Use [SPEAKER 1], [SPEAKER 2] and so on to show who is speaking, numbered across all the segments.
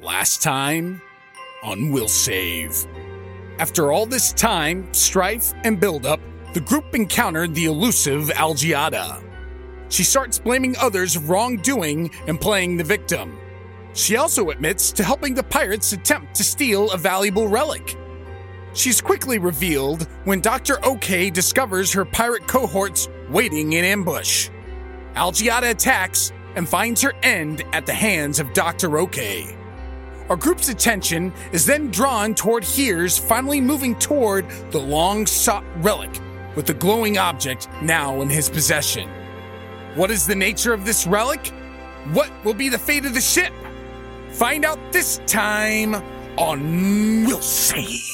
[SPEAKER 1] Last time on Will Save. After all this time, strife, and buildup, the group encountered the elusive Algiada. She starts blaming others' wrongdoing and playing the victim. She also admits to helping the pirates attempt to steal a valuable relic. She's quickly revealed when Dr. OK discovers her pirate cohorts waiting in ambush. Algiada attacks and finds her end at the hands of Dr. OK. Our group's attention is then drawn toward Here's, finally moving toward the long sought relic, with the glowing object now in his possession. What is the nature of this relic? What will be the fate of the ship? Find out this time on Will Save.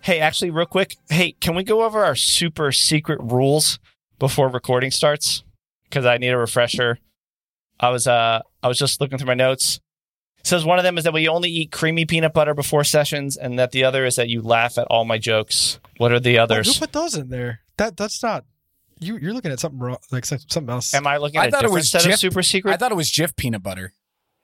[SPEAKER 2] Hey, actually, real quick. Hey, can we go over our super secret rules before recording starts? Because I need a refresher. I was uh I was just looking through my notes. It says one of them is that we only eat creamy peanut butter before sessions, and that the other is that you laugh at all my jokes. What are the
[SPEAKER 3] Wait,
[SPEAKER 2] others?
[SPEAKER 3] Oh, who put those in there? That that's not. You you're looking at something wrong, like some- something else.
[SPEAKER 2] Am I looking
[SPEAKER 1] I
[SPEAKER 2] at a
[SPEAKER 1] thought it
[SPEAKER 2] different
[SPEAKER 1] was
[SPEAKER 2] set
[SPEAKER 1] Jif-
[SPEAKER 2] of super secret?
[SPEAKER 1] I thought it was Jif peanut butter.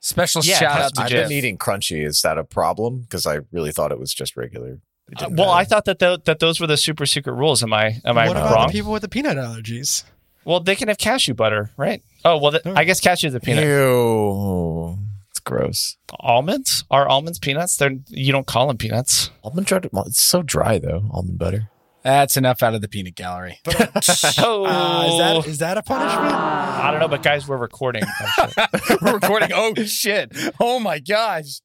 [SPEAKER 1] Special
[SPEAKER 2] Yeah, it
[SPEAKER 1] shout
[SPEAKER 2] has
[SPEAKER 1] out
[SPEAKER 2] to
[SPEAKER 1] to
[SPEAKER 4] I've
[SPEAKER 2] Jif.
[SPEAKER 1] Jif.
[SPEAKER 4] been eating crunchy. Is that a problem? Because I really thought it was just regular. It
[SPEAKER 2] Uh,
[SPEAKER 4] didn't
[SPEAKER 2] well, I
[SPEAKER 4] matter.
[SPEAKER 2] thought that tho- that those were the super secret rules. Am I am I
[SPEAKER 3] what about
[SPEAKER 2] wrong?
[SPEAKER 3] the people with the peanut allergies?
[SPEAKER 2] well, they can have cashew butter, right? Oh well, th-
[SPEAKER 3] Yeah.
[SPEAKER 2] I guess cashew is a peanut.
[SPEAKER 4] Ew, it's gross.
[SPEAKER 2] Almonds are almonds peanuts? They're you don't call them peanuts.
[SPEAKER 4] Almond butter. well, It's so dry though. Almond butter.
[SPEAKER 1] That's enough out of the peanut gallery.
[SPEAKER 2] Oh,
[SPEAKER 3] Uh, is that is that a punishment?
[SPEAKER 2] I don't know, but guys, we're recording. Oh,
[SPEAKER 1] We're recording. Oh shit! Oh my gosh!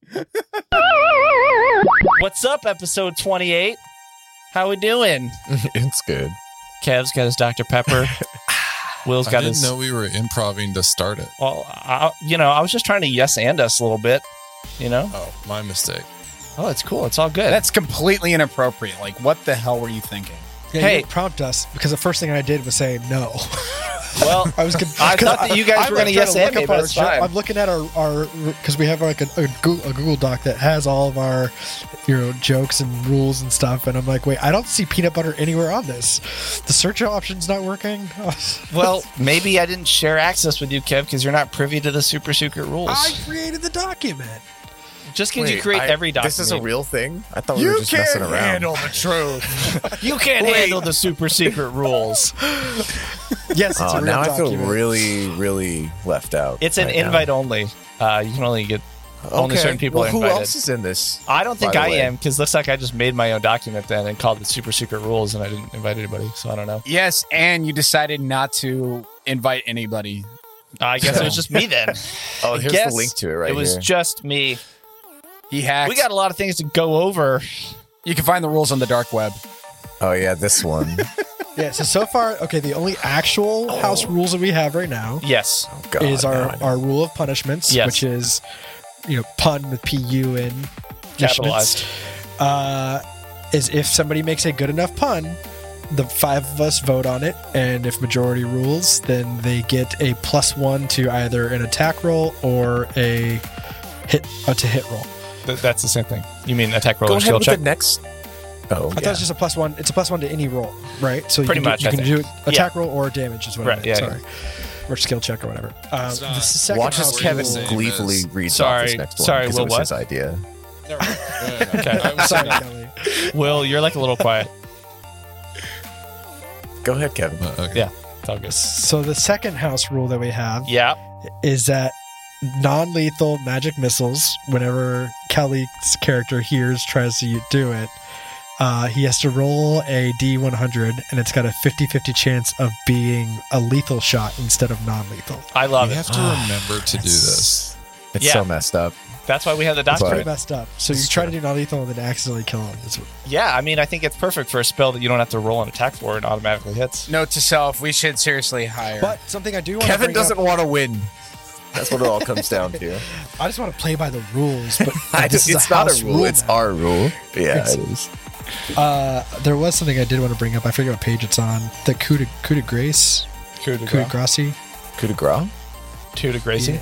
[SPEAKER 2] What's up, episode 28? How we doing?
[SPEAKER 4] it's good.
[SPEAKER 2] Kev's got his Dr. Pepper. Will's
[SPEAKER 5] I
[SPEAKER 2] got
[SPEAKER 5] didn't
[SPEAKER 2] his.
[SPEAKER 5] know we were improving to start it.
[SPEAKER 2] Well, I, you know, I was just trying to yes and us a little bit. You know?
[SPEAKER 5] Oh, my mistake.
[SPEAKER 2] Oh, it's cool. It's all good.
[SPEAKER 1] That's completely inappropriate. Like, what the hell were you thinking?
[SPEAKER 3] Yeah,
[SPEAKER 2] Hey.
[SPEAKER 3] you didn't prompt us because the first thing I did was say no.
[SPEAKER 2] well,
[SPEAKER 3] I was. Con-
[SPEAKER 2] I
[SPEAKER 3] 'cause
[SPEAKER 2] thought that you guys
[SPEAKER 3] I'm
[SPEAKER 2] were gonna
[SPEAKER 3] trying
[SPEAKER 2] yes
[SPEAKER 3] look
[SPEAKER 2] and me,
[SPEAKER 3] up
[SPEAKER 2] but
[SPEAKER 3] our
[SPEAKER 2] it's
[SPEAKER 3] jo-
[SPEAKER 2] fine.
[SPEAKER 3] I'm looking at our our because we have like a, a, Google, a Google Doc that has all of our you know jokes and rules and stuff, and I'm like, wait, I don't see peanut butter anywhere on this. The search option's not working.
[SPEAKER 2] well, maybe I didn't share access with you, Kev, because you're not privy to the super secret rules.
[SPEAKER 3] I created the document.
[SPEAKER 2] just because you
[SPEAKER 4] Wait,
[SPEAKER 2] create
[SPEAKER 4] I-
[SPEAKER 2] every document,
[SPEAKER 4] This is a real thing. I thought we were just messing around.
[SPEAKER 1] the truth.
[SPEAKER 2] you can't handle the super secret rules.
[SPEAKER 3] Yes, it's
[SPEAKER 4] Oh,
[SPEAKER 3] a real
[SPEAKER 4] now I feel
[SPEAKER 3] document.
[SPEAKER 4] really, really left out.
[SPEAKER 2] It's an
[SPEAKER 4] right now.
[SPEAKER 2] invite only. Uh, you can only get. only
[SPEAKER 4] Okay,
[SPEAKER 2] certain people
[SPEAKER 4] well,
[SPEAKER 2] are
[SPEAKER 4] who
[SPEAKER 2] invited.
[SPEAKER 4] else is in this?
[SPEAKER 2] I don't think
[SPEAKER 4] By the
[SPEAKER 2] I
[SPEAKER 4] way.
[SPEAKER 2] am because looks like I just made my own document then and called it super secret rules and I didn't invite anybody, so I don't know.
[SPEAKER 1] yes, and you decided not to invite anybody.
[SPEAKER 2] I guess it was just me then.
[SPEAKER 4] Oh,
[SPEAKER 2] I
[SPEAKER 4] here's
[SPEAKER 2] guess
[SPEAKER 4] the link to it right
[SPEAKER 2] it was
[SPEAKER 4] here.
[SPEAKER 2] just me.
[SPEAKER 1] He hacked.
[SPEAKER 2] We got a lot of things to go over.
[SPEAKER 1] you can find the rules on the dark web.
[SPEAKER 4] oh yeah, this one.
[SPEAKER 3] Yeah, so so far, okay, the only actual house rules that we have right now
[SPEAKER 2] Yes,
[SPEAKER 4] Oh, God,
[SPEAKER 3] is our
[SPEAKER 4] no, I-
[SPEAKER 3] our rule of punishments,
[SPEAKER 2] Yes.
[SPEAKER 3] which is you know pun with p u n
[SPEAKER 2] capitalized.
[SPEAKER 3] punishments, Uh, is if somebody makes a good enough pun, the five of us vote on it, and if majority rules, then they get a plus one to either an attack roll or a hit uh, to hit roll.
[SPEAKER 2] Th- that's the same thing. You mean attack roll
[SPEAKER 4] Go
[SPEAKER 2] and
[SPEAKER 4] ahead
[SPEAKER 2] skill
[SPEAKER 4] with
[SPEAKER 2] check?
[SPEAKER 4] the next. Oh,
[SPEAKER 3] I thought it was just a plus one. It's a plus one to any roll, right? So
[SPEAKER 2] Pretty
[SPEAKER 3] you can
[SPEAKER 2] much,
[SPEAKER 3] do, you
[SPEAKER 2] I
[SPEAKER 3] can
[SPEAKER 2] think.
[SPEAKER 3] do attack roll or damage is what
[SPEAKER 2] Right,
[SPEAKER 3] I meant.
[SPEAKER 2] yeah,
[SPEAKER 3] Sorry, or skill check or whatever. Um,
[SPEAKER 5] It's
[SPEAKER 3] the
[SPEAKER 5] not-
[SPEAKER 3] second
[SPEAKER 4] Watch
[SPEAKER 3] house
[SPEAKER 4] as
[SPEAKER 5] That's
[SPEAKER 4] Kevin
[SPEAKER 5] what
[SPEAKER 3] rule-
[SPEAKER 5] we're
[SPEAKER 4] gleefully
[SPEAKER 5] saying.
[SPEAKER 4] reads
[SPEAKER 2] Sorry.
[SPEAKER 4] off this next one.
[SPEAKER 2] Sorry,
[SPEAKER 4] 'cause
[SPEAKER 2] Will,
[SPEAKER 4] it was
[SPEAKER 2] what?
[SPEAKER 4] his idea.
[SPEAKER 2] Okay.
[SPEAKER 5] I was-
[SPEAKER 3] Sorry, Kelly.
[SPEAKER 2] Will, you're like a little quiet.
[SPEAKER 4] Go ahead, Kevin.
[SPEAKER 5] Uh, okay.
[SPEAKER 2] Yeah. It's all good.
[SPEAKER 3] So the second house rule that we have
[SPEAKER 2] Yeah.
[SPEAKER 3] is that non-lethal magic missiles, whenever Kelly's character hears tries to do it, Uh, he has to roll a D100, and it's got a 50 50 chance of being a lethal shot instead of non lethal.
[SPEAKER 2] I love
[SPEAKER 6] we
[SPEAKER 2] it.
[SPEAKER 6] have to remember to do this.
[SPEAKER 4] It's
[SPEAKER 2] Yeah.
[SPEAKER 4] so messed up.
[SPEAKER 2] That's why we have the
[SPEAKER 4] That's
[SPEAKER 2] doctor.
[SPEAKER 4] all
[SPEAKER 3] Pretty
[SPEAKER 4] right.
[SPEAKER 3] messed up. So you try to do non lethal and then accidentally kill him. It's-
[SPEAKER 2] Yeah, I mean, I think it's perfect for a spell that you don't have to roll an attack for and automatically hits.
[SPEAKER 7] Note to self: We should seriously hire.
[SPEAKER 3] But something I do want to
[SPEAKER 4] Kevin
[SPEAKER 3] bring
[SPEAKER 4] doesn't
[SPEAKER 3] up,
[SPEAKER 4] want to win. That's what it all comes down to.
[SPEAKER 3] I just want to play by the rules, but
[SPEAKER 4] I
[SPEAKER 3] like, this
[SPEAKER 4] just,
[SPEAKER 3] is
[SPEAKER 4] it's
[SPEAKER 3] a
[SPEAKER 4] not
[SPEAKER 3] house
[SPEAKER 4] a rule. It's
[SPEAKER 3] now.
[SPEAKER 4] our rule. Yeah,
[SPEAKER 3] It's-
[SPEAKER 4] it is.
[SPEAKER 3] Uh, there was something I did want to bring up. I forget what page it's on. The coup de, coup de grace,
[SPEAKER 2] Coup de
[SPEAKER 3] coup de
[SPEAKER 2] grace.
[SPEAKER 3] grace.
[SPEAKER 4] Coup de grace.
[SPEAKER 2] Coup de grace.
[SPEAKER 3] Yeah.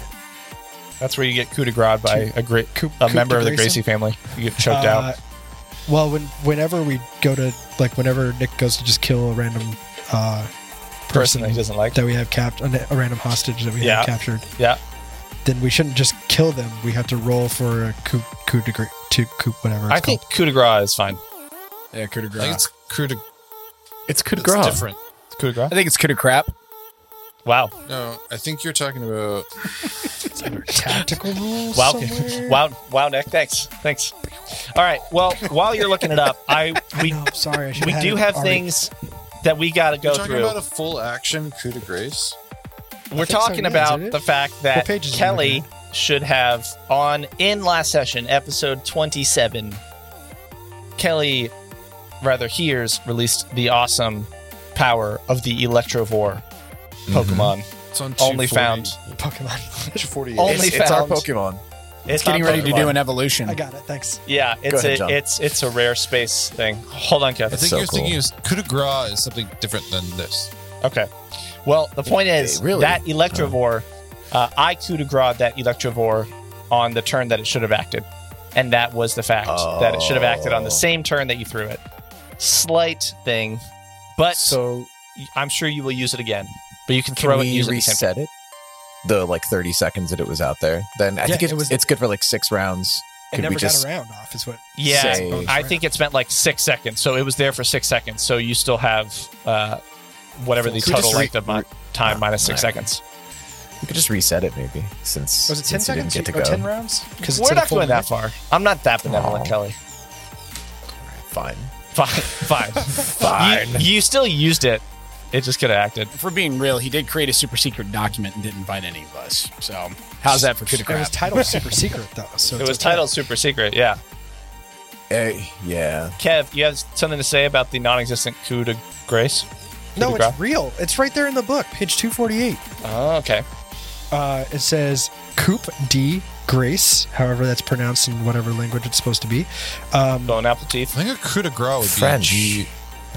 [SPEAKER 2] That's where you get coup de grace by a, gra-
[SPEAKER 3] Coup-
[SPEAKER 2] a
[SPEAKER 3] coup
[SPEAKER 2] member
[SPEAKER 3] de
[SPEAKER 2] of the
[SPEAKER 3] grace.
[SPEAKER 2] Gracie family. You get choked
[SPEAKER 3] Uh,
[SPEAKER 2] out.
[SPEAKER 3] Well, when whenever we go to like whenever Nick goes to just kill a random uh,
[SPEAKER 2] Person that he doesn't like.
[SPEAKER 3] that we have capped a random hostage that we
[SPEAKER 2] Yeah.
[SPEAKER 3] have captured,
[SPEAKER 2] Yeah.
[SPEAKER 3] then we shouldn't just kill them. We have to roll for a coup, coup de grace, to coup whatever. It's
[SPEAKER 2] I think coup de grace is fine.
[SPEAKER 7] yeah, coup de
[SPEAKER 6] I think it's crew to
[SPEAKER 4] It's coup de
[SPEAKER 6] it's
[SPEAKER 4] grace.
[SPEAKER 6] different.
[SPEAKER 2] It's coup de
[SPEAKER 3] Uh,
[SPEAKER 2] grace.
[SPEAKER 7] I think it's coup de crap.
[SPEAKER 2] Wow.
[SPEAKER 6] No, I think you're talking about
[SPEAKER 3] called. tactical rules.
[SPEAKER 2] Wow.
[SPEAKER 3] somewhere?
[SPEAKER 2] Wow. Wow, Nick. Thanks. Thanks. All right. Well, while you're looking it up, I we
[SPEAKER 3] No, sorry. I should've
[SPEAKER 2] we
[SPEAKER 3] had
[SPEAKER 2] do
[SPEAKER 3] it
[SPEAKER 2] have
[SPEAKER 3] already.
[SPEAKER 2] things that we got to
[SPEAKER 6] you're
[SPEAKER 2] go
[SPEAKER 6] talking
[SPEAKER 2] through.
[SPEAKER 6] about a full action coup de grace.
[SPEAKER 2] We're
[SPEAKER 3] think so,
[SPEAKER 2] talking
[SPEAKER 3] yeah,
[SPEAKER 2] about
[SPEAKER 3] isn't it?
[SPEAKER 2] the fact that
[SPEAKER 3] What page is it
[SPEAKER 2] Kelly should have on in last session, episode 27. Kelly rather hears released the awesome power of the Electrovore Pokemon.
[SPEAKER 6] It's on
[SPEAKER 2] Only
[SPEAKER 6] 240
[SPEAKER 2] found.
[SPEAKER 3] Pokemon.
[SPEAKER 6] 248.
[SPEAKER 2] Only
[SPEAKER 4] It's, it's our
[SPEAKER 2] found.
[SPEAKER 4] Pokemon.
[SPEAKER 2] It's
[SPEAKER 7] Getting
[SPEAKER 2] not
[SPEAKER 7] ready to do
[SPEAKER 2] Pokemon.
[SPEAKER 7] an evolution.
[SPEAKER 3] I got it. Thanks.
[SPEAKER 2] Yeah, it's
[SPEAKER 4] ahead,
[SPEAKER 2] a
[SPEAKER 4] John.
[SPEAKER 2] it's it's a rare space thing. Hold on,
[SPEAKER 6] I
[SPEAKER 2] Kevin.
[SPEAKER 6] think
[SPEAKER 4] so
[SPEAKER 6] you're
[SPEAKER 4] cool.
[SPEAKER 6] thinking is coup de grace is something different than this.
[SPEAKER 2] Okay. Well, the point is
[SPEAKER 4] Hey, really?
[SPEAKER 2] that Electrovore, uh, I coup de grace that Electrovore on the turn that it should have acted. And that was the fact that it should have acted on the
[SPEAKER 4] Oh.
[SPEAKER 2] same turn that you threw it. Slight thing, but
[SPEAKER 4] So
[SPEAKER 2] I'm sure you will use it again. But you can
[SPEAKER 4] can
[SPEAKER 2] throw it and
[SPEAKER 4] we
[SPEAKER 2] use it at the same time.
[SPEAKER 4] reset it? The like 30 seconds that it was out there. Then I
[SPEAKER 3] Yeah,
[SPEAKER 4] think it's,
[SPEAKER 3] it was-
[SPEAKER 4] it's good for like six rounds.
[SPEAKER 3] It
[SPEAKER 4] Could
[SPEAKER 3] never
[SPEAKER 4] we just
[SPEAKER 3] got around off is what.
[SPEAKER 2] Yeah, Oh,
[SPEAKER 4] Save.
[SPEAKER 2] I think it spent like six seconds. So it was there for six seconds. So you still have uh, whatever the
[SPEAKER 4] Can we
[SPEAKER 2] total
[SPEAKER 4] just re-
[SPEAKER 2] length of my time minus six
[SPEAKER 4] alright.
[SPEAKER 2] seconds.
[SPEAKER 4] we could just reset it maybe since
[SPEAKER 3] Was it ten
[SPEAKER 4] since you didn't
[SPEAKER 3] seconds
[SPEAKER 4] get to
[SPEAKER 3] or
[SPEAKER 4] go.
[SPEAKER 3] ten rounds? Because
[SPEAKER 2] We're not going that far. I'm not that benevolent,
[SPEAKER 4] Aw.
[SPEAKER 2] Kelly.
[SPEAKER 4] Fine.
[SPEAKER 2] Fine, fine.
[SPEAKER 4] Fine.
[SPEAKER 2] You, you still used it. It just could have acted.
[SPEAKER 7] If we're being real, he did create a super secret document and didn't invite any of us. So how's that for coup de
[SPEAKER 3] It was
[SPEAKER 7] crap?
[SPEAKER 3] titled super secret though, so
[SPEAKER 2] It
[SPEAKER 3] it's
[SPEAKER 2] was
[SPEAKER 3] okay.
[SPEAKER 2] titled Super Secret. Yeah.
[SPEAKER 4] Eh, yeah.
[SPEAKER 2] Kev, you have something to say about the non-existent coup de grace?
[SPEAKER 3] No,
[SPEAKER 2] Coup de
[SPEAKER 3] it's real. It's right there in the book, page two forty eight.
[SPEAKER 2] Oh, okay.
[SPEAKER 3] Uh, it says Coop D Grace, however that's pronounced in whatever language it's supposed to be. Um,
[SPEAKER 2] Bone apple
[SPEAKER 6] I
[SPEAKER 2] teeth.
[SPEAKER 6] think a coup de grace would
[SPEAKER 4] French.
[SPEAKER 6] be G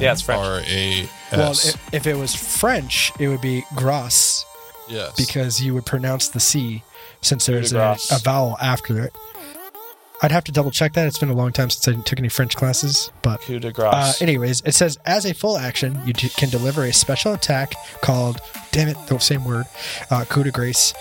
[SPEAKER 2] Yeah, it's French.
[SPEAKER 6] R A
[SPEAKER 3] well,
[SPEAKER 6] S.
[SPEAKER 3] if, if it was French, it would be grasse
[SPEAKER 6] Yes.
[SPEAKER 3] because you would pronounce the C since there's a,
[SPEAKER 2] grace.
[SPEAKER 3] a vowel after it. I'd have to double check that. It's been a long time since I took any French classes, but
[SPEAKER 2] Coup de
[SPEAKER 3] Uh,
[SPEAKER 2] grace.
[SPEAKER 3] anyways, it says as a full action, you do, can deliver a special attack called, damn it, the same word, uh, coup de grace,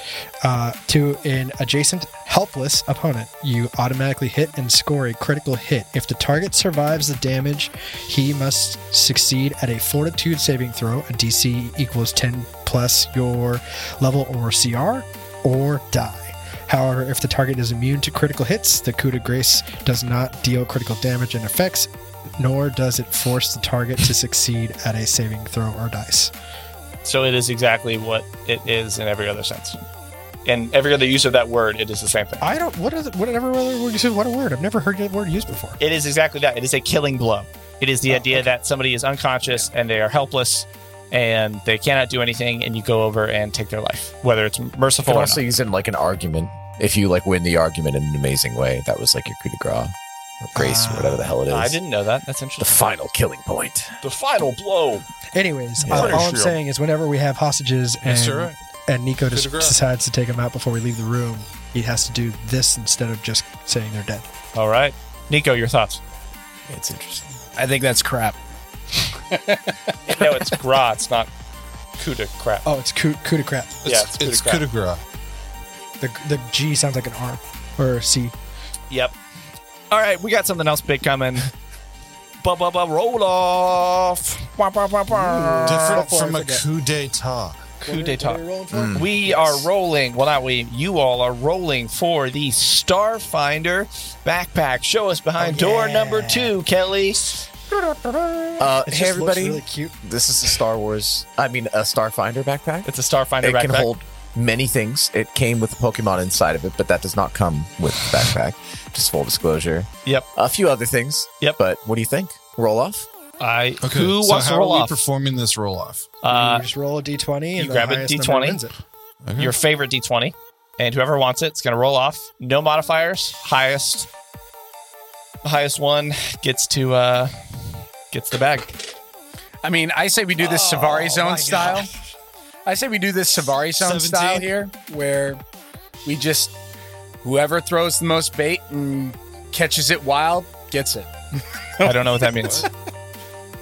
[SPEAKER 3] uh, to an adjacent helpless opponent. You automatically hit and score a critical hit. If the target survives the damage, he must succeed at a fortitude saving throw, a DC equals 10 plus your level or CR, or die. However, if the target is immune to critical hits, the coup de grace does not deal critical damage and effects, nor does it force the target to succeed at a saving throw or dice.
[SPEAKER 2] so it is exactly what it is in every other sense. In every other use of that word, it is the same thing.
[SPEAKER 3] I don't. What are the, whatever other word you said? What a word! I've never heard that word used before.
[SPEAKER 2] It is exactly that. It is a killing blow. It
[SPEAKER 3] Uh,
[SPEAKER 2] is the idea that somebody is unconscious and they are helpless and they cannot do anything, and you go over and take their life, whether it's
[SPEAKER 4] You
[SPEAKER 2] merciful
[SPEAKER 4] can
[SPEAKER 2] or
[SPEAKER 4] also
[SPEAKER 2] not.
[SPEAKER 4] use it in like an argument. If you like win the argument in an amazing way, that was like your coup de grace or grace or whatever the hell it is.
[SPEAKER 2] I didn't know that. That's interesting.
[SPEAKER 4] the final killing point.
[SPEAKER 2] the final blow.
[SPEAKER 3] Anyways,
[SPEAKER 4] Yeah.
[SPEAKER 3] uh,
[SPEAKER 4] Pretty
[SPEAKER 3] all I'm
[SPEAKER 6] sure.
[SPEAKER 3] saying is, whenever we have hostages and
[SPEAKER 6] Yes, you're right.
[SPEAKER 3] and Nico just
[SPEAKER 6] Coup de grace.
[SPEAKER 3] decides to take them out before we leave the room, he has to do this instead of just saying they're dead.
[SPEAKER 2] All right. Nico, your thoughts?
[SPEAKER 4] It's interesting.
[SPEAKER 7] I think that's crap.
[SPEAKER 2] no, it's gra. It's not kuda crap.
[SPEAKER 3] Oh, it's coup, coup de crap.
[SPEAKER 6] it's,
[SPEAKER 2] yeah, it's coup de
[SPEAKER 6] it's
[SPEAKER 2] grace.
[SPEAKER 6] coup de grace.
[SPEAKER 3] The the G sounds like an R or a C.
[SPEAKER 2] Yep. All right, we got something else big coming. Ba ba ba roll off. Ba, ba, ba, ba.
[SPEAKER 6] Different
[SPEAKER 3] before I
[SPEAKER 6] from a
[SPEAKER 3] forget.
[SPEAKER 6] coup d'etat.
[SPEAKER 2] coup
[SPEAKER 3] What are- what are
[SPEAKER 2] d'etat.
[SPEAKER 3] we rolling for?
[SPEAKER 4] Mm.
[SPEAKER 2] We are rolling. Well, not we. You all are rolling for the Starfinder backpack. Show us behind
[SPEAKER 3] Oh,
[SPEAKER 2] door
[SPEAKER 3] yeah.
[SPEAKER 2] number two, Kelly.
[SPEAKER 4] Uh,
[SPEAKER 3] It
[SPEAKER 4] hey
[SPEAKER 3] just looks
[SPEAKER 4] everybody,
[SPEAKER 3] really cute.
[SPEAKER 4] this is a Star Wars. I mean, a Starfinder backpack.
[SPEAKER 2] It's a Starfinder
[SPEAKER 4] it
[SPEAKER 2] backpack.
[SPEAKER 4] can hold many things. It came with Pokemon inside of it, but that does not come with the backpack. Just full disclosure.
[SPEAKER 2] Yep.
[SPEAKER 4] A few other things.
[SPEAKER 2] Yep.
[SPEAKER 4] But what do you think? Roll off.
[SPEAKER 2] I
[SPEAKER 6] Okay.
[SPEAKER 2] who
[SPEAKER 6] so
[SPEAKER 2] wants to
[SPEAKER 6] how
[SPEAKER 2] roll
[SPEAKER 6] are we
[SPEAKER 2] off?
[SPEAKER 6] performing this roll off?
[SPEAKER 2] uh,
[SPEAKER 3] you just roll a d20 and
[SPEAKER 2] you
[SPEAKER 3] the
[SPEAKER 2] grab a
[SPEAKER 3] highest number
[SPEAKER 2] D20.
[SPEAKER 3] wins it.
[SPEAKER 6] Okay.
[SPEAKER 4] Hmm.
[SPEAKER 2] your favorite d20, and whoever wants it, it's gonna roll off. No modifiers. Highest, highest one gets to uh, gets the bag.
[SPEAKER 1] I mean, I say we do this Savari
[SPEAKER 2] my
[SPEAKER 1] Zone style. I say we do this Savari Zone style
[SPEAKER 6] 17.
[SPEAKER 1] here, where we just whoever throws the most bait and catches it wild gets it.
[SPEAKER 2] I don't know what that means.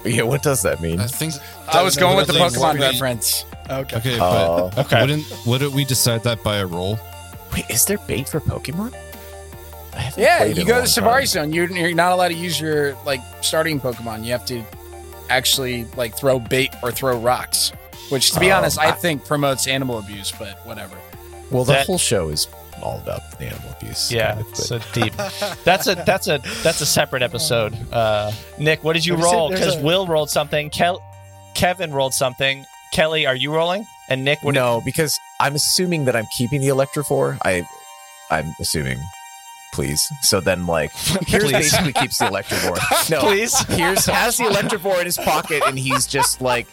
[SPEAKER 4] Yeah. What does that mean?
[SPEAKER 6] I think
[SPEAKER 1] I was going with the
[SPEAKER 6] Doesn't
[SPEAKER 1] Pokemon
[SPEAKER 6] really-
[SPEAKER 1] reference.
[SPEAKER 3] Okay.
[SPEAKER 6] Okay,
[SPEAKER 4] Oh.
[SPEAKER 6] but
[SPEAKER 2] Okay.
[SPEAKER 6] wouldn't wouldn't we decide that by a roll?
[SPEAKER 4] Wait, is there bait for Pokemon? I haven't
[SPEAKER 1] Yeah,
[SPEAKER 4] played
[SPEAKER 1] you
[SPEAKER 4] in a
[SPEAKER 1] go to
[SPEAKER 4] long
[SPEAKER 1] Savari
[SPEAKER 4] time.
[SPEAKER 1] Zone. You're, you're not allowed to use your like starting Pokemon. You have to actually like throw bait or throw rocks. Which, to be
[SPEAKER 4] Oh,
[SPEAKER 1] honest, I,
[SPEAKER 4] I-
[SPEAKER 1] think promotes animal abuse. But whatever.
[SPEAKER 4] Well, the
[SPEAKER 2] That-
[SPEAKER 4] whole show is all about the animal abuse.
[SPEAKER 2] Yeah,
[SPEAKER 4] kind of, but-
[SPEAKER 2] so deep. That's a that's a that's a separate episode. Uh, Nick, what did you
[SPEAKER 3] There's a-
[SPEAKER 2] roll?
[SPEAKER 3] there's
[SPEAKER 2] Because
[SPEAKER 3] a-
[SPEAKER 2] Will rolled something. Kel- Kevin rolled something. Kelly, are you rolling? And Nick, what?
[SPEAKER 4] no, because I'm assuming that I'm keeping the Electrophore. I, I'm assuming. Please. So then, like, here's
[SPEAKER 2] Please.
[SPEAKER 4] basically keeps the Electrophore. No,
[SPEAKER 2] Please.
[SPEAKER 4] here's has the Electrophore in his pocket, and he's just like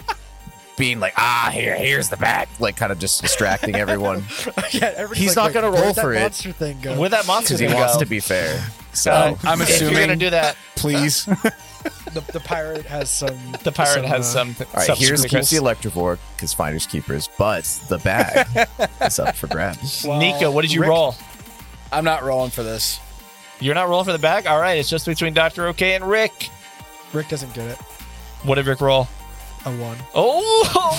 [SPEAKER 4] being like, ah, here, here's the bat, like kind of just distracting everyone
[SPEAKER 3] Yeah, everybody's
[SPEAKER 4] He's not
[SPEAKER 3] like,
[SPEAKER 4] gonna
[SPEAKER 3] "Wait,
[SPEAKER 4] roll
[SPEAKER 3] where'd that
[SPEAKER 4] for it."
[SPEAKER 3] monster Thing go?
[SPEAKER 2] Where that monster
[SPEAKER 4] because he
[SPEAKER 2] gonna
[SPEAKER 4] wants
[SPEAKER 2] go?
[SPEAKER 4] to be fair. So
[SPEAKER 2] Uh,
[SPEAKER 1] I'm
[SPEAKER 2] if you're
[SPEAKER 1] assuming.
[SPEAKER 2] gonna do that,
[SPEAKER 1] please.
[SPEAKER 3] the, the pirate has some.
[SPEAKER 2] the pirate
[SPEAKER 3] some,
[SPEAKER 2] has
[SPEAKER 3] uh,
[SPEAKER 2] some.
[SPEAKER 4] All right, here's keeps
[SPEAKER 2] subsequent-
[SPEAKER 4] the electrovore because finders keepers, but the bag is up for grabs.
[SPEAKER 3] Well,
[SPEAKER 2] Nico, what did you
[SPEAKER 3] Rick-
[SPEAKER 2] roll?
[SPEAKER 1] I'm not rolling for this.
[SPEAKER 2] You're not rolling for the bag. All right, it's just between Doctor OK and Rick.
[SPEAKER 3] uh, Rick doesn't get it.
[SPEAKER 2] What did Rick roll?
[SPEAKER 3] A one.
[SPEAKER 2] Oh,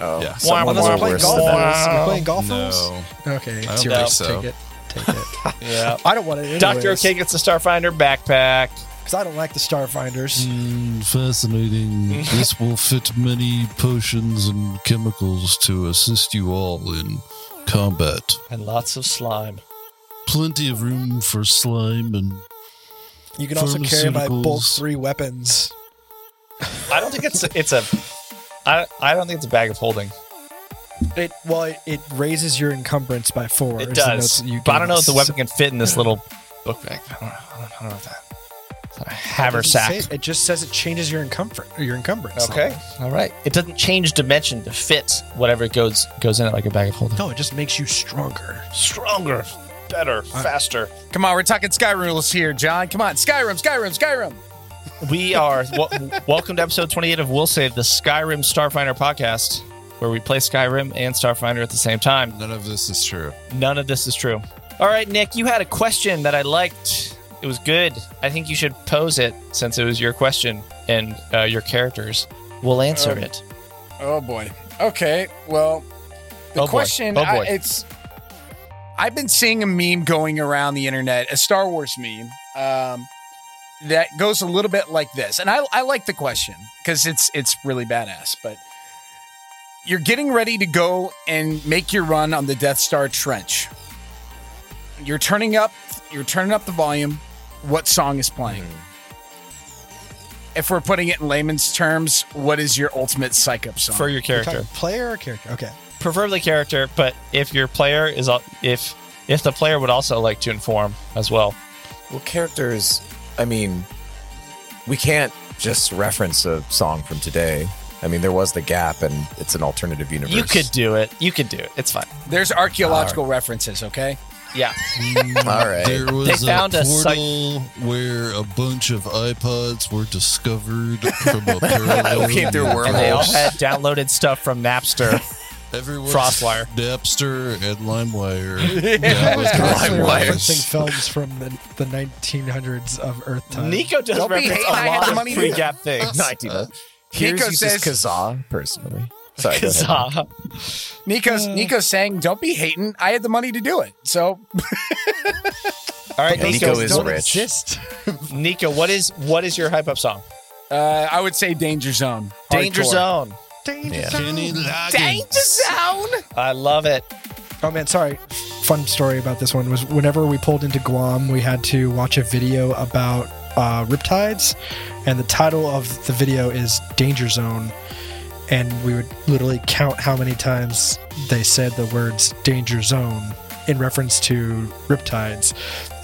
[SPEAKER 4] Oh,
[SPEAKER 6] Yeah.
[SPEAKER 4] someone
[SPEAKER 2] Unless
[SPEAKER 4] more
[SPEAKER 2] we're playing
[SPEAKER 4] worse
[SPEAKER 3] golf
[SPEAKER 4] than that.
[SPEAKER 3] rules. We're playing golf rules.
[SPEAKER 6] No.
[SPEAKER 3] Okay, it's
[SPEAKER 6] don't
[SPEAKER 3] your
[SPEAKER 6] think
[SPEAKER 3] take
[SPEAKER 6] so.
[SPEAKER 3] it. Take it.
[SPEAKER 2] yeah.
[SPEAKER 3] I don't want it.
[SPEAKER 2] Doctor OK gets the Starfinder backpack.
[SPEAKER 3] because I don't like the Starfinders.
[SPEAKER 6] Mm, fascinating. this will fit many potions and chemicals to assist you all in combat.
[SPEAKER 2] And lots of slime.
[SPEAKER 6] Plenty of room for slime and
[SPEAKER 3] You can also carry my bulk
[SPEAKER 6] Pharmaceuticals.
[SPEAKER 3] three weapons.
[SPEAKER 2] I don't think it's it's a. I I don't think it's a bag of holding.
[SPEAKER 3] It well, it, it raises your encumbrance by four.
[SPEAKER 2] It
[SPEAKER 3] is the
[SPEAKER 2] does.
[SPEAKER 3] notes that you
[SPEAKER 2] But I
[SPEAKER 3] gave
[SPEAKER 2] don't know if the
[SPEAKER 3] us.
[SPEAKER 2] weapon can fit in this little book bag. I don't know, I don't- I don't know if that. It's not a haversack.
[SPEAKER 3] It just says it changes your encumbrance. Your encumbrance.
[SPEAKER 2] Okay. All right. It doesn't change dimension to fit whatever goes goes in it like a bag of holding.
[SPEAKER 3] No, it just makes you stronger.
[SPEAKER 2] Stronger, better, faster.
[SPEAKER 1] Come on, we're talking Sky rules here, John. Come on, Skyrim, Skyrim, Skyrim.
[SPEAKER 2] We are w- welcome to episode 28 of We'll Save the Skyrim Starfinder podcast, where we play Skyrim and Starfinder at the same time.
[SPEAKER 6] none of this is true.
[SPEAKER 2] None of this is true. All right, Nick, you had a question that I liked. It was good. I think you should pose it since it was your question and uh, your characters will answer
[SPEAKER 1] Oh.
[SPEAKER 2] it.
[SPEAKER 1] Oh boy. Okay. Well, the
[SPEAKER 2] Oh, boy.
[SPEAKER 1] question
[SPEAKER 2] Oh,
[SPEAKER 1] I-
[SPEAKER 2] boy.
[SPEAKER 1] it's I've been seeing a meme going around the internet, a Star Wars meme um, that goes a little bit like this, and I, I like the question because it's it's really badass. But you're getting ready to go and make your run on the Death Star trench. You're turning up. You're turning up the volume. What song is playing?
[SPEAKER 2] Mm-hmm.
[SPEAKER 1] If we're putting it in layman's terms, what is your ultimate psych up song?
[SPEAKER 2] For your
[SPEAKER 3] You're
[SPEAKER 2] character.
[SPEAKER 3] talking player or character? Okay.
[SPEAKER 2] Preferably character, but if your player is al- if if the player would also like to inform as well.
[SPEAKER 4] Well, characters, I mean, we can't just reference a song from today. I mean, there was the gap, and it's an alternative universe.
[SPEAKER 2] You could do it. You could do it. It's fine.
[SPEAKER 1] There's archaeological references, okay?
[SPEAKER 2] Yeah.
[SPEAKER 4] All right.
[SPEAKER 6] Mm, There was
[SPEAKER 2] They found
[SPEAKER 6] a
[SPEAKER 2] a psych-
[SPEAKER 6] portal where a bunch of iPods were discovered from a parallel
[SPEAKER 4] Okay, they're
[SPEAKER 6] universe.
[SPEAKER 2] And they all had downloaded stuff from Napster.
[SPEAKER 6] Everyone
[SPEAKER 2] Frostwire.
[SPEAKER 6] Napster, and LimeWire. yeah, was
[SPEAKER 3] Constantly
[SPEAKER 4] wires.
[SPEAKER 3] referencing films from the, the 1900s of Earth time.
[SPEAKER 2] Nico does
[SPEAKER 1] Don't be
[SPEAKER 2] reference
[SPEAKER 1] hating.
[SPEAKER 2] a
[SPEAKER 1] I had
[SPEAKER 2] lot
[SPEAKER 1] the
[SPEAKER 2] of
[SPEAKER 1] money to
[SPEAKER 2] free
[SPEAKER 1] do
[SPEAKER 2] gap things.
[SPEAKER 4] Not even.
[SPEAKER 2] Uh,
[SPEAKER 4] Here's
[SPEAKER 1] Nico
[SPEAKER 4] uses
[SPEAKER 1] says-
[SPEAKER 4] Kazaa personally. Sorry, go ahead.
[SPEAKER 2] Huzzah.
[SPEAKER 1] Nico's
[SPEAKER 4] Hmm.
[SPEAKER 1] Nico's saying, "Don't be hating. I had the money to do it." So
[SPEAKER 2] All right,
[SPEAKER 4] But
[SPEAKER 2] Nico.
[SPEAKER 4] Nico is
[SPEAKER 3] don't
[SPEAKER 4] rich.
[SPEAKER 3] exist.
[SPEAKER 2] Nico, what is what is your hype up song?
[SPEAKER 1] uh, I would say Danger Zone.
[SPEAKER 2] Danger
[SPEAKER 1] Hardcore.
[SPEAKER 2] Zone.
[SPEAKER 4] Yeah.
[SPEAKER 6] Kenny Loggins.
[SPEAKER 2] I love it.
[SPEAKER 3] Oh man, sorry. Fun story about this one was whenever we pulled into Guam, we had to watch a video about uh, riptides, and the title of the video is Danger Zone. And we would literally count how many times they said the words danger zone in reference to riptides.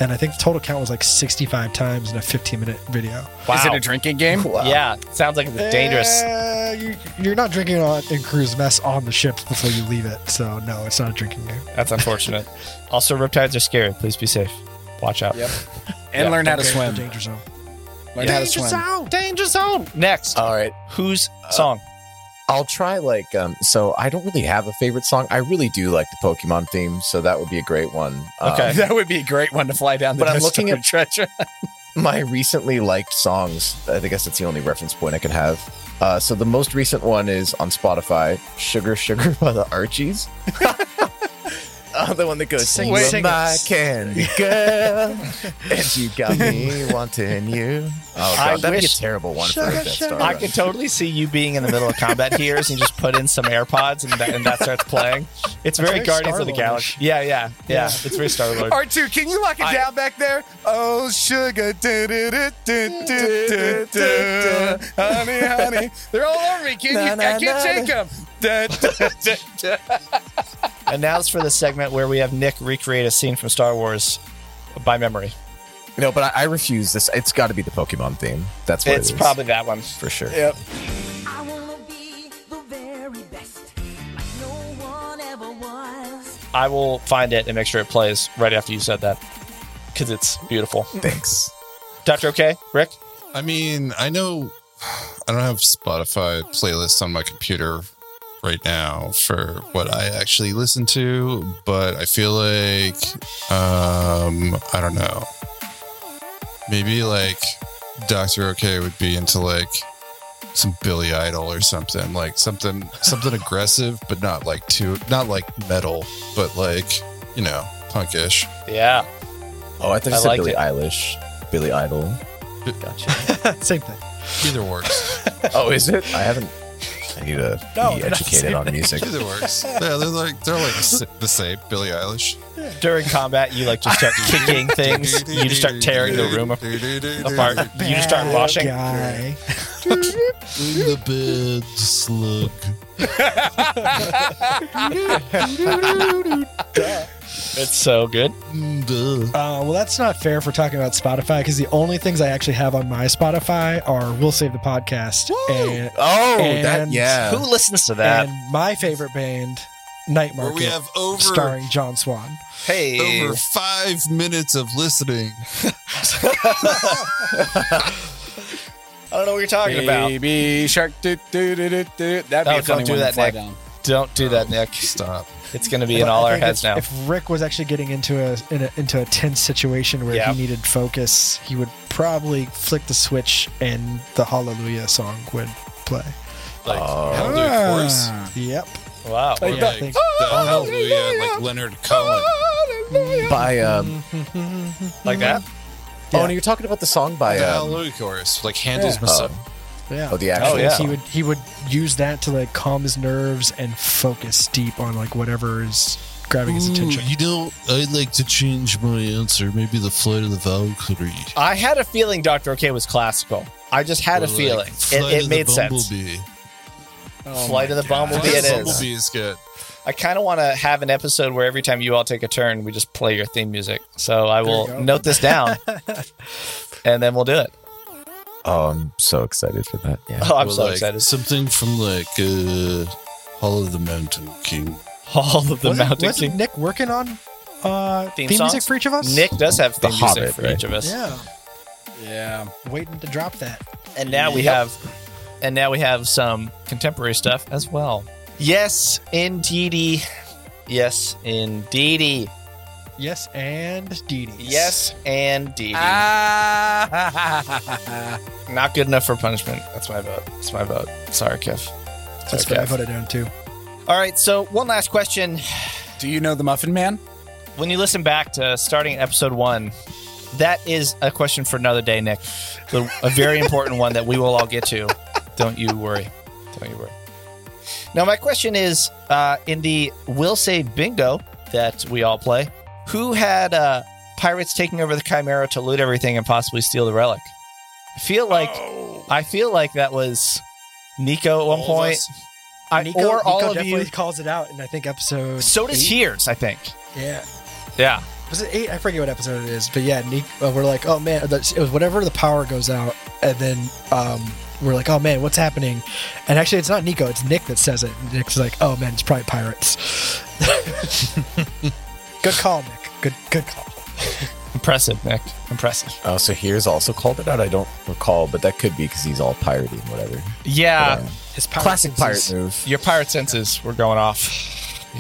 [SPEAKER 3] And I think the total count was like 65 times in a 15 minute video.
[SPEAKER 2] Wow.
[SPEAKER 1] Is it a drinking game?
[SPEAKER 2] yeah, sounds like it's dangerous.
[SPEAKER 3] Uh, you, you're not drinking on, in cruise mess on the ship before you leave it. So, no, it's not a drinking game.
[SPEAKER 2] That's unfortunate. also, riptides are scary. Please be safe. Watch out.
[SPEAKER 1] And
[SPEAKER 2] Yeah.
[SPEAKER 1] learn how to
[SPEAKER 3] Okay,
[SPEAKER 1] swim.
[SPEAKER 3] the Danger zone.
[SPEAKER 1] Learn how to swim.
[SPEAKER 2] Danger zone. Next,
[SPEAKER 4] All right.
[SPEAKER 2] whose song?
[SPEAKER 4] I'll try like um so I don't really have a favorite song. I really do like the Pokemon theme, so that would be a great one. Um,
[SPEAKER 2] Okay.
[SPEAKER 1] That would be a great one to fly down the
[SPEAKER 4] But I'm looking
[SPEAKER 1] Discovery treasure.
[SPEAKER 4] my recently liked songs. I guess that's the only reference point I could have. Uh, so the most recent one is on Spotify, "Sugar Sugar" by the Archies. uh, the one that goes,
[SPEAKER 3] Sing
[SPEAKER 4] "You
[SPEAKER 3] it.
[SPEAKER 4] were
[SPEAKER 3] Sing
[SPEAKER 4] my
[SPEAKER 3] it.
[SPEAKER 4] candy girl, and you got me wanting you." Oh
[SPEAKER 2] I
[SPEAKER 4] god, that'd be a
[SPEAKER 2] wish-
[SPEAKER 4] terrible one for
[SPEAKER 3] Sugar,
[SPEAKER 4] a Death Star.
[SPEAKER 3] sugar.
[SPEAKER 2] I
[SPEAKER 4] run.
[SPEAKER 2] could totally see you being in the middle of combat here and you just put in some AirPods and that, and that starts playing. It's very,
[SPEAKER 3] very
[SPEAKER 2] Guardians of the
[SPEAKER 3] Star-Lord-ish.
[SPEAKER 2] Galaxy. Yeah, yeah, yeah. It's very Star Lord.
[SPEAKER 1] R2, can you lock it
[SPEAKER 2] I-
[SPEAKER 1] down back there? Oh, sugar. do, do, do, do, do, do, do. Honey, honey. They're all over me. Can you,
[SPEAKER 4] Na,
[SPEAKER 1] I
[SPEAKER 4] na, na,
[SPEAKER 1] can't take them.
[SPEAKER 2] And now it's for the segment where we have Nick recreate a scene from Star Wars by memory.
[SPEAKER 4] no, but I, I refuse this. It's got to be the Pokemon theme. That's what it
[SPEAKER 2] It's
[SPEAKER 4] is,
[SPEAKER 2] probably that one.
[SPEAKER 4] for sure.
[SPEAKER 8] I wanna be the very best, like no one ever was.
[SPEAKER 2] I will find it and make sure it plays right after you said that because it's beautiful.
[SPEAKER 4] Thanks.
[SPEAKER 2] Dr. OK, Rick?
[SPEAKER 9] I mean, I know I don't have Spotify playlists on my computer right now for what I actually listen to, but I feel like um I don't know. Maybe like Dr. OK would be into like some Billy Idol or something, like something something aggressive, but not like too not like metal, but like, you know, punkish.
[SPEAKER 2] Yeah.
[SPEAKER 4] Oh, I thought you
[SPEAKER 2] I
[SPEAKER 4] said
[SPEAKER 2] like
[SPEAKER 4] Billie
[SPEAKER 2] it.
[SPEAKER 4] Eilish, Billie Idol.
[SPEAKER 3] Same thing.
[SPEAKER 9] Either works.
[SPEAKER 4] Oh, is it? I haven't. I need to
[SPEAKER 3] No,
[SPEAKER 4] be
[SPEAKER 3] not
[SPEAKER 4] educated on music.
[SPEAKER 9] Either works. Yeah, they're like they're like s- the same. Billie Eilish.
[SPEAKER 2] During combat, you like just start kicking things. You just start tearing the room apart. apart. You just start
[SPEAKER 3] Bad
[SPEAKER 2] washing.
[SPEAKER 3] Eh, Guy.
[SPEAKER 6] In the bed, slug.
[SPEAKER 2] It's so good.
[SPEAKER 6] Duh.
[SPEAKER 3] Uh, well, that's not fair for talking about Spotify because the only things I actually have on my Spotify are "We'll Save the Podcast" and,
[SPEAKER 4] Oh, that
[SPEAKER 3] And
[SPEAKER 4] yeah.
[SPEAKER 2] Who listens to that?
[SPEAKER 3] and my favorite band, Night
[SPEAKER 9] Where
[SPEAKER 3] Market,
[SPEAKER 9] we have over
[SPEAKER 3] starring John Swan.
[SPEAKER 2] hey.
[SPEAKER 9] over five minutes of listening.
[SPEAKER 2] I don't know what you're talking about.
[SPEAKER 1] Baby shark. Do, do, do, do, do. That'd be
[SPEAKER 2] Oh,
[SPEAKER 1] a funny
[SPEAKER 2] don't do
[SPEAKER 1] one to
[SPEAKER 2] that,
[SPEAKER 1] fly
[SPEAKER 2] Nick.
[SPEAKER 1] down.
[SPEAKER 2] Don't do that, Nick.
[SPEAKER 9] Stop.
[SPEAKER 2] It's going to be
[SPEAKER 3] But
[SPEAKER 2] in
[SPEAKER 3] I
[SPEAKER 2] all our
[SPEAKER 3] think
[SPEAKER 2] heads
[SPEAKER 3] if,
[SPEAKER 2] now.
[SPEAKER 3] If Rick was actually getting into a, in a into a tense situation where
[SPEAKER 2] Yeah.
[SPEAKER 3] he needed focus, he would probably flick the switch and the Hallelujah song would play.
[SPEAKER 9] Like
[SPEAKER 4] Oh.
[SPEAKER 9] Hallelujah chorus.
[SPEAKER 6] Ah.
[SPEAKER 1] Ah.
[SPEAKER 3] Yep.
[SPEAKER 2] wow.
[SPEAKER 9] Or
[SPEAKER 3] Yeah, I
[SPEAKER 9] like
[SPEAKER 3] think-
[SPEAKER 9] the Hallelujah, like Leonard Cohen.
[SPEAKER 4] By um.
[SPEAKER 2] Like that?
[SPEAKER 4] Oh, and you're talking about the song by
[SPEAKER 9] The
[SPEAKER 4] um.
[SPEAKER 9] Hallelujah chorus, like Handel's Messiah.
[SPEAKER 3] Yeah.
[SPEAKER 4] Oh, the actual.
[SPEAKER 2] Oh, yeah.
[SPEAKER 3] He would he would use that to like calm his nerves and focus deep on like whatever is grabbing his attention.
[SPEAKER 6] Ooh, you know, I'd like to change my answer. Maybe the flight of the Valkyrie.
[SPEAKER 2] I had a feeling Dr. OK was classical. I just had
[SPEAKER 6] Or,
[SPEAKER 2] a
[SPEAKER 6] like,
[SPEAKER 2] feeling.
[SPEAKER 6] Flight
[SPEAKER 2] It,
[SPEAKER 6] of
[SPEAKER 2] it
[SPEAKER 6] the
[SPEAKER 2] made sense.
[SPEAKER 6] Bumblebee.
[SPEAKER 1] Oh
[SPEAKER 2] Flight of the Bumblebee,
[SPEAKER 9] Flight
[SPEAKER 2] it
[SPEAKER 9] of the
[SPEAKER 2] is.
[SPEAKER 9] Bumblebee is good.
[SPEAKER 2] I kind of want to have an episode where every time you all take a turn, we just play your theme music. So I will note this down and then we'll do it.
[SPEAKER 4] Oh, I'm so excited for that. Yeah.
[SPEAKER 2] Oh, I'm
[SPEAKER 6] Or,
[SPEAKER 2] so
[SPEAKER 6] like,
[SPEAKER 2] excited.
[SPEAKER 6] Something from like uh, Hall of the Mountain King.
[SPEAKER 2] All of the
[SPEAKER 3] wasn't,
[SPEAKER 2] Mountain
[SPEAKER 3] wasn't
[SPEAKER 2] King.
[SPEAKER 3] Nick working on uh,
[SPEAKER 2] Theme
[SPEAKER 3] theme,
[SPEAKER 2] songs?
[SPEAKER 3] music for each of us?
[SPEAKER 2] Nick does have
[SPEAKER 4] The
[SPEAKER 2] theme music
[SPEAKER 4] Hobbit,
[SPEAKER 2] for
[SPEAKER 4] right?
[SPEAKER 2] each of us.
[SPEAKER 3] Yeah.
[SPEAKER 1] Yeah.
[SPEAKER 3] Waiting to drop that.
[SPEAKER 2] And now we have and now we have some contemporary stuff as well. Yes, indeedy. Yes, indeedy.
[SPEAKER 3] Yes, and Dee Dee.
[SPEAKER 2] Yes, indeedy.
[SPEAKER 1] Ah.
[SPEAKER 2] Not good enough for punishment. That's my vote. That's my vote. Sorry, Kev.
[SPEAKER 3] That's
[SPEAKER 2] Sorry,
[SPEAKER 3] what I
[SPEAKER 2] Kev.
[SPEAKER 3] voted down too.
[SPEAKER 2] All right, so one last question.
[SPEAKER 1] Do you know the Muffin Man?
[SPEAKER 2] When you listen back to starting episode one, that is a question for another day, Nick. The, a very important one that we will all get to. Don't you worry. Don't you worry. Now, my question is uh, in the will save bingo that we all play, who had uh, pirates taking over the Chimera to loot everything and possibly steal the relic? I feel like I feel like that was Nico at one
[SPEAKER 3] Oh. All of
[SPEAKER 2] point,
[SPEAKER 3] us.
[SPEAKER 2] I,
[SPEAKER 3] Nico,
[SPEAKER 2] or
[SPEAKER 3] Nico
[SPEAKER 2] all of
[SPEAKER 3] definitely
[SPEAKER 2] you.
[SPEAKER 3] calls it out, and I think episode.
[SPEAKER 2] So does
[SPEAKER 3] eight?
[SPEAKER 2] Hears, I think.
[SPEAKER 3] Yeah.
[SPEAKER 2] Yeah.
[SPEAKER 3] Was it eight? I forget what episode it is, but yeah, Nick, uh, we're like, oh man, that's- it was whenever the power goes out, and then um, we're like, oh man, what's happening? And actually, it's not Nico, it's Nick that says it. And Nick's like, oh man, it's probably pirates. good call, Nick. Good, good call.
[SPEAKER 2] Impressive, Nick. Impressive.
[SPEAKER 4] Oh, so here's also called it out. I don't recall, but that could be because he's all piratey and whatever.
[SPEAKER 2] Yeah.
[SPEAKER 4] Yeah.
[SPEAKER 3] His power
[SPEAKER 4] Classic
[SPEAKER 3] senses.
[SPEAKER 4] pirate move.
[SPEAKER 2] Your pirate senses were going off.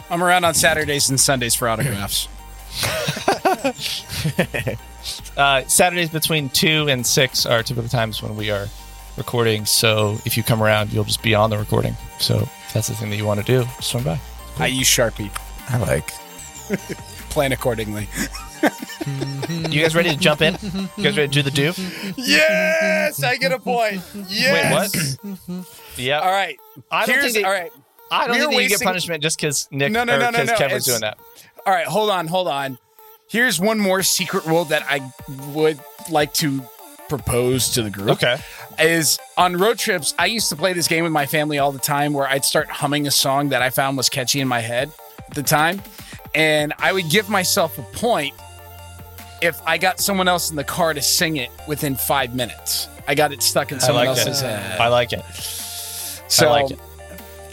[SPEAKER 1] I'm around on Saturdays and Sundays for autographs.
[SPEAKER 2] Uh, Saturdays between 2 and 6 are typically times when we are recording. So if you come around, you'll just be on the recording. So if that's the thing that you want to do, swing by.
[SPEAKER 1] I use Sharpie.
[SPEAKER 4] I like.
[SPEAKER 1] Plan accordingly.
[SPEAKER 2] You guys ready to jump in? You guys ready to do the do?
[SPEAKER 1] yes, I get a point. Yes.
[SPEAKER 2] Wait, what? yeah.
[SPEAKER 1] All right.
[SPEAKER 2] I don't
[SPEAKER 1] Here's
[SPEAKER 2] think that,
[SPEAKER 1] all right.
[SPEAKER 2] I don't
[SPEAKER 1] we're
[SPEAKER 2] think that you get
[SPEAKER 1] wasting-
[SPEAKER 2] punishment just because Nick
[SPEAKER 1] No, no,
[SPEAKER 2] or
[SPEAKER 1] no, no,
[SPEAKER 2] 'cause
[SPEAKER 1] no, it's-
[SPEAKER 2] Kevin's doing that.
[SPEAKER 1] All right, hold on, hold on. Here's one more secret rule that I would like to propose to the group. Is on road trips, I used to play this game with my family all the time where I'd start humming a song that I found was catchy in my head at the time. And I would give myself a point if I got someone else in the car to sing it within five minutes. I got it stuck in someone
[SPEAKER 2] like that.
[SPEAKER 1] else's head.
[SPEAKER 2] I like it.
[SPEAKER 1] so
[SPEAKER 2] like it.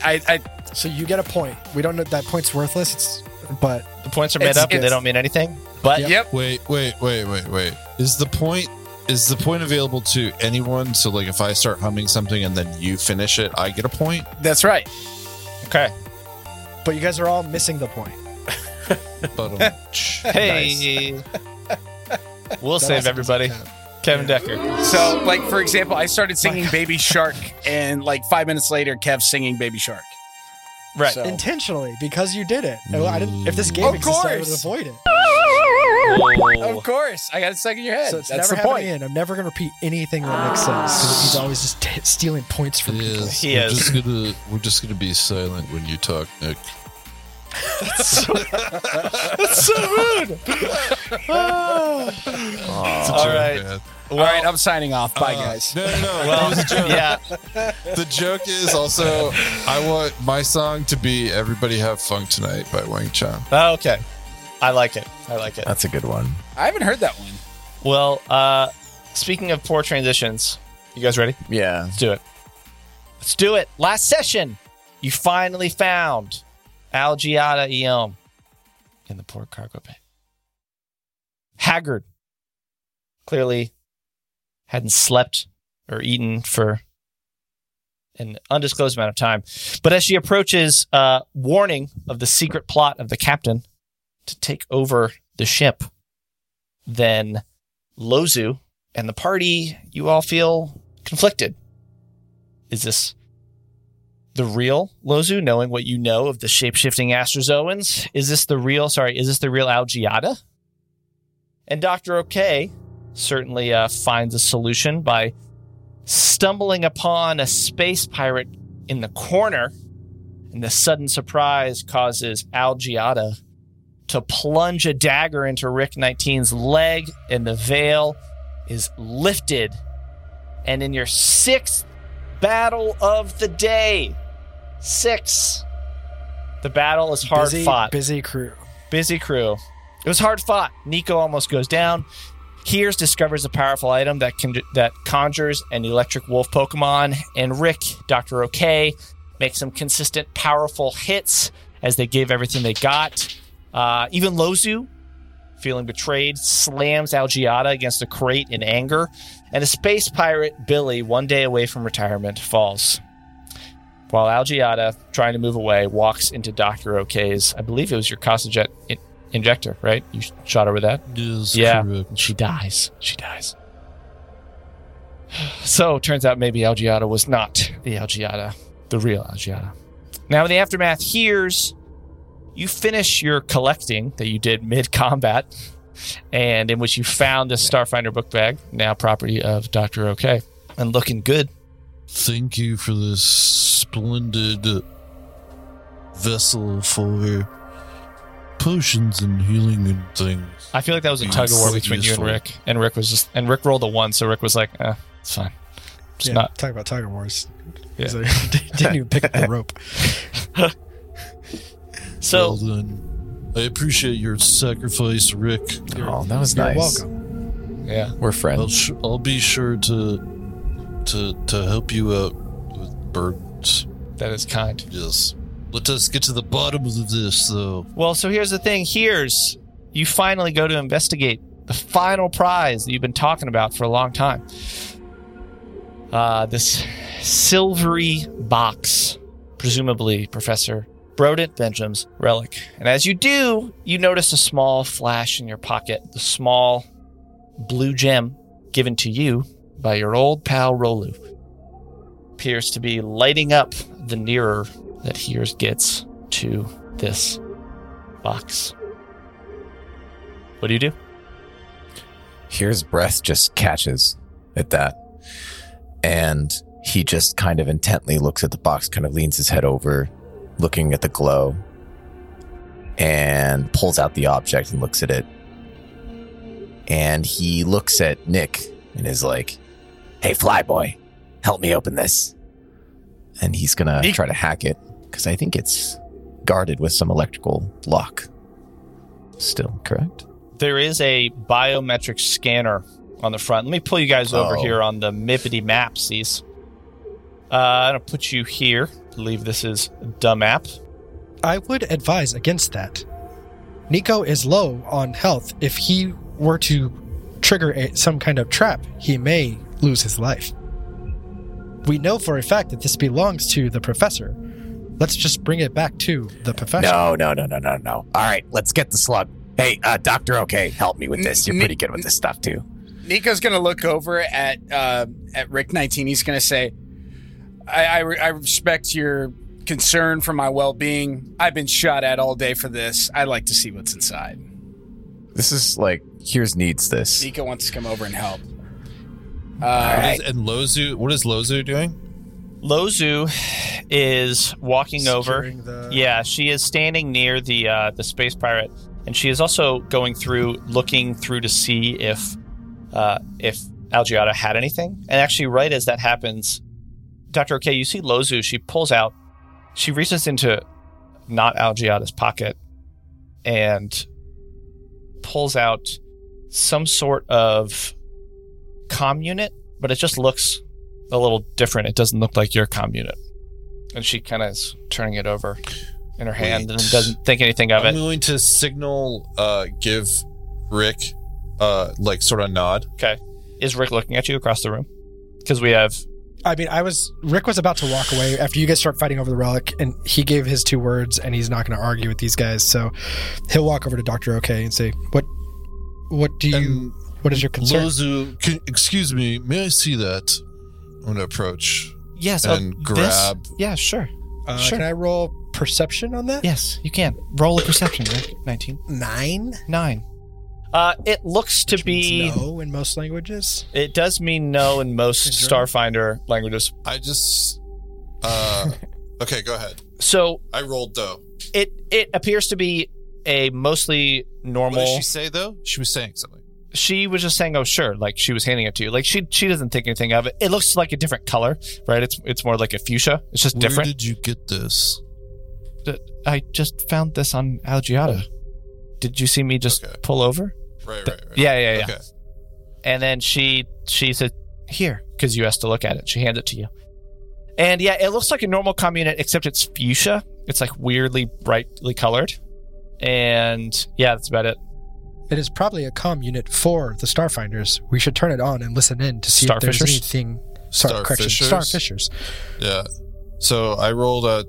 [SPEAKER 1] I, I
[SPEAKER 3] So you get a point. We don't know that point's worthless. It's but
[SPEAKER 2] The points are made
[SPEAKER 1] It's-
[SPEAKER 2] up and they
[SPEAKER 1] it's-
[SPEAKER 2] don't mean anything. But
[SPEAKER 3] Yep.
[SPEAKER 9] Wait, wait, wait, wait, wait. Is the point is the point available to anyone? So like if I start humming something and then you finish it, I get a point?
[SPEAKER 1] that's right.
[SPEAKER 2] okay.
[SPEAKER 3] but you guys are all missing the point.
[SPEAKER 9] But um,
[SPEAKER 2] Hey. We'll
[SPEAKER 3] That
[SPEAKER 2] save
[SPEAKER 3] also
[SPEAKER 2] everybody.
[SPEAKER 3] doesn't count.
[SPEAKER 2] Kevin Decker.
[SPEAKER 1] So, like for example, I started singing Baby Shark, and like five minutes later, Kev singing Baby Shark.
[SPEAKER 2] Right.
[SPEAKER 1] So-
[SPEAKER 3] Intentionally, because you did it. Well, I didn't, if this game
[SPEAKER 1] Of
[SPEAKER 3] existed, I would
[SPEAKER 1] course.
[SPEAKER 3] avoid it.
[SPEAKER 1] Of course, I got it stuck in your head.
[SPEAKER 3] So it's
[SPEAKER 1] That's the
[SPEAKER 3] never happening
[SPEAKER 1] point.
[SPEAKER 3] again. I'm never going to repeat anything that Nick says because he's always just t- stealing points from
[SPEAKER 9] it
[SPEAKER 3] people.
[SPEAKER 9] is.
[SPEAKER 2] He
[SPEAKER 9] we're
[SPEAKER 2] is.
[SPEAKER 9] just gonna we're just gonna be silent when you talk, Nick. That's so,
[SPEAKER 2] All
[SPEAKER 9] rude.
[SPEAKER 2] right.
[SPEAKER 9] It's a joke, man.
[SPEAKER 1] All right, I'm signing off. Bye,
[SPEAKER 9] Uh,
[SPEAKER 1] guys.
[SPEAKER 9] No, no, no.
[SPEAKER 2] Well,
[SPEAKER 9] that was a joke.
[SPEAKER 2] yeah.
[SPEAKER 9] The joke is also I want my song to be "Everybody Have Fun Tonight" by Wang Chung.
[SPEAKER 2] Oh, okay. I like it. I like it.
[SPEAKER 4] That's a good one.
[SPEAKER 1] I haven't heard that one.
[SPEAKER 2] Well, uh, speaking of poor transitions, you guys ready?
[SPEAKER 4] Yeah.
[SPEAKER 2] Let's do it. Let's do it. Last session, you finally found Algiata Eom in the port cargo bay. Haggard clearly hadn't slept or eaten for an undisclosed amount of time. But as she approaches, uh, warning of the secret plot of the captain to take over the ship, then Lozu and the party, you all feel conflicted is this the real Lozu, knowing what you know of the shapeshifting Astrozoans? Is this the real, sorry, is this the real Algiata? And Dr. OK certainly uh, finds a solution by stumbling upon a space pirate in the corner, and the sudden surprise causes Algiata to plunge a dagger into Rick 19's leg, and the veil is lifted. And in your sixth battle of the day. Six. The battle is hard
[SPEAKER 3] busy,
[SPEAKER 2] fought.
[SPEAKER 3] Busy crew.
[SPEAKER 2] Busy crew. It was hard fought. Nico almost goes down. Hears discovers a powerful item that can that conjures an electric wolf Pokemon, and Rick, Doctor OK, makes some consistent, powerful hits as they give everything they got. Uh, even Lozu, feeling betrayed, slams Algiata against a crate in anger, and a space pirate, Billy, one day away from retirement, falls. While Algiata, trying to move away, walks into Dr. OK's, I believe it was your Costajet in- injector, right? You sh- shot her with that?
[SPEAKER 6] Yes,
[SPEAKER 2] Yeah.
[SPEAKER 6] correct.
[SPEAKER 2] She dies. She dies. So, turns out maybe Algiata was not the Algiata, the real Algiata. Now, in the aftermath, here's you finish your collecting that you did mid combat, and in which you found the Starfinder book bag, now property of Dr. OK, and looking good.
[SPEAKER 6] Thank you for this splendid vessel for potions and healing and things.
[SPEAKER 2] I feel like that was a tug of war
[SPEAKER 6] That's
[SPEAKER 2] between you
[SPEAKER 6] useful.
[SPEAKER 2] and Rick. And Rick was just and Rick rolled a one, so Rick was like, eh, it's fine. Just
[SPEAKER 3] yeah,
[SPEAKER 2] not
[SPEAKER 3] talk about Tiger Wars.
[SPEAKER 2] Yeah.
[SPEAKER 3] He's like, didn't even pick up the rope.
[SPEAKER 6] Well
[SPEAKER 2] so
[SPEAKER 6] done. I appreciate your sacrifice, Rick.
[SPEAKER 4] Oh, that was
[SPEAKER 3] You're
[SPEAKER 4] nice.
[SPEAKER 3] welcome.
[SPEAKER 2] yeah.
[SPEAKER 4] We're
[SPEAKER 6] I'll
[SPEAKER 4] friends.
[SPEAKER 6] sh- I'll be sure to to to help you out with birds.
[SPEAKER 2] That is kind.
[SPEAKER 6] Yes. Let us get to the bottom of this, though.
[SPEAKER 2] Well, so here's the thing. Here's you finally go to investigate the final prize that you've been talking about for a long time. Uh, this silvery box, presumably Professor Brodent Benjamin's relic. And as you do, you notice a small flash in your pocket, the small blue gem given to you by your old pal Rolu. Appears to be lighting up the nearer that Hears gets to this box. What do you do?
[SPEAKER 4] Here's breath just catches at that. And he just kind of intently looks at the box, kind of leans his head over, looking at the glow, and pulls out the object and looks at it. And he looks at Nick and is like, Hey, Flyboy, help me open this. And he's going to
[SPEAKER 1] Nick-
[SPEAKER 4] try to hack it because I think it's guarded with some electrical lock. Still, correct?
[SPEAKER 2] There is a biometric scanner on the front. Let me pull you guys over
[SPEAKER 4] Oh.
[SPEAKER 2] here on the Mippity Mapsies. Uh, I'm gonna put you here. I believe this is dumb app.
[SPEAKER 3] I would advise against that. Nico is low on health. If he were to trigger a, some kind of trap, he may lose his life. We know for a fact that this belongs to the professor. Let's just bring it back to the professor.
[SPEAKER 4] No, no, no, no, no, no. All right, let's get the slug. Hey, uh, Doctor OK, help me with this. You're
[SPEAKER 1] N-
[SPEAKER 4] pretty good with this stuff too.
[SPEAKER 1] Nico's gonna look over at uh, at Rick 19. He's gonna say, I, I, re- I respect your concern for my well being. I've been shot at all day for this. I'd like to see what's inside.
[SPEAKER 4] This is like here's needs this.
[SPEAKER 1] Nico wants to come over and help. Uh,
[SPEAKER 9] What is- and Lozu, what is Lozu doing?
[SPEAKER 2] Lozu is walking over.
[SPEAKER 3] Securing the-
[SPEAKER 2] Yeah, she is standing near the uh, the space pirate, and she is also going through, looking through to see if uh, if Algiata had anything. And actually, right as that happens, Doctor OK, you see Lozu. She pulls out. She reaches into not Algiata's pocket and pulls out some sort of comm unit, but it just looks a little different. It doesn't look like your comm unit. And she kind of is turning it over in her hand and
[SPEAKER 9] Wait.
[SPEAKER 2] doesn't think anything of
[SPEAKER 9] I'm
[SPEAKER 2] it.
[SPEAKER 9] going to signal, uh, give Rick, uh, like sort of nod.
[SPEAKER 2] Is Rick looking at you across the room? Because we have
[SPEAKER 3] I mean, I was Rick was about to walk away after you guys start fighting over the relic, and he gave his two words, and he's not going to argue with these guys, so he'll walk over to Doctor OK and say, "What, what do you,
[SPEAKER 9] And
[SPEAKER 3] what is your concern?"
[SPEAKER 6] Lozu, c- excuse me, may I see that? I'm going to approach
[SPEAKER 2] yes,
[SPEAKER 9] And grab-
[SPEAKER 2] Yeah, sure.
[SPEAKER 3] Uh,
[SPEAKER 2] Sure.
[SPEAKER 3] Can I roll perception on that?
[SPEAKER 2] Yes, you can. Roll a perception, Rick. 19.
[SPEAKER 3] Nine.
[SPEAKER 2] Nine. Uh, it looks to be.
[SPEAKER 3] no in most languages.
[SPEAKER 2] It does mean no in most
[SPEAKER 3] Is there-
[SPEAKER 2] Starfinder languages.
[SPEAKER 9] I just, uh, okay, go ahead.
[SPEAKER 2] So
[SPEAKER 9] I rolled though.
[SPEAKER 2] it it appears to be a mostly
[SPEAKER 9] What
[SPEAKER 2] normal.
[SPEAKER 9] did she
[SPEAKER 2] She,
[SPEAKER 9] say though? She was saying something.
[SPEAKER 2] was just saying, "Oh, sure," like she was handing it to you. Like she she doesn't think anything of it. It looks like a different color, right? It's it's more like a fuchsia. It's just
[SPEAKER 6] Where
[SPEAKER 2] different.
[SPEAKER 6] did you get this?
[SPEAKER 2] I just found this on Algiata. Did you see me just
[SPEAKER 9] Okay.
[SPEAKER 2] pull over?
[SPEAKER 9] Right, right, right.
[SPEAKER 2] Yeah, yeah, yeah.
[SPEAKER 9] Okay.
[SPEAKER 2] And then she she said, "Here," because you asked to look at it. She hands it to you, and yeah, it looks like a normal comm unit, except it's fuchsia. It's like weirdly brightly colored, and yeah, that's about it.
[SPEAKER 3] It is probably a comm unit for the Starfinders. We should turn it on and listen in to see if there's
[SPEAKER 2] Starfishers?
[SPEAKER 3] anything. Sorry, correction. Starfishers.
[SPEAKER 9] Yeah. So I rolled a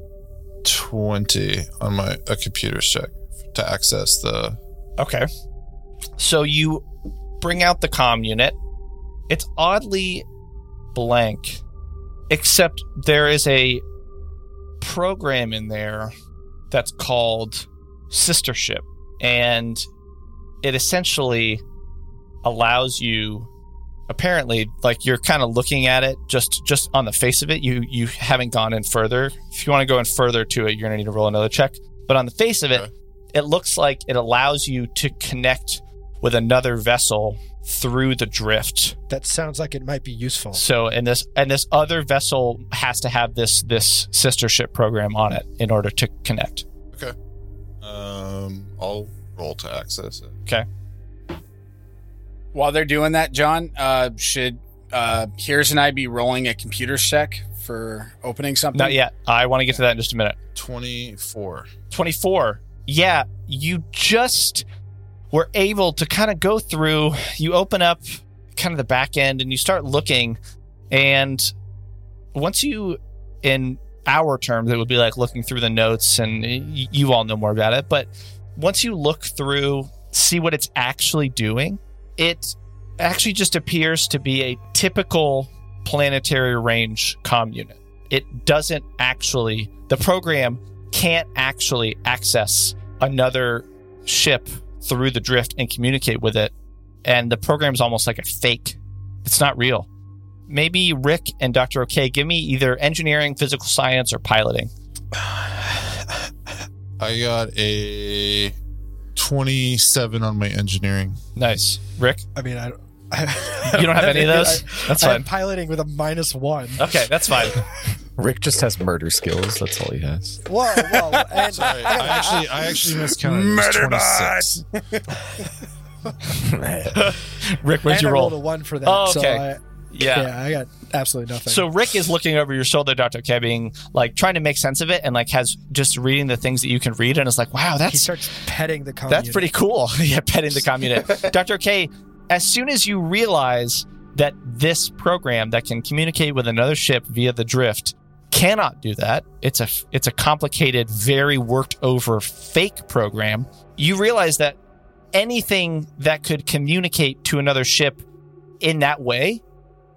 [SPEAKER 9] 20 on my a computer's check to access the
[SPEAKER 2] Okay. So you bring out the comm unit. It's oddly blank, except there is a program in there that's called Sister Ship, and it essentially allows you apparently like you're kind of looking at it just just on the face of it you you haven't gone in further if you want to go in further to it you're gonna need to roll another check but on the face of it
[SPEAKER 9] Okay.
[SPEAKER 2] it looks like it allows you to connect with another vessel through the drift
[SPEAKER 3] That sounds like it might be useful.
[SPEAKER 2] so and this and this other vessel has to have this this sister ship program on it in order to connect
[SPEAKER 9] Um, I'll roll to access it.
[SPEAKER 1] While they're doing that, John, uh, should uh, Here's and I be rolling a computer check for opening something?
[SPEAKER 2] not yet i want to get to that in just a minute
[SPEAKER 9] 24.
[SPEAKER 2] 24. Yeah, you just were able to kind of go through. You open up kind of the back end and you start looking. And once you, in our terms, it would be like looking through the notes, and y- you all know more about it. But once you look through, see what it's actually doing, it actually just appears to be a typical planetary range comm unit. It doesn't actually, the program can't actually access another ship through the drift and communicate with it. And the program's almost like a fake. It's not real. Maybe Rick and Dr. OK, give me either engineering, physical science, or piloting.
[SPEAKER 9] I got a 27 on my engineering.
[SPEAKER 2] Nice. Rick,
[SPEAKER 3] I mean, I, I
[SPEAKER 2] you don't have any of those? That's
[SPEAKER 3] I, I'm
[SPEAKER 2] fine.
[SPEAKER 3] piloting with a minus one.
[SPEAKER 2] Okay, that's fine.
[SPEAKER 4] Rick just has murder skills. That's all he has.
[SPEAKER 3] Whoa, whoa! And
[SPEAKER 9] Sorry, I actually, I actually miscounted. It was 26.
[SPEAKER 2] Rick, where's
[SPEAKER 3] and I
[SPEAKER 2] your
[SPEAKER 3] rolled a
[SPEAKER 2] roll?
[SPEAKER 3] one for that.
[SPEAKER 2] Oh,
[SPEAKER 3] So
[SPEAKER 2] okay.
[SPEAKER 3] I,
[SPEAKER 2] Yeah.
[SPEAKER 3] yeah. I got absolutely nothing.
[SPEAKER 2] So Rick is looking over your shoulder, Dr. K, being like trying to make sense of it and like has just reading the things that you can read and is like, wow,
[SPEAKER 3] he
[SPEAKER 2] that's
[SPEAKER 3] starts petting the. Comm
[SPEAKER 2] That's
[SPEAKER 3] unit.
[SPEAKER 2] pretty cool. yeah, petting the communist. Dr. K, as soon as you realize that this program that can communicate with another ship via the drift cannot do that, it's a it's a complicated, very worked over fake program. You realize that anything that could communicate to another ship in that way,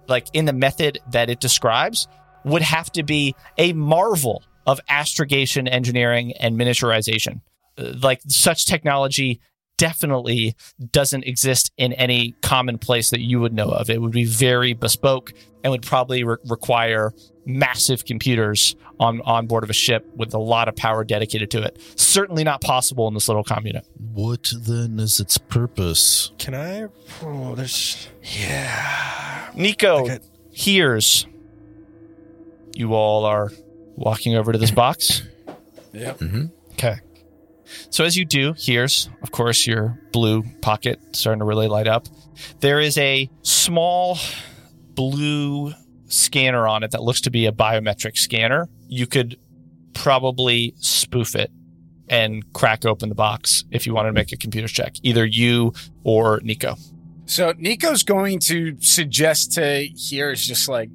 [SPEAKER 2] like in the method that it describes, would have to be a marvel of astrogation engineering and miniaturization like such technology definitely doesn't exist in any common place that you would know of. It would be very bespoke and would probably re- require massive computers on on board of a ship with a lot of power dedicated to it. Certainly not possible in this little commune.
[SPEAKER 6] What then is its purpose?
[SPEAKER 3] Can I? Oh, there's. Yeah.
[SPEAKER 2] Nico
[SPEAKER 3] Okay.
[SPEAKER 2] hears you all are walking over to this box.
[SPEAKER 1] Yep.
[SPEAKER 4] Mhm.
[SPEAKER 2] Okay. So as you do, here's of course your blue pocket starting to really light up. There is a small blue scanner on it that looks to be a biometric scanner. You could probably spoof it and crack open the box if you wanted to make a computer check, either you or Nico.
[SPEAKER 1] So Nico's going to suggest to Here's just like,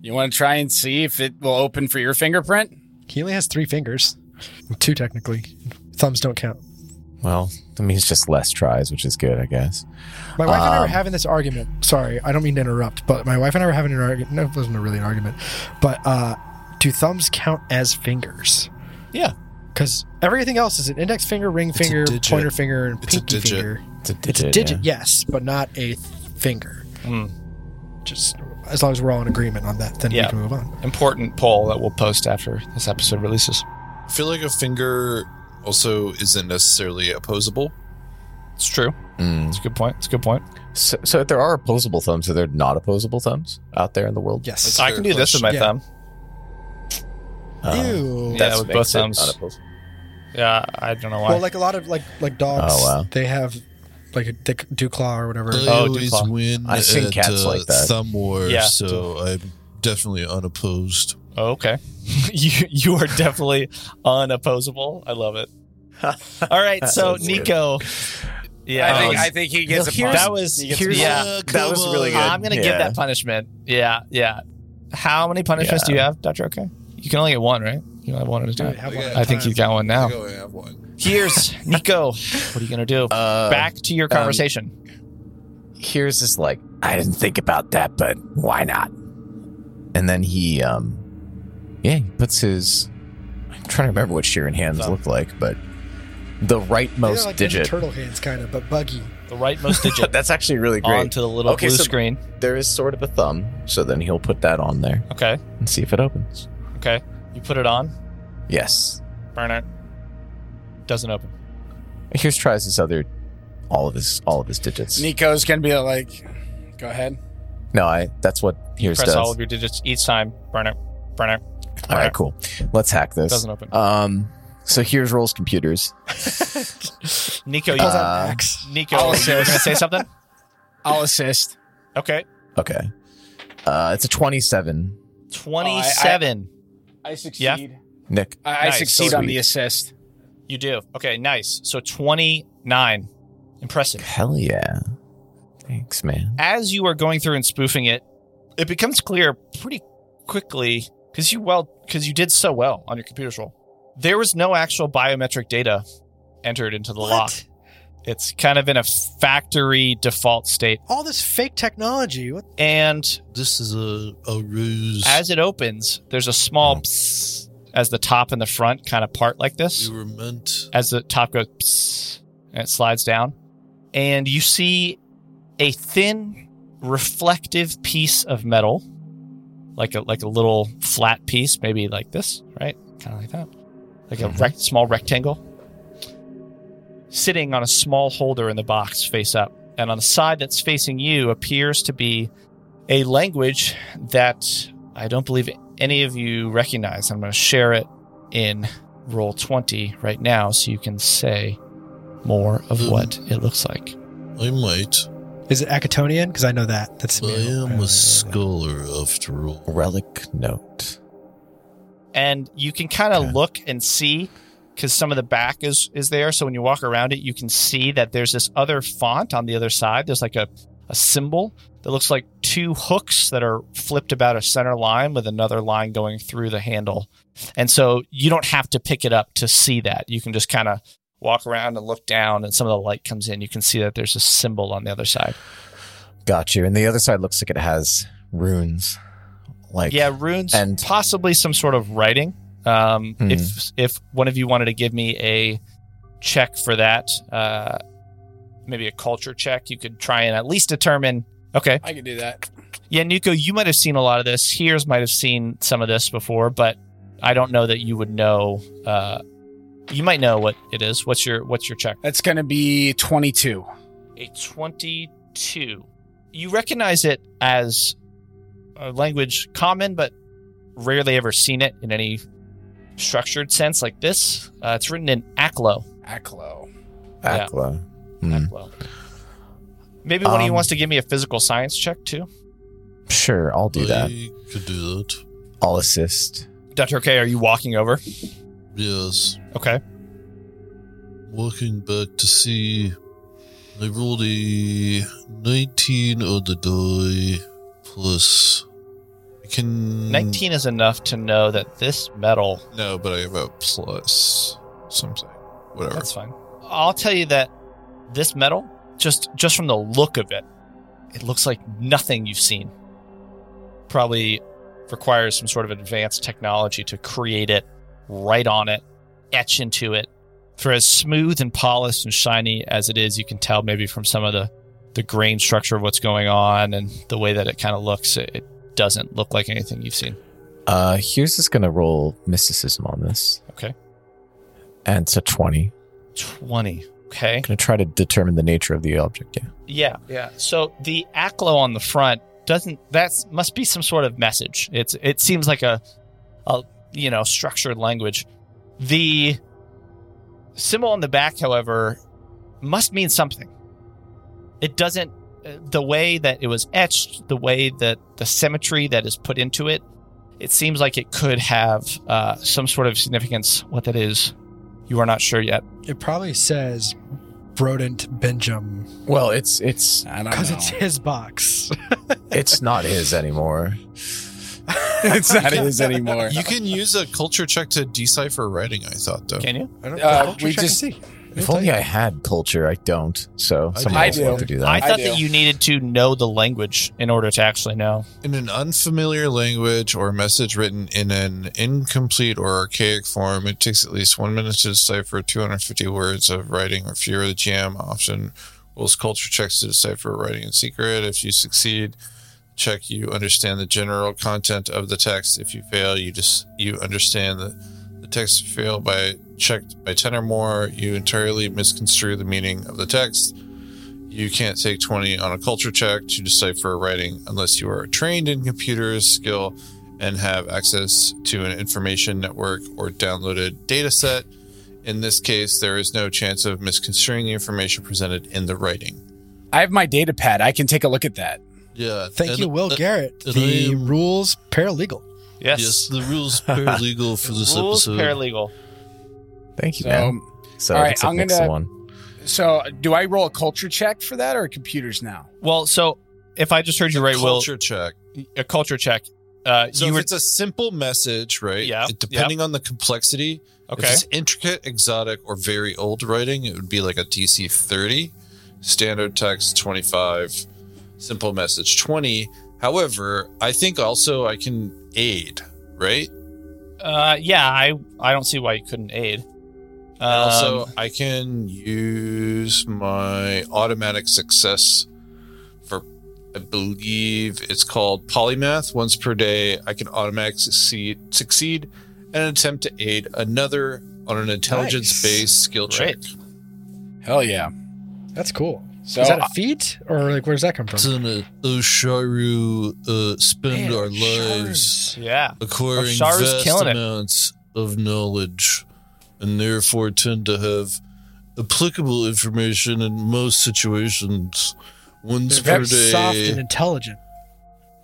[SPEAKER 1] you want to try and see if it will open for your fingerprint?
[SPEAKER 3] He only has three fingers. Two technically. Thumbs don't count.
[SPEAKER 4] Well, that means just less tries, which is good, I guess.
[SPEAKER 3] My wife and I were
[SPEAKER 4] Um,
[SPEAKER 3] having this argument. Sorry, I don't mean to interrupt, but my wife and I were having an argument. No, it wasn't really an argument. But uh, do thumbs count as fingers?
[SPEAKER 2] Yeah.
[SPEAKER 3] Because everything else is an index finger, ring
[SPEAKER 6] a
[SPEAKER 3] finger,
[SPEAKER 6] digit.
[SPEAKER 3] pointer finger, and
[SPEAKER 9] It's a
[SPEAKER 3] pinky
[SPEAKER 9] digit.
[SPEAKER 3] finger.
[SPEAKER 4] It's a digit.
[SPEAKER 3] It's a digit,
[SPEAKER 4] yeah.
[SPEAKER 3] yes, but not a th- finger.
[SPEAKER 2] Hmm.
[SPEAKER 3] Just as long as we're all in agreement on that, then
[SPEAKER 2] Yeah.
[SPEAKER 3] we can move on.
[SPEAKER 2] Important poll that we'll post after this episode releases.
[SPEAKER 9] I feel like a finger also isn't necessarily opposable.
[SPEAKER 2] It's true.
[SPEAKER 4] Mm.
[SPEAKER 2] It's a good point. It's a good point.
[SPEAKER 4] So, so there are opposable thumbs. Are there not opposable thumbs out there in the world?
[SPEAKER 3] Yes.
[SPEAKER 9] That's
[SPEAKER 2] I can do this with my
[SPEAKER 3] Yeah.
[SPEAKER 2] thumb.
[SPEAKER 4] Uh,
[SPEAKER 3] Ew.
[SPEAKER 2] Yeah,
[SPEAKER 4] that's
[SPEAKER 2] with
[SPEAKER 4] makes
[SPEAKER 2] both
[SPEAKER 4] it
[SPEAKER 2] thumbs.
[SPEAKER 4] not opposable.
[SPEAKER 2] Yeah, I don't know why.
[SPEAKER 3] Well, like a lot of like like dogs,
[SPEAKER 4] Oh, wow.
[SPEAKER 3] they have like they do claw or whatever.
[SPEAKER 6] I
[SPEAKER 2] Oh,
[SPEAKER 6] always
[SPEAKER 2] Duclaw.
[SPEAKER 6] win
[SPEAKER 4] I've seen
[SPEAKER 6] at,
[SPEAKER 4] cats
[SPEAKER 6] uh,
[SPEAKER 4] like that.
[SPEAKER 6] thumb war,
[SPEAKER 2] Yeah.
[SPEAKER 6] so I'm definitely unopposed.
[SPEAKER 2] oh, okay. you you are definitely unopposable. I love it. All right, so
[SPEAKER 4] sounds weird.
[SPEAKER 2] Nico. Yeah,
[SPEAKER 1] I think
[SPEAKER 2] um,
[SPEAKER 1] I think he gets a
[SPEAKER 2] here's-
[SPEAKER 1] pun.
[SPEAKER 2] that was here's,
[SPEAKER 6] Yeah,
[SPEAKER 2] yeah.
[SPEAKER 4] that was really good.
[SPEAKER 2] I'm gonna give
[SPEAKER 4] Yeah.
[SPEAKER 2] that punishment. Yeah, yeah. How many punishments do you have, Doctor? Okay, you can only get one, right? You only have one at a time.
[SPEAKER 3] Have one at a
[SPEAKER 2] I think
[SPEAKER 3] time.
[SPEAKER 2] you got one
[SPEAKER 9] I
[SPEAKER 2] now.
[SPEAKER 9] think I have one.
[SPEAKER 2] Here's Nico. What are you gonna do?
[SPEAKER 4] Uh,
[SPEAKER 2] Back to your
[SPEAKER 4] um,
[SPEAKER 2] conversation.
[SPEAKER 4] here's this like I didn't think about that, but why not? And then he, um, yeah, he puts his. I'm trying to remember what Sheeran hands
[SPEAKER 2] Thumb.
[SPEAKER 4] look like, but the rightmost
[SPEAKER 3] Yeah, like Ninja
[SPEAKER 4] digit.
[SPEAKER 3] Turtle hands, kind of, but buggy.
[SPEAKER 2] The rightmost digit
[SPEAKER 4] That's actually really great.
[SPEAKER 2] onto the little
[SPEAKER 4] Okay,
[SPEAKER 2] blue
[SPEAKER 4] so-
[SPEAKER 2] screen.
[SPEAKER 4] There is sort of a thumb, so then he'll put that on there
[SPEAKER 2] Okay.
[SPEAKER 4] and see if it opens.
[SPEAKER 2] Okay. You put it on.
[SPEAKER 4] Yes.
[SPEAKER 2] Burn it. Doesn't open.
[SPEAKER 4] Here's tries his other, all of his all of his digits.
[SPEAKER 1] Nico's gonna be like, "Go ahead."
[SPEAKER 4] No, I. That's what here's
[SPEAKER 2] Press
[SPEAKER 4] does.
[SPEAKER 2] all of your digits each time. Burn it. Burn it.
[SPEAKER 4] all right, cool. Let's hack this.
[SPEAKER 2] Doesn't open.
[SPEAKER 4] Um. So here's rolls computers.
[SPEAKER 2] Nico, you,
[SPEAKER 3] Pulls out
[SPEAKER 4] Uh,
[SPEAKER 3] an axe.
[SPEAKER 2] Nico, you were going to say something?
[SPEAKER 1] I'll assist.
[SPEAKER 2] Okay.
[SPEAKER 4] Okay. Uh, it's a twenty-seven.
[SPEAKER 2] 27.
[SPEAKER 1] I
[SPEAKER 2] succeed.
[SPEAKER 4] Nick.
[SPEAKER 1] I, I
[SPEAKER 2] Nice.
[SPEAKER 1] succeed on
[SPEAKER 4] Sweet.
[SPEAKER 1] the assist.
[SPEAKER 2] you do. Okay, nice. So 29. Impressive.
[SPEAKER 4] Hell yeah. Thanks, man.
[SPEAKER 2] As you are going through and spoofing it, it becomes clear pretty quickly because you well because you did so well on your computer's roll. There was no actual biometric data entered into the lock. It's kind of in a factory default state.
[SPEAKER 3] All this fake technology. What?
[SPEAKER 2] And
[SPEAKER 6] This is a, a ruse.
[SPEAKER 2] as it opens, there's a
[SPEAKER 3] Mm.
[SPEAKER 2] small psst as the top and the front kind of part like this.
[SPEAKER 6] you were meant.
[SPEAKER 2] as the top goes psst, and it slides down and you see a thin reflective piece of metal like a like a little flat piece maybe like this right kind of like that like a rec- small rectangle sitting on a small holder in the box face up and on the side that's facing you appears to be a language that i don't believe any of you recognize i'm going to share it in roll 20 right now so you can say more of what it looks like.
[SPEAKER 6] I might.
[SPEAKER 3] Is it Akatonian? Because I know that. That's
[SPEAKER 6] I
[SPEAKER 3] me. Uh,
[SPEAKER 6] am a scholar after all.
[SPEAKER 4] Relic note.
[SPEAKER 2] And you can kind of
[SPEAKER 4] Okay.
[SPEAKER 2] look and see cuz some of the back is is there so when you walk around it you can see that there's this other font on the other side. There's like a a symbol that looks like two hooks that are flipped about a center line with another line going through the handle. And so you don't have to pick it up to see that. You can just kind of walk around and look down and some of the light comes in. You can see that there's a symbol on the other side.
[SPEAKER 4] Got you. And the other side looks like it has runes. Like
[SPEAKER 2] yeah runes and
[SPEAKER 4] and-
[SPEAKER 2] possibly some sort of writing um
[SPEAKER 4] Hmm.
[SPEAKER 2] if if one of you wanted to give me a check for that uh maybe a culture check you could try and at least determine okay
[SPEAKER 1] I can do that.
[SPEAKER 2] yeah nico you might have seen a lot of this hears might have seen some of this before but i don't know that you would know uh you might know what it is what's your what's your check
[SPEAKER 1] That's gonna be twenty-two.
[SPEAKER 2] a 22. You recognize it as a language common, but rarely ever seen it in any structured sense like this. Uh, it's written in Aklo.
[SPEAKER 1] Aklo.
[SPEAKER 2] Yeah.
[SPEAKER 4] Akla. Hmm.
[SPEAKER 2] Aklo. Maybe one of you
[SPEAKER 4] Um,
[SPEAKER 2] wants to give me a physical science check too.
[SPEAKER 4] Sure, I'll do that.
[SPEAKER 6] I could do that.
[SPEAKER 4] I'll assist.
[SPEAKER 2] Dr. K, are you walking over?
[SPEAKER 6] Yes.
[SPEAKER 2] Okay.
[SPEAKER 6] Walking back to see. I rolled a 19 on the die plus. I
[SPEAKER 4] Hmm.
[SPEAKER 6] can.
[SPEAKER 2] 19 is enough to know that this metal
[SPEAKER 6] No, but I have a plus something. Whatever.
[SPEAKER 2] That's fine. I'll tell you that this metal, just just from the look of it, it looks like nothing you've seen. Probably requires some sort of advanced technology to create it, write on it, etch into it. For as smooth and polished and shiny as it is, you can tell maybe from some of the the grain structure of what's going on and the way that it kind of looks. It, it doesn't look like anything you've seen.
[SPEAKER 4] Uh Hughes is gonna roll mysticism on this.
[SPEAKER 2] Okay.
[SPEAKER 4] And it's a twenty.
[SPEAKER 2] Twenty. Okay.
[SPEAKER 4] Gonna try to determine the nature of the object, yeah.
[SPEAKER 2] Yeah, yeah. So the aklo on the front doesn't that's must be some sort of message. It's it seems like a a you know structured language. The symbol on the back, however, must mean something. It doesn't the way that it was etched, the way that the symmetry that is put into it, it seems like it could have uh, some sort of significance. What that is, you are not sure yet.
[SPEAKER 3] It probably says Brodent Benjam
[SPEAKER 4] Well it's it's
[SPEAKER 1] I don't
[SPEAKER 3] because
[SPEAKER 1] know.
[SPEAKER 3] it's his box.
[SPEAKER 4] it's not his anymore.
[SPEAKER 1] it's not his anymore.
[SPEAKER 9] You can use a culture check to decipher writing, I thought, though.
[SPEAKER 2] Can you?
[SPEAKER 3] I don't
[SPEAKER 1] Uh,
[SPEAKER 3] Culture
[SPEAKER 1] we
[SPEAKER 3] check and
[SPEAKER 1] just-
[SPEAKER 3] see.
[SPEAKER 4] If only I had culture, I don't. So
[SPEAKER 6] I
[SPEAKER 4] someone
[SPEAKER 6] do.
[SPEAKER 4] else
[SPEAKER 1] I do.
[SPEAKER 4] wanted to do that.
[SPEAKER 2] I thought
[SPEAKER 1] do.
[SPEAKER 2] that you needed to know the language in order to actually know.
[SPEAKER 6] in an unfamiliar language or message written in an incomplete or archaic form, it takes at least one minute to decipher 250 words of writing or fewer. The GM often rules culture checks to decipher writing in secret. If you succeed, check you understand the general content of the text. If you fail, you just you understand the, the text. If you fail by checked by 10 or more, you entirely misconstrue the meaning of the text. You can't take 20 on a culture check to decipher writing unless you are trained in computers skill and have access to an information network or downloaded data set. In this case, there is no chance of misconstruing the information presented in the writing.
[SPEAKER 1] I have my data pad. I can take a look at that.
[SPEAKER 6] Yeah.
[SPEAKER 3] Thank you, Will Garrett,
[SPEAKER 10] and
[SPEAKER 3] the
[SPEAKER 10] I am-
[SPEAKER 3] rules paralegal.
[SPEAKER 2] Yes.
[SPEAKER 10] Yes, the rules paralegal for this
[SPEAKER 2] Rules
[SPEAKER 10] episode.
[SPEAKER 2] paralegal.
[SPEAKER 4] Thank you,
[SPEAKER 1] So,
[SPEAKER 4] man. So
[SPEAKER 1] all
[SPEAKER 4] all
[SPEAKER 1] right,
[SPEAKER 4] right,
[SPEAKER 1] I'm
[SPEAKER 4] next
[SPEAKER 1] gonna-
[SPEAKER 4] to one.
[SPEAKER 1] so do I roll a culture check for that or computers now?
[SPEAKER 2] Well, so if I just heard you right,
[SPEAKER 6] culture check.
[SPEAKER 2] Will, a culture check. Uh,
[SPEAKER 6] So
[SPEAKER 2] you
[SPEAKER 6] if
[SPEAKER 2] were
[SPEAKER 6] it's a simple message, right?
[SPEAKER 2] Yeah,
[SPEAKER 6] it- Depending on the complexity, If
[SPEAKER 2] okay.
[SPEAKER 6] it's intricate, exotic, or very old writing, it would be like a DC 30. Standard text 25. Simple message 20. However, I think also I can aid, right?
[SPEAKER 2] Uh, yeah, I I don't see why you couldn't aid. Um,
[SPEAKER 6] And also, I can use my automatic success for, I believe it's called polymath. Once per day, I can automatically succeed, succeed and attempt to aid another on an intelligence based skill check.
[SPEAKER 2] Great.
[SPEAKER 1] Hell yeah.
[SPEAKER 3] That's cool.
[SPEAKER 1] So
[SPEAKER 3] Is that a feat or like where's that come
[SPEAKER 10] It's in
[SPEAKER 3] from?
[SPEAKER 10] a Osharu uh, spend our lives
[SPEAKER 2] yeah.
[SPEAKER 10] acquiring
[SPEAKER 2] Osharu's
[SPEAKER 10] vast
[SPEAKER 2] Oh, killing it.
[SPEAKER 10] amounts of knowledge and therefore tend to have applicable information in most situations. Once
[SPEAKER 3] They're
[SPEAKER 10] per
[SPEAKER 3] very soft and
[SPEAKER 10] day,
[SPEAKER 3] intelligent.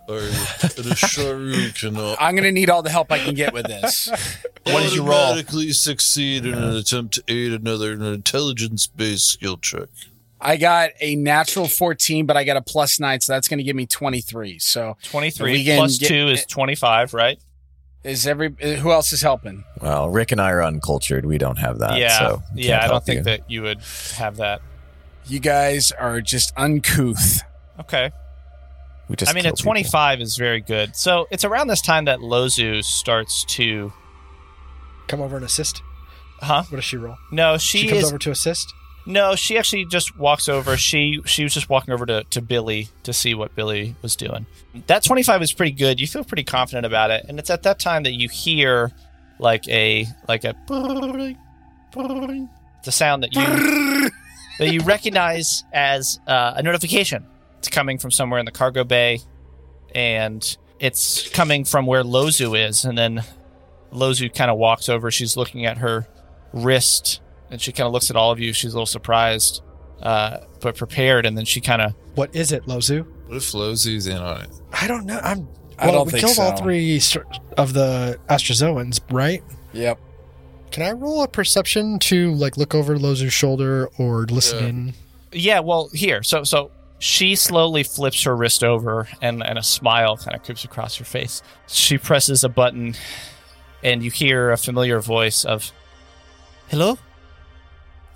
[SPEAKER 10] or an Osharu can
[SPEAKER 1] I'm going to need all the help I can get with this.
[SPEAKER 2] What did you roll?
[SPEAKER 10] automatically succeed in an attempt to aid another in an intelligence-based skill check.
[SPEAKER 1] I got a natural 14, but I got a plus nine, so that's going to give me 23. So
[SPEAKER 2] Twenty
[SPEAKER 1] We
[SPEAKER 2] three
[SPEAKER 1] can
[SPEAKER 2] plus
[SPEAKER 1] get-
[SPEAKER 2] two is twenty five, right?
[SPEAKER 1] is every who else is helping?
[SPEAKER 4] Well, Rick and I are uncultured. We don't have that.
[SPEAKER 2] yeah.
[SPEAKER 4] so we
[SPEAKER 2] yeah.
[SPEAKER 4] can't
[SPEAKER 2] I don't
[SPEAKER 4] help
[SPEAKER 2] think
[SPEAKER 4] you.
[SPEAKER 2] that you would have that.
[SPEAKER 1] You guys are just uncouth.
[SPEAKER 2] Okay.
[SPEAKER 4] We just
[SPEAKER 2] I mean,
[SPEAKER 4] kill
[SPEAKER 2] a
[SPEAKER 4] people.
[SPEAKER 2] 25 is very good. So it's around this time that Lozu starts to.
[SPEAKER 3] Come over and assist.
[SPEAKER 2] Huh?
[SPEAKER 3] What does she roll?
[SPEAKER 2] No,
[SPEAKER 3] She,
[SPEAKER 2] she,
[SPEAKER 3] comes
[SPEAKER 2] is.
[SPEAKER 3] over to assist.
[SPEAKER 2] No, she actually just walks over. She she was just walking over to, to Billy to see what Billy was doing. That 25 is pretty good. You feel pretty confident about it. And it's at that time that you hear like a like a the sound that you that you recognize as uh, a notification. It's coming from somewhere in the cargo bay and it's coming from where Lozu is and then Lozu kind of walks over. She's looking at her wrist and she kind of looks at all of you. She's a little surprised, uh, but prepared. And then she kind of,
[SPEAKER 3] What is it, Lozu?
[SPEAKER 6] What if Lozu's in on it?
[SPEAKER 3] I don't know. I'm.
[SPEAKER 1] I
[SPEAKER 3] Well,
[SPEAKER 1] don't
[SPEAKER 3] we
[SPEAKER 1] think
[SPEAKER 3] killed all
[SPEAKER 1] so.
[SPEAKER 3] three str- of the Astrozoans, right?
[SPEAKER 1] Yep.
[SPEAKER 3] Can I roll a perception to like look over Lozu's shoulder or listen
[SPEAKER 6] Yeah.
[SPEAKER 3] in?
[SPEAKER 2] yeah, well, here. So, so she slowly flips her wrist over, and and a smile kind of creeps across her face. She presses a button, and you hear a familiar voice of, "Hello,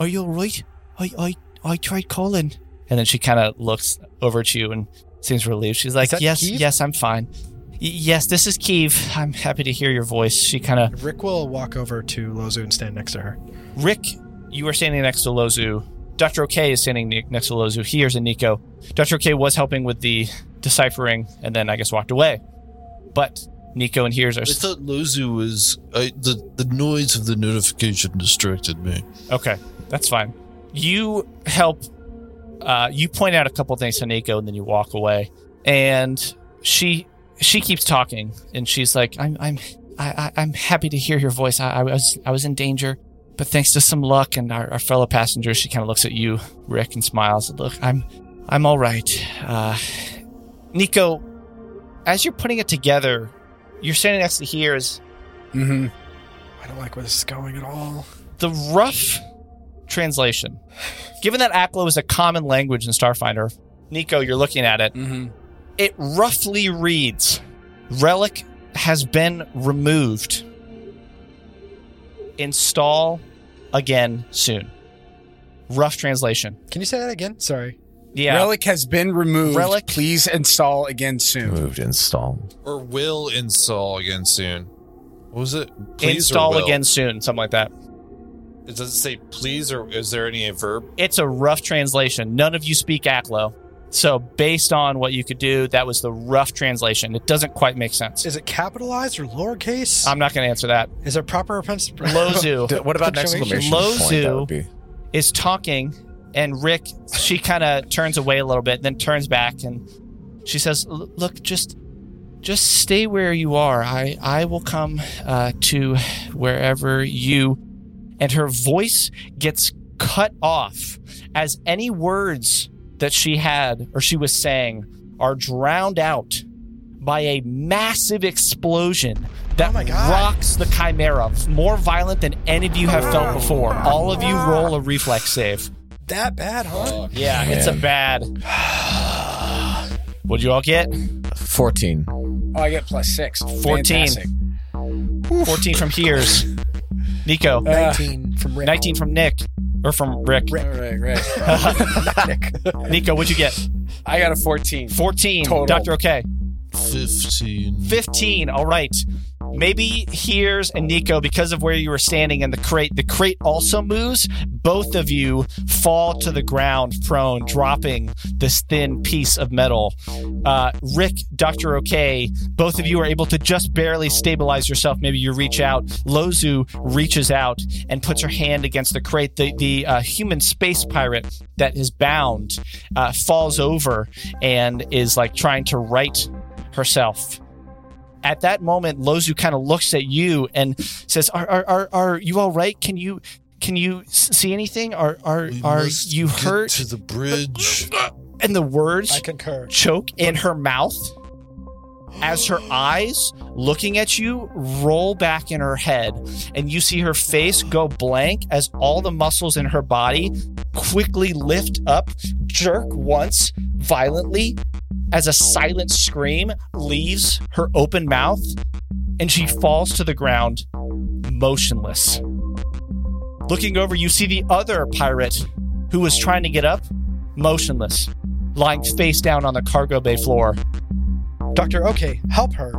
[SPEAKER 2] are you all right? I I I tried calling." And then she kind of looks over at you and seems relieved. She's like,
[SPEAKER 3] that
[SPEAKER 2] "Yes,
[SPEAKER 3] Keeve?
[SPEAKER 2] yes, I'm fine. Y- yes, this is Keeve. I'm happy to hear your voice." She kind of
[SPEAKER 3] Rick will walk over to Lozu and stand next to her.
[SPEAKER 2] Rick, you are standing next to Lozu. Dr. OK is standing ne- next to Lozu. He hears a Nico. Dr. OK was helping with the deciphering and then I guess walked away. But Nico and hears
[SPEAKER 10] I
[SPEAKER 2] are. s-
[SPEAKER 10] thought Lozu was I, the the noise of the notification distracted me.
[SPEAKER 2] okay, that's fine. You help. Uh, you point out a couple things to Nico and then you walk away. And she she keeps talking and she's like, I'm I'm I, I, I'm happy to hear your voice. I, I was I was in danger, but thanks to some luck and our, our fellow passengers, she kind of looks at you, Rick, and smiles. Look, I'm I'm all right. Uh, Nico, as you're putting it together, you're standing next to here is
[SPEAKER 1] Mm-hmm.
[SPEAKER 3] I don't like where this is going at all.
[SPEAKER 2] the rough translation. Given that Aklo is a common language in Starfinder, Nico, you're looking at it.
[SPEAKER 1] Mm-hmm.
[SPEAKER 2] It roughly reads Relic has been removed. Install again soon. Rough translation.
[SPEAKER 3] Can you say that again? Sorry.
[SPEAKER 2] Yeah.
[SPEAKER 1] Relic has been removed.
[SPEAKER 2] Relic.
[SPEAKER 1] Please install again soon.
[SPEAKER 4] Moved install.
[SPEAKER 9] Or will install again soon. What was it? Please or
[SPEAKER 2] Install
[SPEAKER 9] will?
[SPEAKER 2] again soon, something like that.
[SPEAKER 9] It doesn't say please or is there any verb?
[SPEAKER 2] It's a rough translation. None of you speak Aklo. So based on what you could do, that was the rough translation. It doesn't quite make sense.
[SPEAKER 3] Is it capitalized or lowercase?
[SPEAKER 2] I'm not going to answer that.
[SPEAKER 3] Is there proper offense?
[SPEAKER 4] D-
[SPEAKER 2] Lozu
[SPEAKER 4] What about an
[SPEAKER 3] Punctuation.
[SPEAKER 4] exclamation point? That
[SPEAKER 2] Lozu.
[SPEAKER 4] would be.
[SPEAKER 2] is talking, and Rick, she kind of turns away a little bit, then turns back, and she says, "L- "Look, just, just stay where you are. I, I will come uh, to wherever you." And her voice gets cut off as any words that she had or she was saying are drowned out by a massive explosion that
[SPEAKER 3] Oh my God.
[SPEAKER 2] rocks the chimera more violent than any of you have
[SPEAKER 3] Oh.
[SPEAKER 2] felt before all of you roll a reflex save
[SPEAKER 3] that bad, huh?
[SPEAKER 2] yeah it's a
[SPEAKER 4] Man.
[SPEAKER 2] bad what'd you all get
[SPEAKER 4] 14.
[SPEAKER 1] Oh, I get plus six.
[SPEAKER 2] 14.
[SPEAKER 1] Fantastic.
[SPEAKER 2] 14 from here's nico
[SPEAKER 3] 19 from Rick.
[SPEAKER 2] 19 from nick or from rick
[SPEAKER 1] Ah, All right, right.
[SPEAKER 2] nico what'd you get
[SPEAKER 1] I got a 14.
[SPEAKER 2] 14
[SPEAKER 1] Total.
[SPEAKER 2] dr okay
[SPEAKER 6] 15.
[SPEAKER 2] 15. All right. Maybe here's and Nico, because of where you were standing and the crate, the crate also moves. Both of you fall to the ground prone, dropping this thin piece of metal. Uh, Rick, Dr. OK, both of you are able to just barely stabilize yourself. Maybe you reach out. Lozu reaches out and puts her hand against the crate. The, the uh, human space pirate that is bound uh, falls over and is like trying to right herself. At that moment, Lozu kind of looks at you and says, "Are are are, are you all right? Can you can you s- see anything? Are are
[SPEAKER 6] We
[SPEAKER 2] are
[SPEAKER 6] must
[SPEAKER 2] you
[SPEAKER 6] get
[SPEAKER 2] hurt?"
[SPEAKER 6] To the bridge.
[SPEAKER 2] And the words
[SPEAKER 3] I concur.
[SPEAKER 2] choke in her mouth as her eyes looking at you roll back in her head and you see her face go blank as all the muscles in her body quickly lift up jerk once violently as a silent scream leaves her open mouth and she falls to the ground motionless looking over you see the other pirate who was trying to get up motionless lying face down on the cargo bay floor.
[SPEAKER 3] Doctor, okay, help her.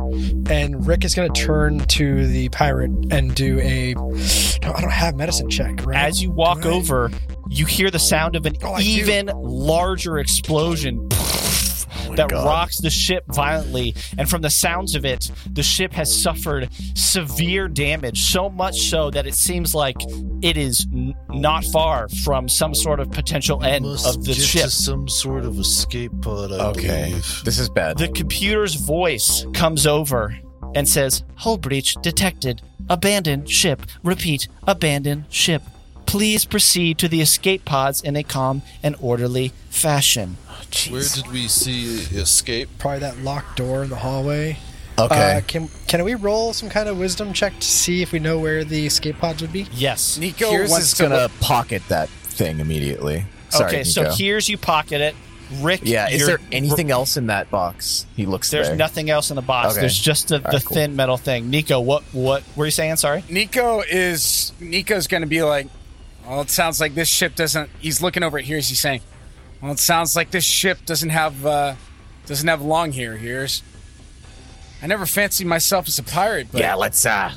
[SPEAKER 3] And Rick is going to turn to the pirate and do a. No, I don't have medicine check, right?
[SPEAKER 2] As you walk
[SPEAKER 3] Right.
[SPEAKER 2] over, you hear the sound of an
[SPEAKER 3] Oh, I do.
[SPEAKER 2] even larger explosion
[SPEAKER 3] Oh,
[SPEAKER 2] that
[SPEAKER 4] God.
[SPEAKER 2] rocks the ship violently. And from the sounds of it, the ship has suffered severe damage, so much so that it seems like it is n- not far from some sort of potential end
[SPEAKER 6] Must
[SPEAKER 2] of the
[SPEAKER 6] get
[SPEAKER 2] ship.
[SPEAKER 6] to some sort of escape pod, I
[SPEAKER 4] Okay.
[SPEAKER 6] believe.
[SPEAKER 4] This is bad.
[SPEAKER 2] The computer's voice comes over and says, Hull breach detected. Abandon ship. Repeat, abandon ship. Please proceed to the escape pods in a calm and orderly fashion.
[SPEAKER 6] Where did we see escape?
[SPEAKER 3] Probably that locked door in the hallway.
[SPEAKER 4] okay.
[SPEAKER 3] Uh, can, can we roll some kind of wisdom check to see if we know where the escape pods would be?
[SPEAKER 2] Yes.
[SPEAKER 1] Nico
[SPEAKER 4] Here's
[SPEAKER 1] wants
[SPEAKER 4] is
[SPEAKER 1] to
[SPEAKER 4] going to
[SPEAKER 1] look-
[SPEAKER 4] pocket that thing immediately. Sorry,
[SPEAKER 2] okay, so
[SPEAKER 4] Nico.
[SPEAKER 2] here's you pocket it. Rick,
[SPEAKER 4] Yeah, is
[SPEAKER 2] you're-
[SPEAKER 4] there anything else in that box? He looks
[SPEAKER 2] There's
[SPEAKER 4] there.
[SPEAKER 2] nothing else in the box.
[SPEAKER 4] Okay.
[SPEAKER 2] There's just the, the
[SPEAKER 4] right, cool.
[SPEAKER 2] thin metal thing. Nico, what what were you saying? Sorry.
[SPEAKER 1] Nico is Nico's going to be like, well, it sounds like this ship doesn't. He's looking over at here. He's saying, well, it sounds like this ship doesn't have uh doesn't have long hair. Here's. I never fancied myself as a pirate, but
[SPEAKER 4] Yeah, let's. uh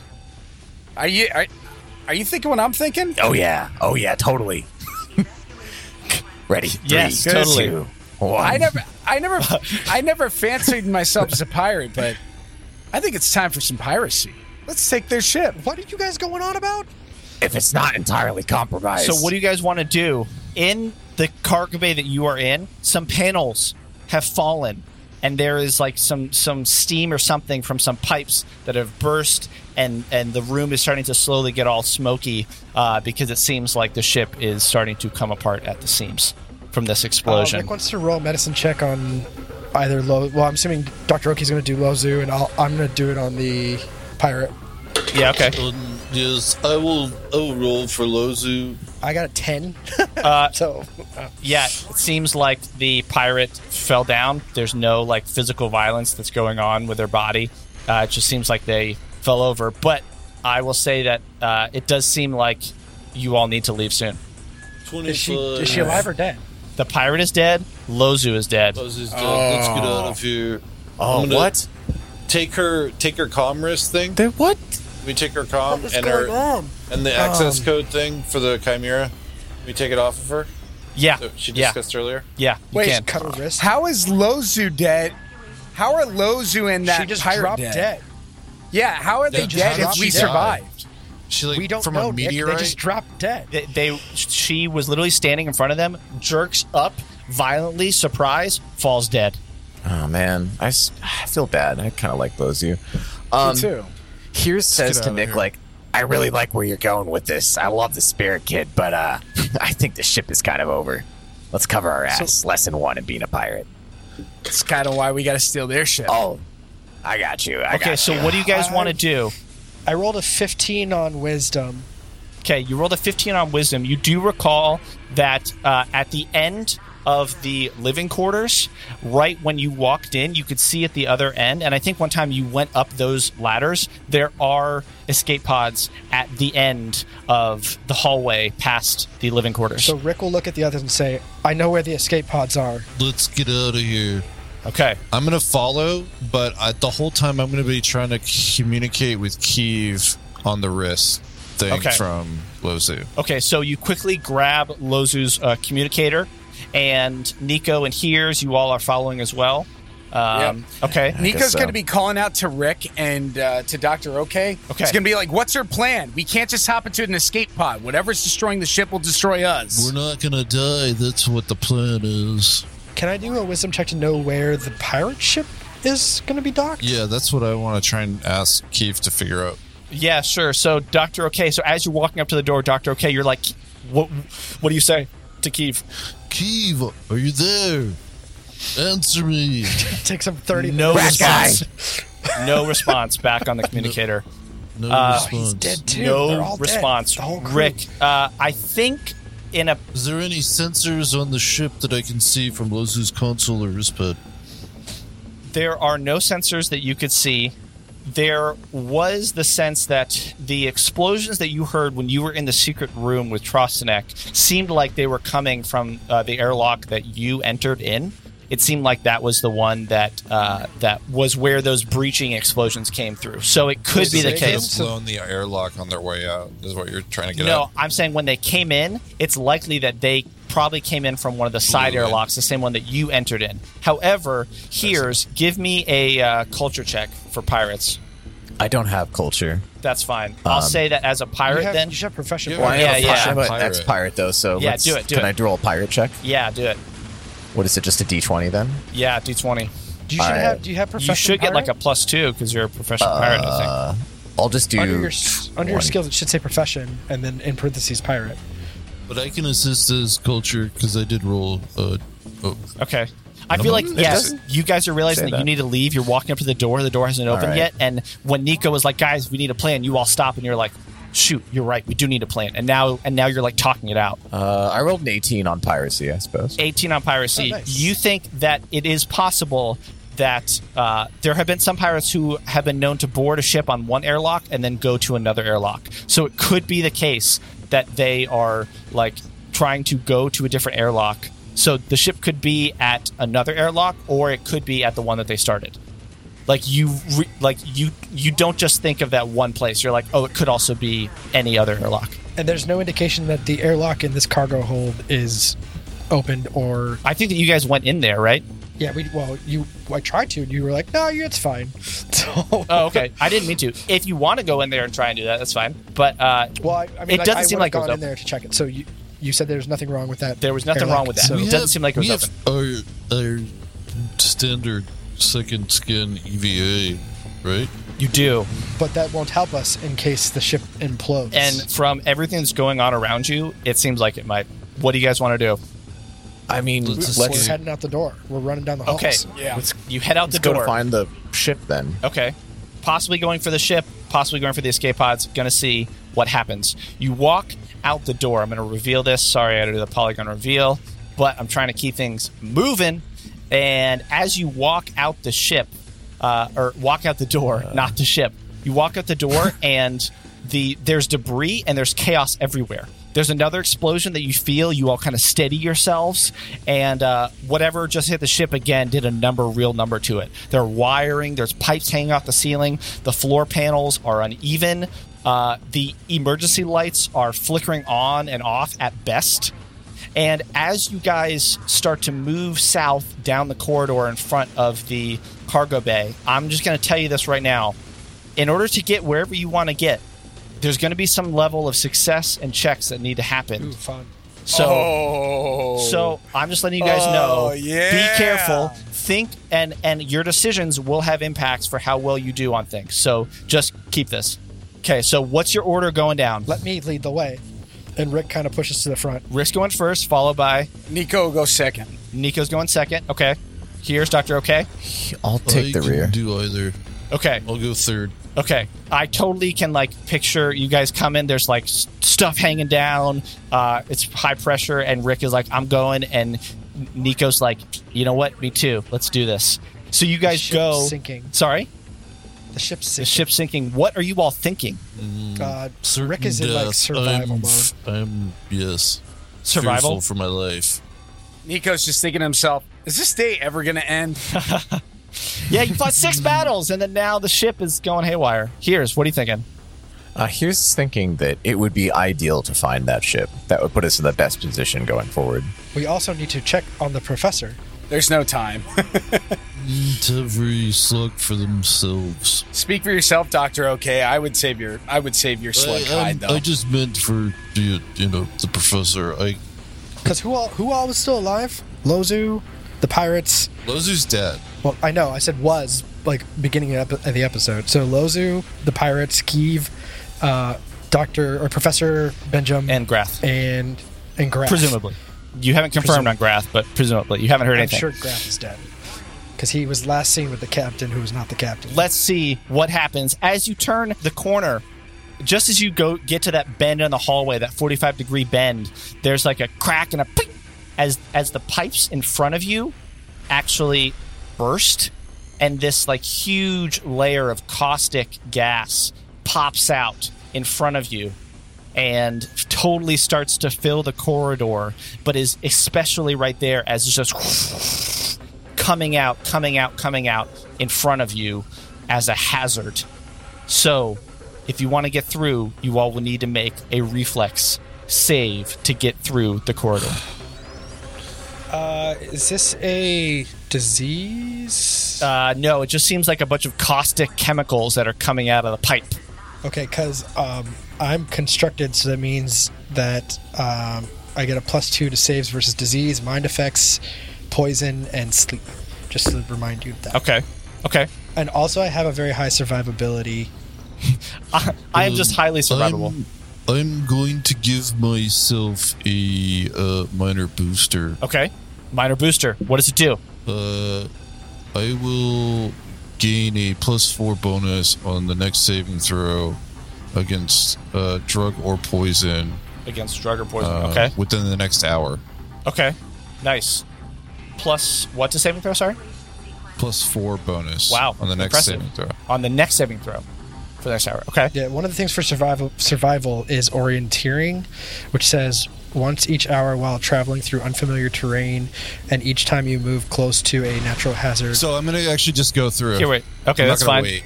[SPEAKER 1] are you are, are you thinking what I'm thinking?
[SPEAKER 4] Oh yeah. Oh yeah. Totally. Ready. Three,
[SPEAKER 2] Yes, totally.
[SPEAKER 4] two, one.
[SPEAKER 1] I never, I never, I never fancied myself as a pirate, but I think it's time for some piracy. Let's take their ship.
[SPEAKER 3] What are you guys going on about?
[SPEAKER 4] If it's not entirely compromised.
[SPEAKER 2] So what do you guys want to do? In the cargo bay that you are in, some panels have fallen and there is like some some steam or something from some pipes that have burst and and the room is starting to slowly get all smoky uh, because it seems like the ship is starting to come apart at the seams from this
[SPEAKER 3] Uh,
[SPEAKER 2] explosion.
[SPEAKER 3] Rick wants to roll a medicine check on either Lo. Well, I'm assuming Doctor Oki's going to do Lozu, and I'll, I'm going to do it on the pirate.
[SPEAKER 2] yeah, okay.
[SPEAKER 6] Um, yes, I will. I will roll for Lozu.
[SPEAKER 3] I got a ten. so
[SPEAKER 2] Yeah, it seems like the pirate fell down. There's no like physical violence that's going on with their body. Uh, it just seems like they fell over. But I will say that uh, it does seem like you all need to leave soon.
[SPEAKER 6] 25.
[SPEAKER 3] Is she is she alive or dead?
[SPEAKER 2] The pirate is dead. Lozu is dead.
[SPEAKER 6] Buzz is dead. Let's get out of here.
[SPEAKER 4] Oh,
[SPEAKER 6] I'm gonna
[SPEAKER 4] what?
[SPEAKER 6] Take her, take her comm wrist thing.
[SPEAKER 4] Dude, what?
[SPEAKER 6] We take her comm
[SPEAKER 11] What's
[SPEAKER 6] and
[SPEAKER 11] going
[SPEAKER 6] her
[SPEAKER 11] on?
[SPEAKER 6] and the access code thing for the chimera. We take it off of her.
[SPEAKER 2] Yeah,
[SPEAKER 6] that She
[SPEAKER 2] yeah,
[SPEAKER 6] discussed earlier.
[SPEAKER 2] yeah. You
[SPEAKER 1] Wait,
[SPEAKER 2] can.
[SPEAKER 3] Cut her wrist.
[SPEAKER 1] How is Lozu dead? How are Lozu and that
[SPEAKER 3] she just
[SPEAKER 1] pirate
[SPEAKER 3] dropped
[SPEAKER 1] dead?
[SPEAKER 3] dead.
[SPEAKER 1] Yeah, how are they
[SPEAKER 9] Yeah,
[SPEAKER 1] dead
[SPEAKER 9] how
[SPEAKER 1] if
[SPEAKER 9] did
[SPEAKER 1] we
[SPEAKER 9] she die?
[SPEAKER 1] survived?
[SPEAKER 9] She like
[SPEAKER 3] We don't
[SPEAKER 9] from
[SPEAKER 3] know.
[SPEAKER 9] a
[SPEAKER 3] Nick.
[SPEAKER 9] meteorite.
[SPEAKER 3] They just dropped dead.
[SPEAKER 2] They, they, she was literally standing in front of them. Jerks up violently. Surprise. Falls dead.
[SPEAKER 4] Oh man, I, s- I feel bad. I kind of like those you. Um,
[SPEAKER 1] Me too.
[SPEAKER 4] Here's says
[SPEAKER 9] get
[SPEAKER 4] to
[SPEAKER 9] out of
[SPEAKER 4] Nick
[SPEAKER 9] here.
[SPEAKER 4] like, I really like where you're going with this. I love the spirit kid, but uh, I think the ship is kind of over. Let's cover our ass. Lesson one in being a pirate.
[SPEAKER 1] It's kind of why we got to steal their ship.
[SPEAKER 4] Oh, I got you. I
[SPEAKER 2] Okay,
[SPEAKER 4] got
[SPEAKER 2] so
[SPEAKER 4] you.
[SPEAKER 2] what do you guys want to do?
[SPEAKER 3] I rolled a 15 on wisdom.
[SPEAKER 2] Okay, you rolled a 15 on wisdom. You do recall that uh, at the end of the living quarters, right when you walked in, you could see at the other end. And I think one time you went up those ladders. There are escape pods at the end of the hallway past the living quarters.
[SPEAKER 3] So Rick will look at the others and say, "I know where the escape pods are."
[SPEAKER 6] Let's get out of here.
[SPEAKER 2] okay.
[SPEAKER 6] I'm gonna follow, but I, the whole time I'm gonna be trying to communicate with Kiev on the wrist thing
[SPEAKER 2] Okay.
[SPEAKER 6] from Lozu.
[SPEAKER 2] Okay, so you quickly grab Lozu's uh, communicator, and Nico and Hears, you all are following as well. Um, Okay.
[SPEAKER 4] I guess
[SPEAKER 1] Nico's
[SPEAKER 4] so.
[SPEAKER 1] going to be calling out to Rick and uh, to Dr. Okay.
[SPEAKER 2] Okay.
[SPEAKER 1] It's going to be like, what's her plan? We can't just hop into an escape pod. Whatever's destroying the ship will destroy us.
[SPEAKER 6] We're not gonna die. That's what the plan is.
[SPEAKER 3] Can I do a wisdom check to know where the pirate ship is going to be docked?
[SPEAKER 9] yeah, that's what I want to try and ask Keith to figure out.
[SPEAKER 2] Yeah, sure. So, Doctor Okay. So, as you're walking up to the door, Doctor Okay, you're like, "What? What do you say to Keeve?"
[SPEAKER 6] Kiev, are you there? Answer me.
[SPEAKER 3] It takes him 30
[SPEAKER 2] No
[SPEAKER 3] minutes.
[SPEAKER 2] response. no response back on the communicator.
[SPEAKER 6] No response.
[SPEAKER 3] Uh, He's dead too. They're
[SPEAKER 2] no
[SPEAKER 3] all dead.
[SPEAKER 2] response.
[SPEAKER 3] The whole crew.
[SPEAKER 2] Rick, uh, I think in a
[SPEAKER 6] Is there any sensors on the ship that I can see from Lozu's console or wristpad?
[SPEAKER 2] there are no sensors that you could see. There was the sense that the explosions that you heard when you were in the secret room with Trostinek seemed like they were coming from uh, the airlock that you entered in. It seemed like that was the one that uh, that was where those breaching explosions came through. So it could be the
[SPEAKER 3] they
[SPEAKER 2] case.
[SPEAKER 3] didn't-
[SPEAKER 9] They've blown the airlock on their way out. Is what you're trying to get
[SPEAKER 2] No,
[SPEAKER 9] at.
[SPEAKER 2] I'm saying when they came in, it's likely that they probably came in from one of the side
[SPEAKER 9] Blew in.
[SPEAKER 2] airlocks, the same one that you entered in. However, here's give me a uh, culture check for pirates.
[SPEAKER 4] I don't have culture.
[SPEAKER 2] That's fine. I'll
[SPEAKER 4] Um,
[SPEAKER 2] say that as a
[SPEAKER 3] You
[SPEAKER 2] pirate
[SPEAKER 3] have,
[SPEAKER 2] then.
[SPEAKER 3] you should have professional.
[SPEAKER 9] Yeah. Why-
[SPEAKER 4] I am a
[SPEAKER 2] Yeah,
[SPEAKER 4] pirate,
[SPEAKER 2] yeah.
[SPEAKER 4] but
[SPEAKER 9] Pirate.
[SPEAKER 4] that's pirate though. So
[SPEAKER 2] Yeah,
[SPEAKER 4] let's-
[SPEAKER 2] do it, do
[SPEAKER 4] can
[SPEAKER 2] it.
[SPEAKER 4] I draw a pirate check?
[SPEAKER 2] yeah, do it.
[SPEAKER 4] What is it? Just a D20 then?
[SPEAKER 2] Yeah, d20.
[SPEAKER 3] Do you should
[SPEAKER 4] Alright.
[SPEAKER 3] have? Do you have professional?
[SPEAKER 2] You should get like a
[SPEAKER 3] pirate?
[SPEAKER 2] plus two because you're a professional pirate, I think.
[SPEAKER 4] I'll just do.
[SPEAKER 3] under your s- under your
[SPEAKER 4] 20.
[SPEAKER 3] skills. It should say profession and then in parentheses pirate.
[SPEAKER 6] But I can assist this culture because I did roll. Uh, oh,
[SPEAKER 2] Okay. I feel like,
[SPEAKER 4] It
[SPEAKER 2] yeah,
[SPEAKER 4] doesn't
[SPEAKER 2] you guys are realizing
[SPEAKER 4] say
[SPEAKER 2] that, you
[SPEAKER 4] that.
[SPEAKER 2] need to leave. You're walking up to the door. The door hasn't opened
[SPEAKER 4] Alright.
[SPEAKER 2] yet. And when Nico was like, guys, we need a plan, you all stop and you're like, shoot, you're right. We do need a plan. And now, and now you're like talking it out.
[SPEAKER 4] Uh, I rolled an 18 on piracy, I suppose.
[SPEAKER 2] 18 on piracy.
[SPEAKER 3] Oh, nice.
[SPEAKER 2] You think that it is possible that uh, there have been some pirates who have been known to board a ship on one airlock and then go to another airlock. So it could be the case that they are like trying to go to a different airlock. So the ship could be at another airlock or it could be at the one that they started. Like you re- like you you don't just think of that one place. You're like, "Oh, it could also be any other airlock."
[SPEAKER 3] And there's no indication that the airlock in this cargo hold is opened or
[SPEAKER 2] I think that you guys went in there, right?
[SPEAKER 3] yeah. We well, you I tried to. and You were like, no, you it's fine. So
[SPEAKER 2] Oh, okay. I didn't mean to. If you want to go in there and try and do that, that's fine. But uh,
[SPEAKER 3] well, I, I mean,
[SPEAKER 2] It
[SPEAKER 3] like,
[SPEAKER 2] doesn't
[SPEAKER 3] I
[SPEAKER 2] seem
[SPEAKER 3] would've
[SPEAKER 2] like it was
[SPEAKER 3] gone in
[SPEAKER 2] open.
[SPEAKER 3] there to check it. So you you said there's nothing wrong with that.
[SPEAKER 2] there was nothing
[SPEAKER 3] airlock,
[SPEAKER 2] wrong with that.
[SPEAKER 3] so-
[SPEAKER 2] it
[SPEAKER 6] we
[SPEAKER 2] doesn't
[SPEAKER 6] have-
[SPEAKER 2] seem like it was
[SPEAKER 6] we
[SPEAKER 2] open.
[SPEAKER 6] have Our, our standard second skin EVA, right?
[SPEAKER 2] You do.
[SPEAKER 3] but that won't help us in case the ship implodes.
[SPEAKER 2] And from everything that's going on around you, it seems like it might. What do you guys want to do?
[SPEAKER 4] I mean, let's,
[SPEAKER 6] Let's
[SPEAKER 3] we're
[SPEAKER 4] let's,
[SPEAKER 3] heading out the door. We're running down the halls.
[SPEAKER 2] Okay.
[SPEAKER 1] Yeah.
[SPEAKER 2] You head out the
[SPEAKER 4] go
[SPEAKER 2] door.
[SPEAKER 4] to find the ship then.
[SPEAKER 2] Okay. Possibly going for the ship, possibly going for the escape pods. Gonna see what happens. You walk out the door. I'm gonna reveal this. Sorry, I had to do the polygon reveal, but I'm trying to keep things moving. And as you walk out the ship, uh, or walk out the door, not the ship, you walk out the door, and the there's debris and there's chaos everywhere. There's another explosion that you feel. You all kind of steady yourselves, and uh, whatever just hit the ship again did a number, real number to it. There are wiring. There's pipes hanging off the ceiling. The floor panels are uneven. Uh, the emergency lights are flickering on and off at best. And as you guys start to move south down the corridor in front of the cargo bay, I'm just going to tell you this right now. In order to get wherever you want to get, there's going to be some level of success and checks that need to happen.
[SPEAKER 3] Ooh, fun.
[SPEAKER 2] So, so I'm just letting you guys know. Be careful. Think and and your decisions will have impacts for how well you do on things. So just keep this. Okay. So what's your order going down?
[SPEAKER 3] Let me lead the way. And Rick kind of pushes to the front.
[SPEAKER 2] Risk going first, followed by
[SPEAKER 1] Nico goes second.
[SPEAKER 2] Nico's going second. Okay. Here's Doctor Okay.
[SPEAKER 4] I'll take the
[SPEAKER 6] I can
[SPEAKER 4] rear.
[SPEAKER 6] Do either.
[SPEAKER 2] Okay.
[SPEAKER 6] I'll go third.
[SPEAKER 2] Okay, I totally can like picture you guys come in. There's like s- stuff hanging down. Uh, it's high pressure, and Rick is like, "I'm going," and Nico's like, "You know what? Me too. Let's do this." So you guys
[SPEAKER 3] ship's
[SPEAKER 2] go.
[SPEAKER 3] sinking.
[SPEAKER 2] Sorry,
[SPEAKER 3] The ship's
[SPEAKER 2] the
[SPEAKER 3] sinking.
[SPEAKER 2] ship's sinking. What are you all thinking?
[SPEAKER 3] God,
[SPEAKER 6] Certain
[SPEAKER 3] Rick is in like
[SPEAKER 6] death.
[SPEAKER 3] survival
[SPEAKER 6] I'm,
[SPEAKER 3] mode.
[SPEAKER 6] I'm yes.
[SPEAKER 2] Survival.
[SPEAKER 6] fearful for my life.
[SPEAKER 1] Nico's just thinking to himself, is this day ever going to end?
[SPEAKER 2] Yeah, you fought six battles, and then now the ship is going haywire. Here's what are you thinking?
[SPEAKER 4] Uh, here's thinking that it would be ideal to find that ship. That would put us in the best position going forward.
[SPEAKER 3] We also need to check on the professor.
[SPEAKER 1] There's no time.
[SPEAKER 6] Let every slug for themselves.
[SPEAKER 1] Speak for yourself, Doctor. Okay, I would save your I would save your slug
[SPEAKER 6] I, I'm-
[SPEAKER 1] hide though.
[SPEAKER 6] I um, uh, just meant for you, you know, the professor. I
[SPEAKER 3] Because who all who all was still alive? Lozu, the pirates.
[SPEAKER 9] Lozu's dead.
[SPEAKER 3] Well, I know I said was like beginning of epi- of the episode. So Lozu, the pirates, Keeve, uh, Doctor or Professor Benjamin,
[SPEAKER 2] And Grath,
[SPEAKER 3] and and Graf.
[SPEAKER 2] presumably. You haven't confirmed on Grath, but presumably you haven't heard
[SPEAKER 3] I'm
[SPEAKER 2] anything.
[SPEAKER 3] sure Graf is dead because he was last seen with the captain, who was not the captain.
[SPEAKER 2] Let's see what happens as you turn the corner. Just as you go get to that bend in the hallway, that 45 degree bend, there's like a crack and a ping as as the pipes in front of you actually burst and this like huge layer of caustic gas pops out in front of you and totally starts to fill the corridor, but is especially right there as it's just coming out, coming out, coming out in front of you as a hazard. So, if you want to get through, you all will need to make a reflex save to get through the corridor.
[SPEAKER 3] Uh, is this a disease?
[SPEAKER 2] Uh, no, it just seems like a bunch of caustic chemicals that are coming out of the pipe.
[SPEAKER 3] Uh, Okay, because um, I'm constructed, so that means that um, I get a plus two to saves versus disease, mind effects, poison, and sleep. Just to remind you of that.
[SPEAKER 2] Okay. Okay.
[SPEAKER 3] And also, I have a very high survivability.
[SPEAKER 2] I, I am just highly survivable.
[SPEAKER 6] I'm, I'm going to give myself a uh, minor booster.
[SPEAKER 2] Okay. Minor booster. What does it do?
[SPEAKER 6] Uh, I will gain a plus four bonus on the next saving throw against uh, drug or poison
[SPEAKER 2] Against drug or poison.
[SPEAKER 6] uh,
[SPEAKER 2] okay.
[SPEAKER 9] Within the next hour.
[SPEAKER 2] Okay. Nice. Plus what to saving throw, sorry?
[SPEAKER 9] Plus four bonus.
[SPEAKER 2] Wow.
[SPEAKER 9] On the next
[SPEAKER 2] Impressive.
[SPEAKER 9] saving throw.
[SPEAKER 2] On the next saving throw for the next hour. Okay.
[SPEAKER 3] Yeah, one of the things for survival survival is orienteering, which says once each hour while traveling through unfamiliar terrain, and each time you move close to a natural hazard
[SPEAKER 9] So I'm going to actually just go through.
[SPEAKER 2] Here, wait. Okay,
[SPEAKER 9] I'm
[SPEAKER 2] that's
[SPEAKER 9] not gonna
[SPEAKER 2] fine.
[SPEAKER 9] Wait.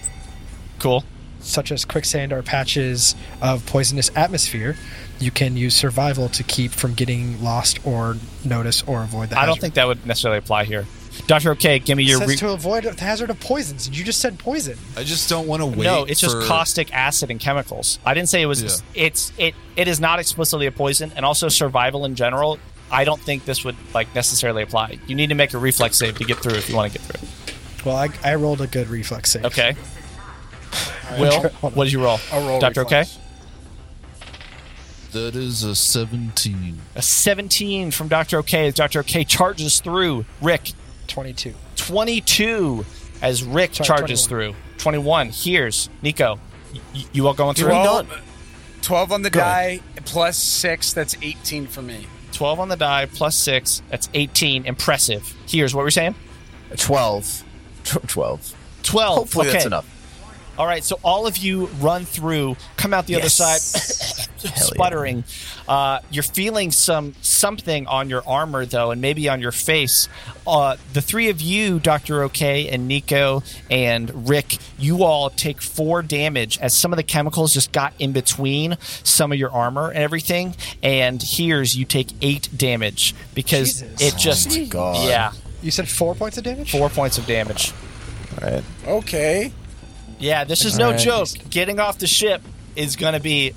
[SPEAKER 2] Cool.
[SPEAKER 3] such as quicksand or patches of poisonous atmosphere, you can use survival to keep from getting lost or notice or avoid the
[SPEAKER 2] I
[SPEAKER 3] hazard.
[SPEAKER 2] don't think that would necessarily apply here. Dr. Okay, give me
[SPEAKER 3] it
[SPEAKER 2] your.
[SPEAKER 3] says
[SPEAKER 2] Re-
[SPEAKER 3] to avoid the hazard of poisons. You just said poison.
[SPEAKER 9] I just don't want to wait.
[SPEAKER 2] no, it's just
[SPEAKER 9] for-
[SPEAKER 2] caustic acid and chemicals. I didn't say it was.
[SPEAKER 9] Yeah.
[SPEAKER 2] It's it. It is not explicitly a poison, and also survival in general. I don't think this would like necessarily apply. You need to make a reflex save to get through if you want to get through.
[SPEAKER 3] Well, I, I rolled a good reflex save.
[SPEAKER 2] Okay. Will, what did you roll?
[SPEAKER 1] roll
[SPEAKER 2] Doctor Okay.
[SPEAKER 1] reflex.
[SPEAKER 6] That is a 17.
[SPEAKER 2] A 17 from Dr. OK as Dr. OK charges through Rick.
[SPEAKER 3] Twenty-two.
[SPEAKER 2] 22 as Rick
[SPEAKER 3] Sorry,
[SPEAKER 2] charges
[SPEAKER 3] 21.
[SPEAKER 2] through. 21. Here's Nico. Y- you all going through?
[SPEAKER 1] 12, 12 on the die plus 6, that's 18 for me.
[SPEAKER 2] 12 on the die, plus 6. That's 18. Impressive. Here's what we're saying
[SPEAKER 4] 12. Tw- 12.
[SPEAKER 2] 12.
[SPEAKER 4] Hopefully
[SPEAKER 2] okay.
[SPEAKER 4] that's enough.
[SPEAKER 2] All right, so all of you run through, come out the other side, sputtering. Uh, you're feeling some something on your armor though, and maybe on your face. Uh, the three of you, Doctor OK and Nico and Rick, you all take four damage as some of the chemicals just got in between some of your armor and everything. And here's you take eight damage because
[SPEAKER 3] Jesus.
[SPEAKER 2] it just
[SPEAKER 4] God.
[SPEAKER 2] yeah
[SPEAKER 3] You said four points of damage?
[SPEAKER 2] four points of damage.
[SPEAKER 4] All right.
[SPEAKER 1] Okay.
[SPEAKER 2] Yeah, this is no
[SPEAKER 4] Alright.
[SPEAKER 2] joke. Getting off the ship is going to be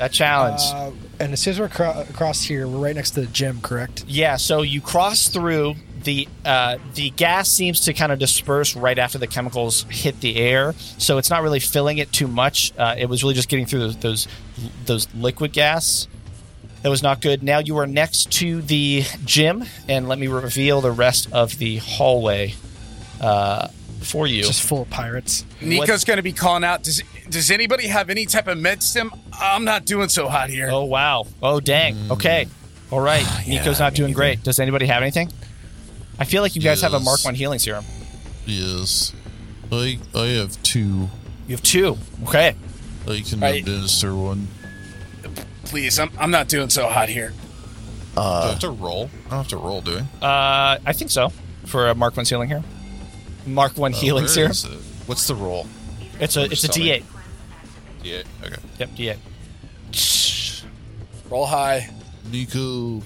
[SPEAKER 2] a challenge.
[SPEAKER 3] Uh, and as soon as we're cro- across here, we're right next to the gym, correct?
[SPEAKER 2] yeah, so you cross through the uh, the gas seems to kind of disperse right after the chemicals hit the air, so it's not really filling it too much. Uh, it was really just getting through those those, those liquid gas. That was not good. Now you are next to the gym, and let me reveal the rest of the hallway uh, for you.
[SPEAKER 3] Just full of pirates.
[SPEAKER 1] Nico's going to be calling out. Does Does anybody have any type of med stim? I'm not doing so hot here.
[SPEAKER 2] Oh wow! Oh dang! Okay, all right. Nico's not doing great. Does anybody have anything? I feel like you guys have a
[SPEAKER 6] Yes.
[SPEAKER 2] Mark One healing serum.
[SPEAKER 6] Yes. I I have two.
[SPEAKER 2] You have two. Okay.
[SPEAKER 6] I can
[SPEAKER 1] Right.
[SPEAKER 6] administer one.
[SPEAKER 1] Please, I'm I'm not doing so hot here.
[SPEAKER 6] do I have to roll? I don't have to roll, do I?
[SPEAKER 2] Uh, I think so for a Mark One healing here. Mark One
[SPEAKER 6] Uh,
[SPEAKER 2] healing
[SPEAKER 6] where
[SPEAKER 2] serum.
[SPEAKER 6] is it? What's the roll?
[SPEAKER 2] It's a it's a
[SPEAKER 6] Sorry.
[SPEAKER 2] D eight.
[SPEAKER 6] Yeah. Okay.
[SPEAKER 2] Yep, D eight.
[SPEAKER 1] Roll high.
[SPEAKER 6] Nico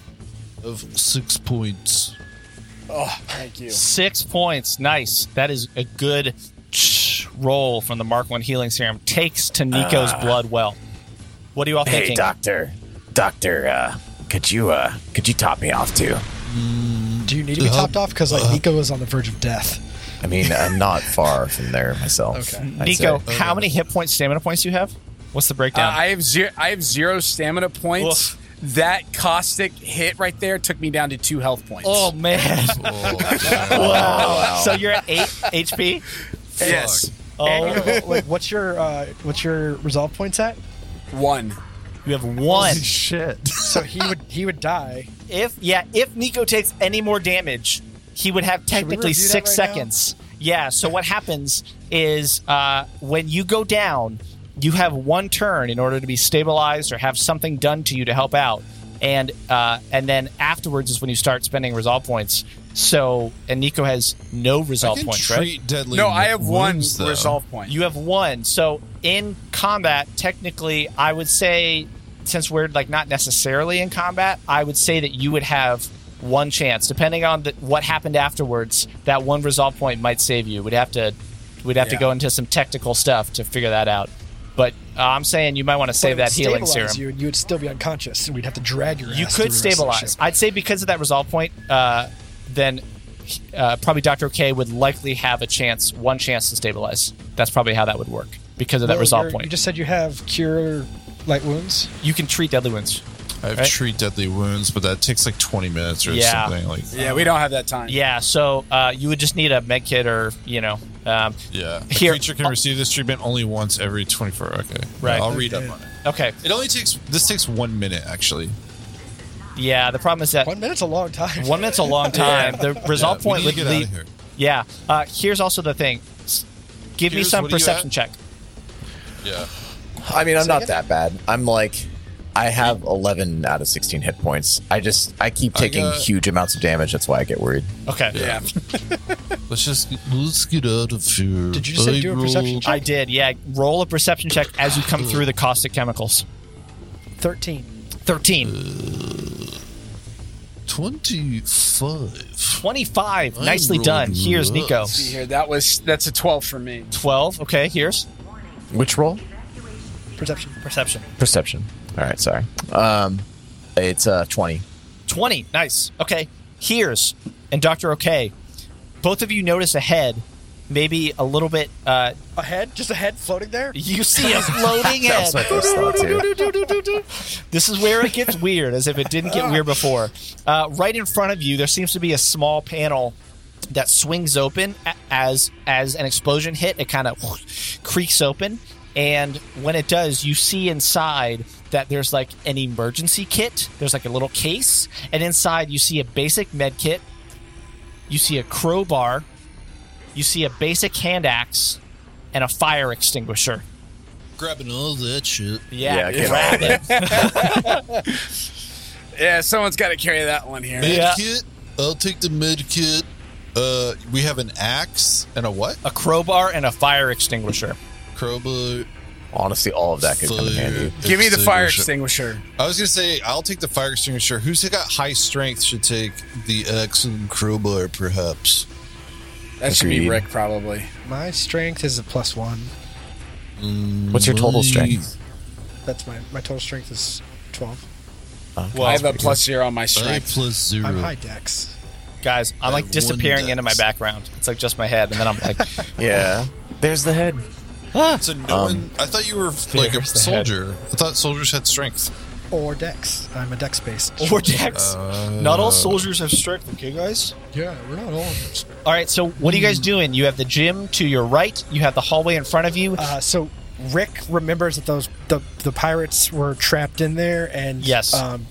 [SPEAKER 6] of six points.
[SPEAKER 1] Oh, thank you.
[SPEAKER 2] Six points. Nice. That is a good roll from the Mark One healing serum. Takes to Nico's blood well. What are you all
[SPEAKER 4] Hey,
[SPEAKER 2] thinking?
[SPEAKER 4] doctor. Doctor, uh, could you uh, could you top me off too?
[SPEAKER 3] Do you need to
[SPEAKER 2] Uh-huh.
[SPEAKER 3] be topped off? Because like Nico is on the verge of death.
[SPEAKER 4] I mean, I'm not far from there myself.
[SPEAKER 3] Okay.
[SPEAKER 4] I'd
[SPEAKER 2] Nico,
[SPEAKER 4] say.
[SPEAKER 2] how many hit points, stamina points do you have? What's the breakdown?
[SPEAKER 1] Uh, I have zero. I have zero stamina points. That caustic hit right there took me down to two health points.
[SPEAKER 2] oh man.
[SPEAKER 6] Oh, damn.
[SPEAKER 2] So you're at eight HP.
[SPEAKER 1] yes,
[SPEAKER 2] Oh,
[SPEAKER 3] And you're- like, what's your uh, what's your resolve points at?
[SPEAKER 1] one.
[SPEAKER 2] you have one.
[SPEAKER 3] So he would he would die.
[SPEAKER 2] If yeah, if Nico takes any more damage, he would have technically
[SPEAKER 3] review that
[SPEAKER 2] six
[SPEAKER 3] right now?
[SPEAKER 2] seconds. Yeah. So what happens is uh, when you go down, you have one turn in order to be stabilized or have something done to you to help out, and uh, and then afterwards is when you start spending resolve points. So and Nico has no
[SPEAKER 6] I
[SPEAKER 2] resolve
[SPEAKER 6] can
[SPEAKER 2] points, right?
[SPEAKER 6] treat deadly.
[SPEAKER 1] No, I have one
[SPEAKER 6] wounds, though.
[SPEAKER 1] resolve point.
[SPEAKER 2] You have one. So in combat, technically, I would say, since we're like not necessarily in combat, I would say that you would have one chance, depending on the, what happened afterwards. That one resolve point might save you. We'd have to, we'd have to
[SPEAKER 1] Yeah.
[SPEAKER 2] go into some technical stuff to figure that out. But uh, I'm saying you might want to save
[SPEAKER 3] But it would
[SPEAKER 2] that healing
[SPEAKER 3] stabilize
[SPEAKER 2] serum.
[SPEAKER 3] You and you would still be unconscious, and we'd have to drag your.
[SPEAKER 2] You
[SPEAKER 3] ass
[SPEAKER 2] could
[SPEAKER 3] through the rest of the
[SPEAKER 2] stabilize.
[SPEAKER 3] ship.
[SPEAKER 2] I'd say because of that resolve point, uh, then uh, probably Doctor K would likely have a chance, one chance to stabilize. That's probably how that would work because of that
[SPEAKER 3] Well,
[SPEAKER 2] resolve
[SPEAKER 3] you're-
[SPEAKER 2] point.
[SPEAKER 3] You just said you have cure light wounds.
[SPEAKER 2] you can treat deadly wounds.
[SPEAKER 6] I have
[SPEAKER 2] Right.
[SPEAKER 6] treat deadly wounds, but that takes like twenty minutes or
[SPEAKER 2] Yeah.
[SPEAKER 6] something. Like,
[SPEAKER 1] Yeah, we don't have that time.
[SPEAKER 2] Yeah, so uh, you would just need a med kit or you know, um,
[SPEAKER 6] yeah, a
[SPEAKER 2] Here-
[SPEAKER 6] creature can receive this treatment only once every twenty-four. Okay,
[SPEAKER 2] Right.
[SPEAKER 6] I'll read up on it.
[SPEAKER 2] okay,
[SPEAKER 6] It only takes this takes one minute actually.
[SPEAKER 2] yeah. The problem is that
[SPEAKER 3] One minute's a long time.
[SPEAKER 2] one minute's a long time. The resolve
[SPEAKER 6] Yeah,
[SPEAKER 2] point
[SPEAKER 6] we
[SPEAKER 2] would
[SPEAKER 6] need to get out
[SPEAKER 2] lead.
[SPEAKER 6] of here.
[SPEAKER 2] Yeah. Uh, here's also the thing. S- Give
[SPEAKER 6] Here's-
[SPEAKER 2] me some
[SPEAKER 6] what are you
[SPEAKER 2] perception
[SPEAKER 6] at?
[SPEAKER 2] check.
[SPEAKER 6] Yeah,
[SPEAKER 4] I mean, I'm not that bad. I'm like, I have 11 out of 16 hit points. I just, I keep
[SPEAKER 6] I
[SPEAKER 4] taking
[SPEAKER 6] got-
[SPEAKER 4] huge amounts of damage. That's why I get worried.
[SPEAKER 2] Okay.
[SPEAKER 1] Yeah.
[SPEAKER 6] let's just let's get out of here.
[SPEAKER 3] Did you just say do a perception check?
[SPEAKER 2] I did. Yeah. Roll a perception check as you come through the caustic chemicals.
[SPEAKER 3] Thirteen.
[SPEAKER 2] Thirteen.
[SPEAKER 6] Twenty-five.
[SPEAKER 2] Twenty-five.
[SPEAKER 6] I
[SPEAKER 2] Nicely
[SPEAKER 6] rolled
[SPEAKER 2] done. Here's
[SPEAKER 6] up.
[SPEAKER 2] Nico.
[SPEAKER 1] See here, that was that's a twelve for me.
[SPEAKER 2] Twelve. Okay. Here's
[SPEAKER 4] Which roll?
[SPEAKER 3] Perception.
[SPEAKER 2] perception.
[SPEAKER 4] Perception. All right, sorry. Um, It's uh, 20.
[SPEAKER 2] 20. Nice. Okay. Here's and Dr. OK. Both of you notice ahead, maybe a little bit. Uh,
[SPEAKER 3] A head, just a head floating there.
[SPEAKER 2] you see a floating
[SPEAKER 4] That was my
[SPEAKER 2] head.
[SPEAKER 4] first thought, too.
[SPEAKER 2] This is where it gets weird, as if it didn't get weird before. Uh, right in front of you, there seems to be a small panel that swings open a- as as an explosion hit. It kind of creaks open, and when it does, you see inside that there's like an emergency kit. There's like a little case, and inside you see a basic med kit. You see a crowbar. You see a basic hand axe, and a fire extinguisher.
[SPEAKER 6] Grabbing all that shit.
[SPEAKER 2] Yeah,
[SPEAKER 4] Yeah, I
[SPEAKER 2] grab it.
[SPEAKER 1] Yeah, someone's got to carry that one here.
[SPEAKER 6] Med
[SPEAKER 2] Yeah.
[SPEAKER 6] kit. I'll take the med kit. Uh, we have an axe and a what?
[SPEAKER 2] A crowbar and a fire extinguisher.
[SPEAKER 6] Crowbar.
[SPEAKER 4] Honestly, all of that could come in
[SPEAKER 6] fire
[SPEAKER 4] handy.
[SPEAKER 1] Give me the fire
[SPEAKER 6] extinguisher.
[SPEAKER 1] extinguisher.
[SPEAKER 6] I was gonna say I'll take the fire extinguisher. Who's got high strength should take the axe and crowbar, perhaps.
[SPEAKER 1] That should be
[SPEAKER 4] Agreed.
[SPEAKER 1] Rick, probably.
[SPEAKER 3] My strength is a plus one.
[SPEAKER 4] What's your total strength?
[SPEAKER 3] That's my my total strength is twelve.
[SPEAKER 1] I have a plus zero on my
[SPEAKER 6] Five
[SPEAKER 1] strength.
[SPEAKER 6] plus zero.
[SPEAKER 3] I'm high dex.
[SPEAKER 2] Guys, I'm
[SPEAKER 6] Uh,
[SPEAKER 2] like
[SPEAKER 6] one
[SPEAKER 2] disappearing into my
[SPEAKER 6] dice.
[SPEAKER 2] background. It's like just my head, and then I'm like, "Ah,
[SPEAKER 4] Yeah. There's the head.
[SPEAKER 6] So no one. I thought you were like a
[SPEAKER 2] There's the head.
[SPEAKER 6] soldier. I thought soldiers had strength.
[SPEAKER 3] Or dex. I'm a dex based.
[SPEAKER 2] or Dex. Not all
[SPEAKER 6] Uh,
[SPEAKER 2] soldiers have strength, okay, guys?
[SPEAKER 3] yeah, we're not all.
[SPEAKER 2] All right, so what are you
[SPEAKER 6] Hmm.
[SPEAKER 2] guys doing? You have the gym to your right, you have the hallway in front of you.
[SPEAKER 3] Uh, so Rick remembers that those the, the pirates were trapped in there, and
[SPEAKER 2] Yes.
[SPEAKER 3] um,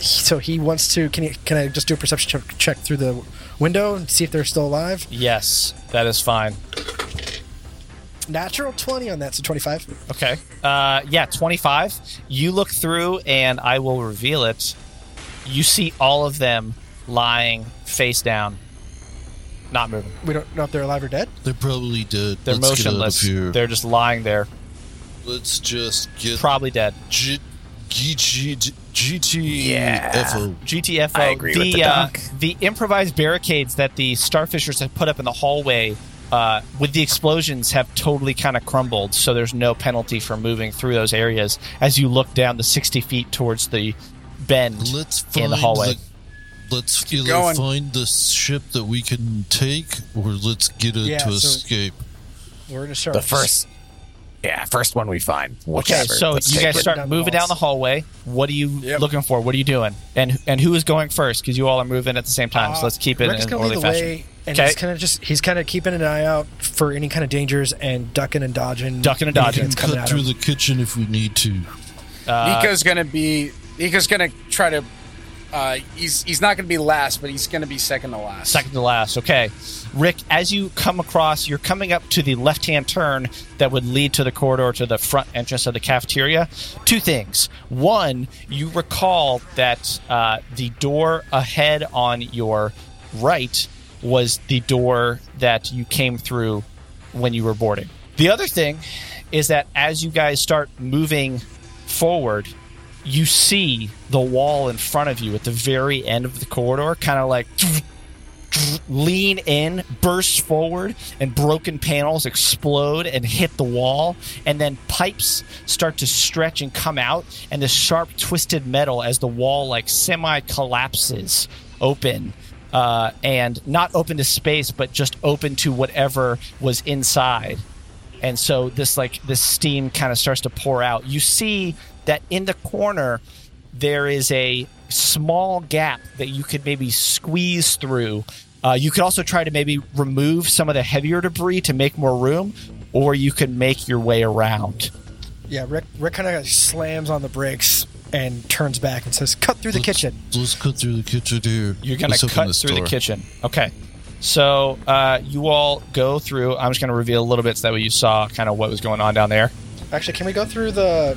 [SPEAKER 3] he- so he wants to. Can he, can I just do a perception check, check through the window and see if they're still alive?
[SPEAKER 2] yes, that is fine.
[SPEAKER 3] Natural twenty on that, so twenty five.
[SPEAKER 2] Okay. Uh, yeah, 25. You look through, and I will reveal it. You see all of them lying face down, not moving.
[SPEAKER 3] We don't know if they're alive or dead.
[SPEAKER 6] They're probably dead.
[SPEAKER 2] They're
[SPEAKER 6] Let's
[SPEAKER 2] motionless.
[SPEAKER 6] Get out of here.
[SPEAKER 2] They're just lying there,
[SPEAKER 6] Let's just get
[SPEAKER 2] probably dead.
[SPEAKER 6] G- G- G- G- GT FO.
[SPEAKER 2] GTFO.
[SPEAKER 4] I agree with the
[SPEAKER 2] uh,
[SPEAKER 4] doc.
[SPEAKER 2] the improvised barricades that the starfishers have put up in the hallway uh, with the explosions have totally kind of crumbled, so there's no penalty for moving through those areas as you look down the 60 feet towards the bend
[SPEAKER 6] Let's find
[SPEAKER 2] in the hallway.
[SPEAKER 6] the- let's either
[SPEAKER 1] going.
[SPEAKER 6] find the ship that we can take, or let's get it
[SPEAKER 3] Yeah,
[SPEAKER 6] to
[SPEAKER 3] so-
[SPEAKER 6] escape.
[SPEAKER 3] We're gonna start
[SPEAKER 4] The first. Yeah, first one we find. Whichever.
[SPEAKER 2] Okay, so
[SPEAKER 4] Let's
[SPEAKER 2] you
[SPEAKER 4] take
[SPEAKER 2] guys
[SPEAKER 4] it.
[SPEAKER 2] start
[SPEAKER 3] Down the
[SPEAKER 2] moving down
[SPEAKER 3] halls.
[SPEAKER 2] the hallway. What are you
[SPEAKER 1] Yep.
[SPEAKER 2] looking for? What are you doing? And and who is going first? Because you all are moving at the same time. so let's keep it
[SPEAKER 3] Rick's
[SPEAKER 2] in
[SPEAKER 3] gonna
[SPEAKER 2] orderly
[SPEAKER 3] lead the
[SPEAKER 2] fashion.
[SPEAKER 3] way, and
[SPEAKER 2] Okay.
[SPEAKER 3] he's kind of just he's kind of keeping an eye out for any kind of dangers and ducking and dodging,
[SPEAKER 2] Ducking and
[SPEAKER 3] anything
[SPEAKER 2] dodging.
[SPEAKER 3] that's
[SPEAKER 6] We
[SPEAKER 3] coming
[SPEAKER 6] can cut
[SPEAKER 3] at
[SPEAKER 6] through
[SPEAKER 3] him.
[SPEAKER 6] the kitchen if we need to.
[SPEAKER 2] Uh,
[SPEAKER 1] Nico's gonna be. Nico's gonna try to. Uh, he's he's not gonna be last, but he's gonna be second to last.
[SPEAKER 2] Second to last. Okay. Rick, as you come across, you're coming up to the left hand turn that would lead to the corridor to the front entrance of the cafeteria. Two things. One, you recall that uh, the door ahead on your right was the door that you came through when you were boarding. The other thing is that as you guys start moving forward, you see the wall in front of you at the very end of the corridor, kind of like lean in, burst forward, and broken panels explode and hit the wall. And then pipes start to stretch and come out, and the sharp, twisted metal as the wall like semi collapses open. Uh, and not open to space, but just open to whatever was inside. And so this like this steam kind of starts to pour out. You see that in the corner there is a small gap that you could maybe squeeze through. Uh, you could also try to maybe remove some of the heavier debris to make more room, or you could make your way around.
[SPEAKER 3] Yeah, Rick Rick kind of slams on the brakes and turns back and says, "Cut through the
[SPEAKER 6] Let's-
[SPEAKER 3] kitchen."
[SPEAKER 6] Let's cut through the kitchen, dude.
[SPEAKER 2] You're gonna
[SPEAKER 6] Let's open
[SPEAKER 2] cut
[SPEAKER 6] this
[SPEAKER 2] through
[SPEAKER 6] door.
[SPEAKER 2] the kitchen. Okay. So uh, you all go through. I'm just gonna reveal a little bit so that way you saw kind of what was going on down there.
[SPEAKER 3] Actually, can we go through the?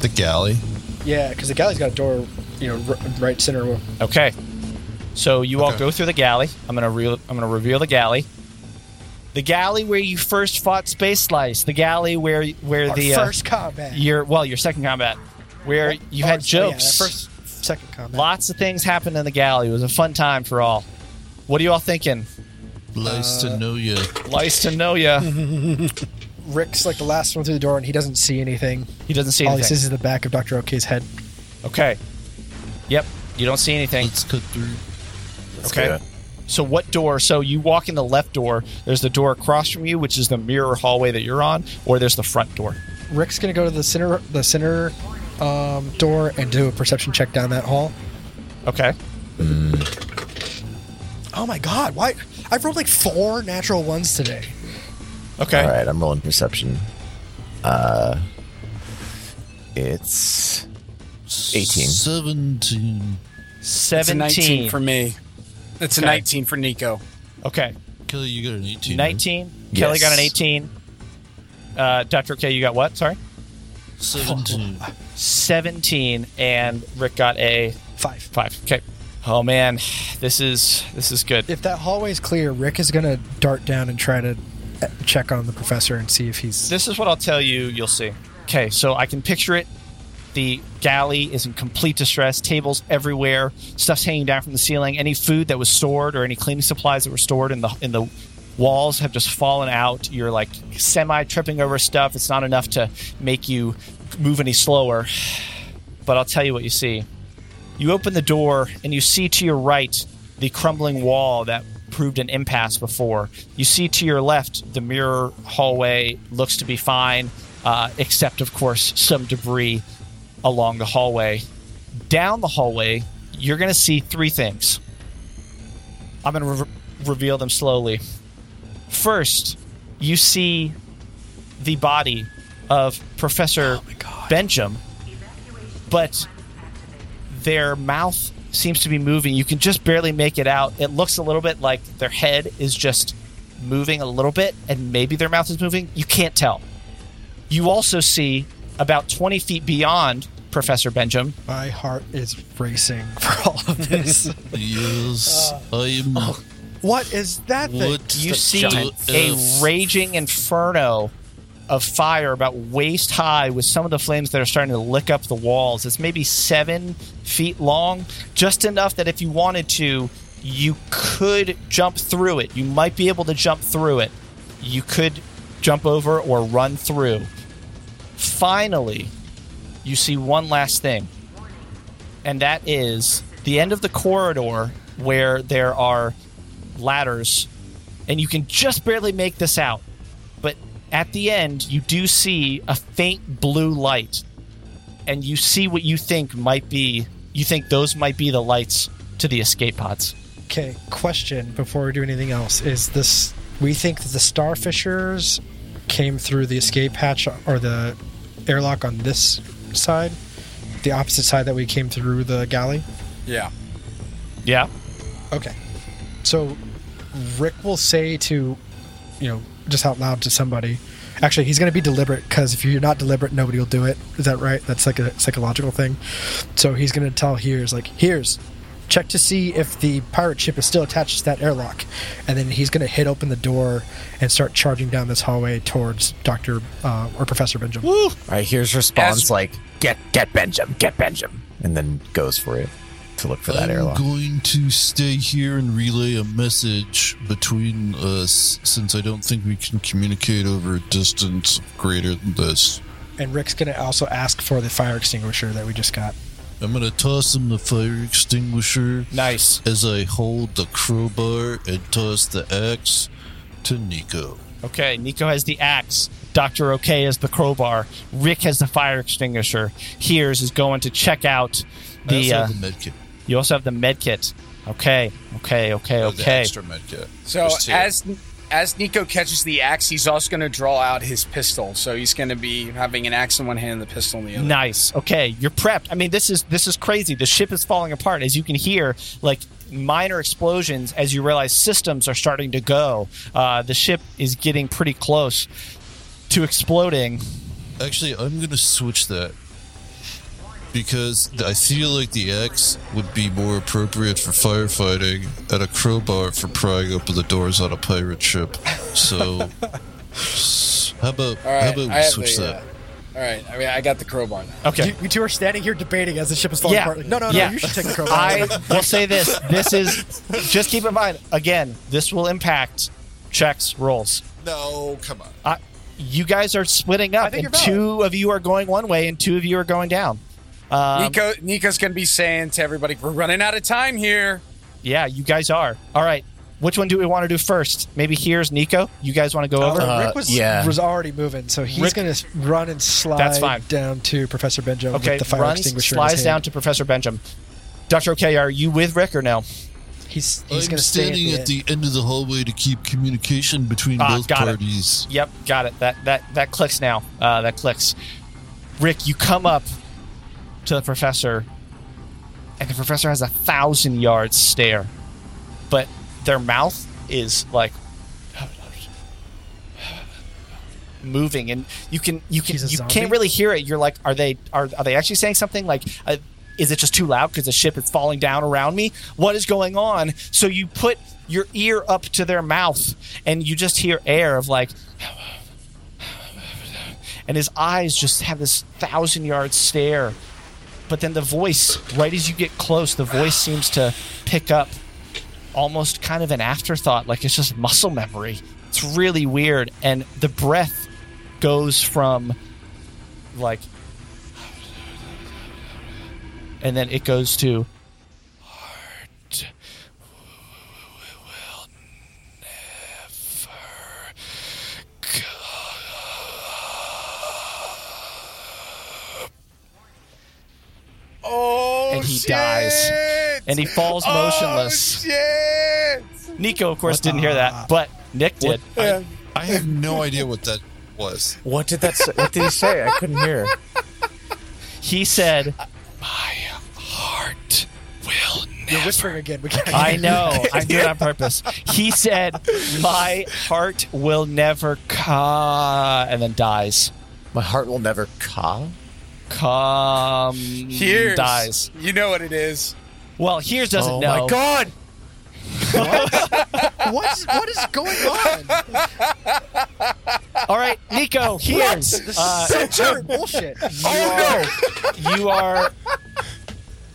[SPEAKER 6] The galley.
[SPEAKER 3] Yeah, because the galley's got a door, you know, r- right center.
[SPEAKER 2] Okay. So you all
[SPEAKER 6] Okay.
[SPEAKER 2] go through the galley. I'm gonna re- I'm gonna reveal the galley. The galley where you first fought Space Slice. The galley where where
[SPEAKER 3] Our
[SPEAKER 2] the uh,
[SPEAKER 3] first combat.
[SPEAKER 2] your well your second combat, where you
[SPEAKER 3] Or-
[SPEAKER 2] had
[SPEAKER 3] yeah, that
[SPEAKER 2] jokes.
[SPEAKER 3] first, second combat.
[SPEAKER 2] Lots of things happened in the galley. It was a fun time for all. What are you all thinking?
[SPEAKER 6] Nice
[SPEAKER 3] Uh,
[SPEAKER 6] to know you.
[SPEAKER 2] Lice to know ya.
[SPEAKER 3] Mm-hmm. Rick's like the last one through the door, and he doesn't see anything.
[SPEAKER 2] He doesn't see
[SPEAKER 3] All he
[SPEAKER 2] anything.
[SPEAKER 3] sees is the back of Doctor Ok's head.
[SPEAKER 2] Okay. Yep. You don't see anything.
[SPEAKER 6] Let's cut through.
[SPEAKER 4] Let's
[SPEAKER 2] okay.
[SPEAKER 4] get it.
[SPEAKER 2] So what door? So you walk in the left door. There's the door across from you, which is the mirror hallway that you're on, or there's the front door.
[SPEAKER 3] Rick's gonna go to the center, the center um, door, and do a perception check down that hall.
[SPEAKER 2] Okay.
[SPEAKER 3] Oh my god! Why? I've rolled like four natural ones today.
[SPEAKER 2] Okay.
[SPEAKER 4] All right, I'm rolling perception. Uh, it's 18.
[SPEAKER 6] 17.
[SPEAKER 1] It's a
[SPEAKER 2] 17.
[SPEAKER 1] 19 for me. It's
[SPEAKER 2] Okay.
[SPEAKER 1] a 19 for Nico.
[SPEAKER 2] okay.
[SPEAKER 6] Kelly, you got an 18. right?
[SPEAKER 2] 19. Kelly got an
[SPEAKER 4] Yes.
[SPEAKER 2] 18. Uh, Dr. K, you got what? Sorry?
[SPEAKER 6] 17.
[SPEAKER 2] 17, and Rick got a
[SPEAKER 3] Five.
[SPEAKER 2] 5. Okay. Oh, man. This is this is good.
[SPEAKER 3] If that hallway's clear, Rick is gonna dart down and try to uh, check on the professor and see if he's.
[SPEAKER 2] This is what I'll tell you. You'll see. Okay, so I can picture it. The galley is in complete distress. Tables everywhere. Stuff's hanging down from the ceiling. Any food that was stored or any cleaning supplies that were stored in the in the walls have just fallen out. You're like semi tripping over stuff. It's not enough to make you move any slower. But I'll tell you what you see. You open the door and you see to your right the crumbling wall that proved an impasse before. You see to your left the mirror hallway looks to be fine, uh, except, of course, some debris along the hallway. Down the hallway, you're going to see three things. I'm going to re- reveal them slowly. First, you see the body of Professor Benjamin, but their mouth seems to be moving. You can just barely make it out. It looks a little bit like their head is just moving a little bit, and maybe their mouth is moving. You can't tell. You also see about 20 feet beyond Professor Benjamin.
[SPEAKER 3] My heart is racing for all of this.
[SPEAKER 6] Yes,
[SPEAKER 3] Uh,
[SPEAKER 6] I'm.
[SPEAKER 3] oh, what is that thing?
[SPEAKER 6] What
[SPEAKER 2] You
[SPEAKER 6] the
[SPEAKER 2] see
[SPEAKER 6] giant
[SPEAKER 2] a
[SPEAKER 6] f-
[SPEAKER 2] raging inferno of fire about waist high with some of the flames that are starting to lick up the walls. It's maybe seven feet long, just enough that if you wanted to, you could jump through it. You might be able to jump through it. You could jump over or run through. Finally, you see one last thing, and that is the end of the corridor where there are ladders and you can just barely make this out. But at the end, you do see a faint blue light, and you see what you think might be. You think those might be the lights to the escape pods.
[SPEAKER 3] Okay, question before we do anything else is this we think that the starfishers came through the escape hatch or the airlock on this side, the opposite side that we came through the galley.
[SPEAKER 1] Yeah.
[SPEAKER 2] Yeah.
[SPEAKER 3] Okay. So Rick will say to you know, just out loud to somebody. Actually, he's going to be deliberate because if you're not deliberate, nobody will do it. Is that right? That's like a psychological thing. So he's going to tell Here's, like, Here's, check to see if the pirate ship is still attached to that airlock. And then he's going to hit open the door and start charging down this hallway towards Dr. Uh, or Professor Benjamin.
[SPEAKER 4] All right, here's response
[SPEAKER 1] As-
[SPEAKER 4] like get get Benjamin, get Benjamin, and then goes for it to look for that
[SPEAKER 6] I'm
[SPEAKER 4] airlock.
[SPEAKER 6] going to stay here and relay a message between us since I don't think we can communicate over a distance greater than this.
[SPEAKER 3] And Rick's going to also ask for the fire extinguisher that we just got.
[SPEAKER 6] I'm going to toss him the fire extinguisher
[SPEAKER 2] Nice.
[SPEAKER 6] as I hold the crowbar and toss the axe to Nico.
[SPEAKER 2] Okay. Nico has the axe. Doctor OK has the crowbar. Rick has the fire extinguisher. Here's is going to check out
[SPEAKER 6] I
[SPEAKER 2] the.
[SPEAKER 6] also
[SPEAKER 2] Uh,
[SPEAKER 6] have the med kit.
[SPEAKER 2] you also have the med kit. Okay. Okay. Okay.
[SPEAKER 6] Uh, The
[SPEAKER 2] Okay.
[SPEAKER 6] extra med kit.
[SPEAKER 1] So
[SPEAKER 6] There's two.
[SPEAKER 1] as as Nico catches the axe, he's also going to draw out his pistol. So he's going to be having an axe in one hand and the pistol in the other.
[SPEAKER 2] Nice. Okay, you're prepped. I mean, this is this is crazy. The ship is falling apart, as you can hear, like minor explosions as you realize systems are starting to go. Uh, the ship is getting pretty close to exploding.
[SPEAKER 6] Actually, I'm going to switch that because th- I feel like the axe would be more appropriate for firefighting and a crowbar for prying open the doors on a pirate ship. So, how about
[SPEAKER 1] All right,
[SPEAKER 6] how
[SPEAKER 1] I
[SPEAKER 6] about we
[SPEAKER 1] have
[SPEAKER 6] switch
[SPEAKER 1] the,
[SPEAKER 6] that?
[SPEAKER 1] uh, all right, I mean, I got the crowbar now.
[SPEAKER 2] Okay.
[SPEAKER 3] You, you two are standing here debating as the ship is falling
[SPEAKER 2] Yeah.
[SPEAKER 3] apart. Like, no, no, no,
[SPEAKER 2] Yeah.
[SPEAKER 3] you should take the crowbar.
[SPEAKER 2] I will say this. This is just keep in mind. Again, this will impact checks rolls.
[SPEAKER 6] No, come on.
[SPEAKER 2] I, you guys are splitting up,
[SPEAKER 3] think
[SPEAKER 2] and
[SPEAKER 3] you're valid.
[SPEAKER 2] two of you are going one way, and two of you are going down. Um,
[SPEAKER 1] Nico, Nico's going to be saying to everybody, "We're running out of time here."
[SPEAKER 2] Yeah, you guys are. All right. Which one do we want to do first? Maybe here's Nico. You guys want to go over?
[SPEAKER 4] Uh,
[SPEAKER 3] Rick was,
[SPEAKER 4] yeah.
[SPEAKER 3] was already moving, so he's
[SPEAKER 2] Rick-
[SPEAKER 3] going to run and slide
[SPEAKER 2] That's fine.
[SPEAKER 3] down to Professor Benjamin
[SPEAKER 2] okay,
[SPEAKER 3] with the fire
[SPEAKER 2] runs,
[SPEAKER 3] extinguisher. in his
[SPEAKER 2] slides down
[SPEAKER 3] hand.
[SPEAKER 2] to Professor Benjamin. Dr. OK, are you with Rick or no?
[SPEAKER 3] He's he's
[SPEAKER 6] I'm
[SPEAKER 3] going to stay
[SPEAKER 6] standing at the end of the hallway to keep communication between
[SPEAKER 2] Ah,
[SPEAKER 6] both
[SPEAKER 2] got it.
[SPEAKER 6] parties.
[SPEAKER 2] Yep, got it. That that that clicks now. Uh, that clicks. Rick, you come up to the professor, and the professor has a thousand yard stare, but their mouth is like moving, and you can you can
[SPEAKER 3] She's a
[SPEAKER 2] you
[SPEAKER 3] zombie?
[SPEAKER 2] can't really hear it. You're like, are they are are they actually saying something? Like, uh, is it just too loud because the ship is falling down around me? What is going on? So you put your ear up to their mouth, and you just hear air of like. And his eyes just have this thousand yard stare but then the voice right as you get close the voice seems to pick up almost kind of an afterthought like it's just muscle memory it's really weird and the breath goes from like and then it goes to heart will never go
[SPEAKER 1] Oh,
[SPEAKER 2] and he dies and he falls motionless nico of course didn't hear that but nick did
[SPEAKER 6] I have no idea what that was.
[SPEAKER 4] What did that? Say? What did he say? I couldn't hear.
[SPEAKER 2] he said
[SPEAKER 3] You're whispering again. We can't
[SPEAKER 2] I know. I do it on purpose. He said, "My heart will never ca," and then dies.
[SPEAKER 4] My heart will never caw.
[SPEAKER 2] Come
[SPEAKER 1] Here's,
[SPEAKER 2] dies.
[SPEAKER 1] You know what it is.
[SPEAKER 2] Well, here's doesn't
[SPEAKER 4] oh
[SPEAKER 2] know.
[SPEAKER 4] my god!
[SPEAKER 3] What is, what is going on?
[SPEAKER 2] All right, Nico. Here's uh,
[SPEAKER 3] Such bullshit.
[SPEAKER 2] you are.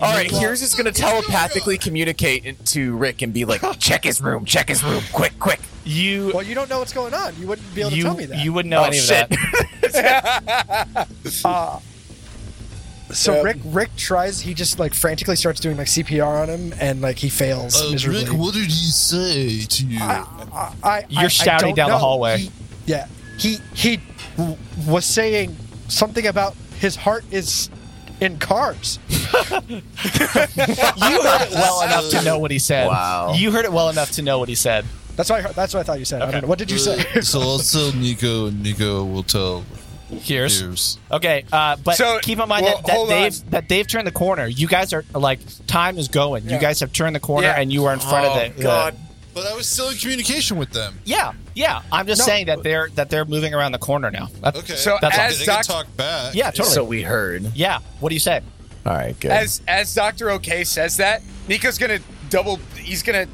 [SPEAKER 4] All right, here's is gonna telepathically communicate in- to Rick and be like, "Check his room. Check his room. Quick, quick."
[SPEAKER 2] You
[SPEAKER 3] Well, you don't know what's going on. You wouldn't be able to
[SPEAKER 2] you
[SPEAKER 3] tell me that.
[SPEAKER 2] you wouldn't know
[SPEAKER 4] Oh,
[SPEAKER 2] any
[SPEAKER 4] shit.
[SPEAKER 2] of that.
[SPEAKER 3] so Rick Rick tries. He just like frantically starts doing like CPR on him, and like he fails
[SPEAKER 6] Uh,
[SPEAKER 3] miserably.
[SPEAKER 6] Rick, what did he say to you?
[SPEAKER 3] I- I-
[SPEAKER 2] You're
[SPEAKER 3] I- I
[SPEAKER 2] shouting
[SPEAKER 3] don't
[SPEAKER 2] down the
[SPEAKER 3] know.
[SPEAKER 2] hallway.
[SPEAKER 3] He- yeah, he he w- was saying something about his heart is in carbs.
[SPEAKER 2] You heard it well enough to know what he said.
[SPEAKER 4] Wow.
[SPEAKER 2] You heard it well enough to know what he said.
[SPEAKER 3] That's what I heard, that's what I thought you said. I don't know. What did you say?
[SPEAKER 6] so I'll tell Nico, and Nico will tell
[SPEAKER 2] Here's.
[SPEAKER 6] Pierce.
[SPEAKER 2] Okay, uh, but
[SPEAKER 1] So-
[SPEAKER 2] keep in mind
[SPEAKER 1] well,
[SPEAKER 2] that, that
[SPEAKER 1] hold on.
[SPEAKER 2] they've that they've turned the corner. You guys are like time is going. You guys have turned the corner
[SPEAKER 1] Yeah.
[SPEAKER 2] and you are in front
[SPEAKER 1] Oh,
[SPEAKER 2] of the, the
[SPEAKER 6] But I was still in communication with them.
[SPEAKER 2] yeah yeah. I'm just saying that they're that they're moving around the corner now. That-
[SPEAKER 6] Okay.
[SPEAKER 1] So
[SPEAKER 2] That's all.
[SPEAKER 6] I
[SPEAKER 1] as
[SPEAKER 6] can
[SPEAKER 1] Doc-
[SPEAKER 6] talk back.
[SPEAKER 2] yeah, totally.
[SPEAKER 4] So we heard.
[SPEAKER 2] yeah, what do you say?
[SPEAKER 4] All right, good.
[SPEAKER 1] As as Doctor OK says that, Nico's gonna double. He's gonna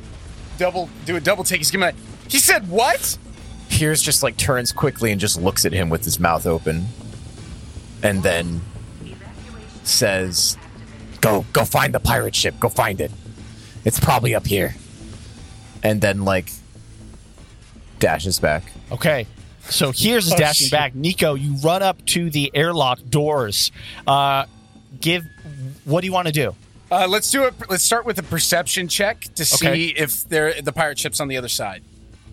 [SPEAKER 1] double do a double take. He's gonna. He said what?
[SPEAKER 4] Pierce just like turns quickly and just looks at him with his mouth open, and then says, "Go, go find the pirate ship. Go find it. It's probably up here." And then like dashes back.
[SPEAKER 2] Okay. So here's is dashing back. Nico, you run up to the airlock doors. Uh, give what do you want to do?
[SPEAKER 1] Uh, let's do it. Let's start with a perception check to see
[SPEAKER 2] Okay.
[SPEAKER 1] if there the pirate ship's on the other side.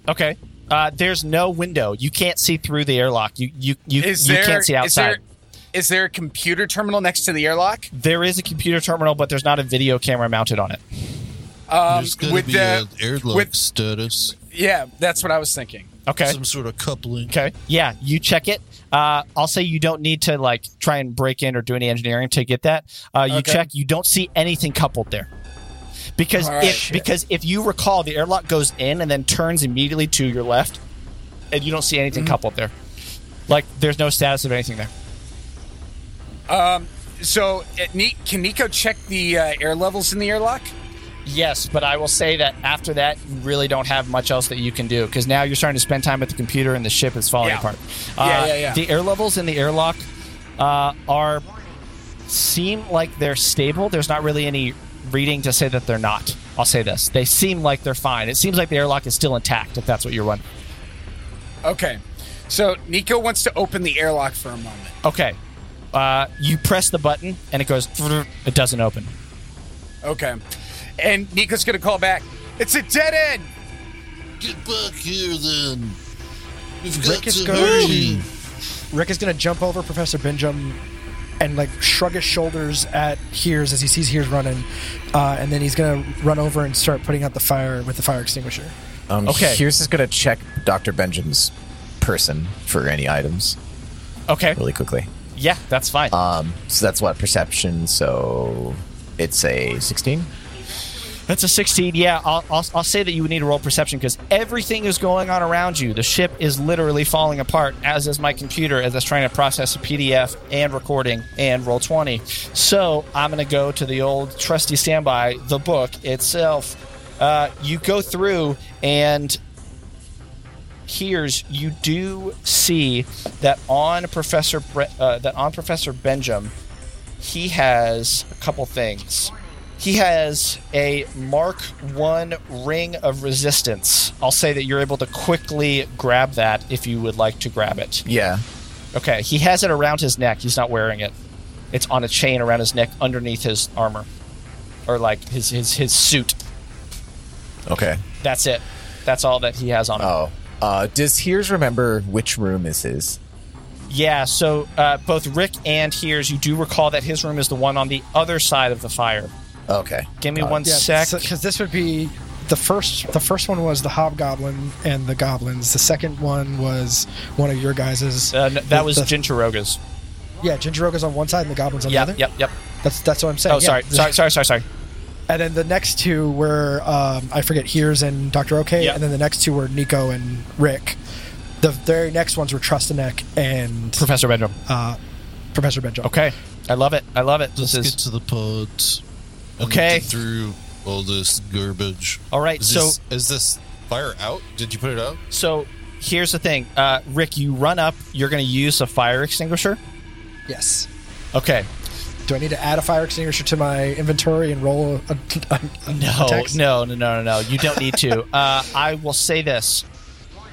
[SPEAKER 2] Okay. Uh, there's no window. You can't see through the airlock. You you you,
[SPEAKER 1] Is
[SPEAKER 2] you
[SPEAKER 1] there?
[SPEAKER 2] can't see
[SPEAKER 1] Is
[SPEAKER 2] outside.
[SPEAKER 1] there, is there a computer terminal next to the airlock?
[SPEAKER 2] there is a computer terminal, but there's not a video camera mounted on it.
[SPEAKER 1] Um,
[SPEAKER 6] There's gonna
[SPEAKER 1] with
[SPEAKER 6] be
[SPEAKER 1] the
[SPEAKER 6] an airlock
[SPEAKER 1] with-
[SPEAKER 6] status,
[SPEAKER 1] yeah, that's what I was thinking.
[SPEAKER 2] Okay.
[SPEAKER 6] some sort of coupling.
[SPEAKER 2] Okay. Yeah, you check it. Uh, I'll say you don't need to like try and break in or do any engineering to get that. Uh, you
[SPEAKER 1] Okay.
[SPEAKER 2] check. You don't see anything coupled there. Because
[SPEAKER 1] All right.
[SPEAKER 2] if because if you recall, the airlock goes in and then turns immediately to your left, and you don't see anything
[SPEAKER 1] Mm-hmm.
[SPEAKER 2] coupled there. Like there's no status of anything there.
[SPEAKER 1] So, uh, Ni- can Nico check the uh, air levels in the airlock?
[SPEAKER 2] Yes, but I will say that after that, you really don't have much else that you can do because now you're starting to spend time at the computer and the ship is falling
[SPEAKER 1] Yeah.
[SPEAKER 2] apart. Uh,
[SPEAKER 1] Yeah, yeah, yeah.
[SPEAKER 2] The air levels in the airlock uh, are seem like they're stable. There's not really any reading to say that they're not. I'll say this: they seem like they're fine. It seems like the airlock is still intact. If that's what you're wondering.
[SPEAKER 1] Okay. So, Nico wants to open the airlock for a moment.
[SPEAKER 2] Okay, uh, you press the button and it goes. It doesn't open.
[SPEAKER 1] Okay. And Nico's going to call back. It's a dead end.
[SPEAKER 6] Get back here, then. We've got
[SPEAKER 3] Rick is
[SPEAKER 6] to
[SPEAKER 3] going
[SPEAKER 6] hurry.
[SPEAKER 3] Rick is gonna jump over Professor Benjum and like shrug his shoulders at Hears as he sees Hears running, uh, and then he's gonna run over and start putting out the fire with the fire extinguisher.
[SPEAKER 4] Um,
[SPEAKER 2] Okay.
[SPEAKER 4] Pierce is gonna check Doctor Benjamin's person for any items
[SPEAKER 2] Okay,
[SPEAKER 4] really quickly.
[SPEAKER 2] yeah, that's fine.
[SPEAKER 4] Um, so that's what perception. So it's a sixteen.
[SPEAKER 2] That's a 16. Yeah, I'll, I'll, I'll say that you would need to roll perception because everything is going on around you. The ship is literally falling apart, as is my computer as it's trying to process a PDF and recording and roll 20. So I'm going to go to the old trusty standby, the book itself. Uh, you go through and hears you do see that on Professor Bre- uh, that on Professor Benjamin, he has a couple things. He has a Mark One ring of resistance. I'll say that you're able to quickly grab that if you would like to grab it.
[SPEAKER 4] Yeah.
[SPEAKER 2] Okay, he has it around his neck. He's not wearing it. It's on a chain around his neck underneath his armor, or like his his his suit.
[SPEAKER 4] Okay.
[SPEAKER 2] That's it. That's all that he has on him.
[SPEAKER 4] Oh. Uh, does Hears remember which room is his? Oh.
[SPEAKER 2] Yeah, so uh, both Rick and Hears, you do recall that his room is the one on the other side of the fire.
[SPEAKER 4] Okay.
[SPEAKER 2] Give me
[SPEAKER 4] Got it.
[SPEAKER 2] one sec.
[SPEAKER 3] because this would be the first. The first one was the hobgoblin and the goblins. The second one was one of your guys's.
[SPEAKER 2] Uh, no, that was
[SPEAKER 3] the-
[SPEAKER 2] Jinchiroga's.
[SPEAKER 3] yeah, Jinjiroga's on one side and the goblins on the
[SPEAKER 2] Yep,
[SPEAKER 3] other.
[SPEAKER 2] yep, yep.
[SPEAKER 3] That's that's what I'm saying.
[SPEAKER 2] Oh,
[SPEAKER 3] Uh, yeah.
[SPEAKER 2] sorry, sorry, sorry, sorry, sorry.
[SPEAKER 3] And then the next two were um, I forget Hears and Doctor OK,
[SPEAKER 2] Yeah.
[SPEAKER 3] and then the next two were Nico and Rick. The very next ones were Trustanek and
[SPEAKER 2] Professor Bedroom.
[SPEAKER 3] uh, Professor Benjamin.
[SPEAKER 2] Okay, I love it. I love it.
[SPEAKER 6] Let's
[SPEAKER 2] This
[SPEAKER 6] get
[SPEAKER 2] is
[SPEAKER 6] to the pods. I'm
[SPEAKER 2] Okay.
[SPEAKER 6] looking Through all this garbage.
[SPEAKER 2] all right.
[SPEAKER 6] Is
[SPEAKER 2] So,
[SPEAKER 6] this, is this fire out? Did you put it out?
[SPEAKER 2] so here's the thing, uh, Rick. You run up. You're going to use a fire extinguisher.
[SPEAKER 3] Yes.
[SPEAKER 2] Okay.
[SPEAKER 3] Do I need to add a fire extinguisher to my inventory and roll a, a, a
[SPEAKER 2] No,
[SPEAKER 3] a text?
[SPEAKER 2] no, no, no, no, no. You don't need to. uh, I will say this.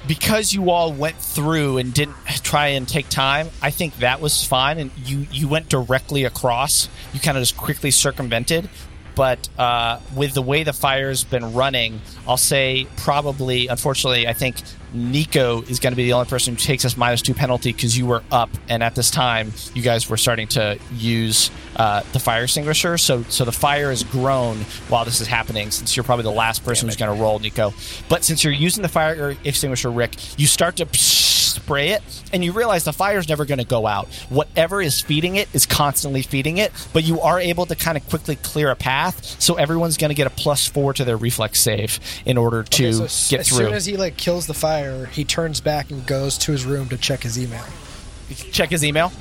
[SPEAKER 2] Because you all went through and didn't try and take time, I think that was fine. And you, you went directly across. You kind of just quickly circumvented. But uh, with the way the fire's been running, I'll say probably, unfortunately, I think Nico is going to be the only person who takes this minus two penalty because you were up. And at this time, you guys were starting to use uh, the fire extinguisher. So, so the fire has grown while this is happening since you're probably the last person who's going to roll, Nico. But since you're using the fire extinguisher, Rick, you start to spray it and you realize the fire's never going to go out. Whatever is feeding it is constantly feeding it, but you are able to kind of quickly clear a path. So everyone's going to get a plus four to their reflex save in order to
[SPEAKER 3] Okay, so as-
[SPEAKER 2] get
[SPEAKER 3] as
[SPEAKER 2] through.
[SPEAKER 3] soon as he like kills the fire, he turns back and goes to his room to check his email.
[SPEAKER 2] Check his email.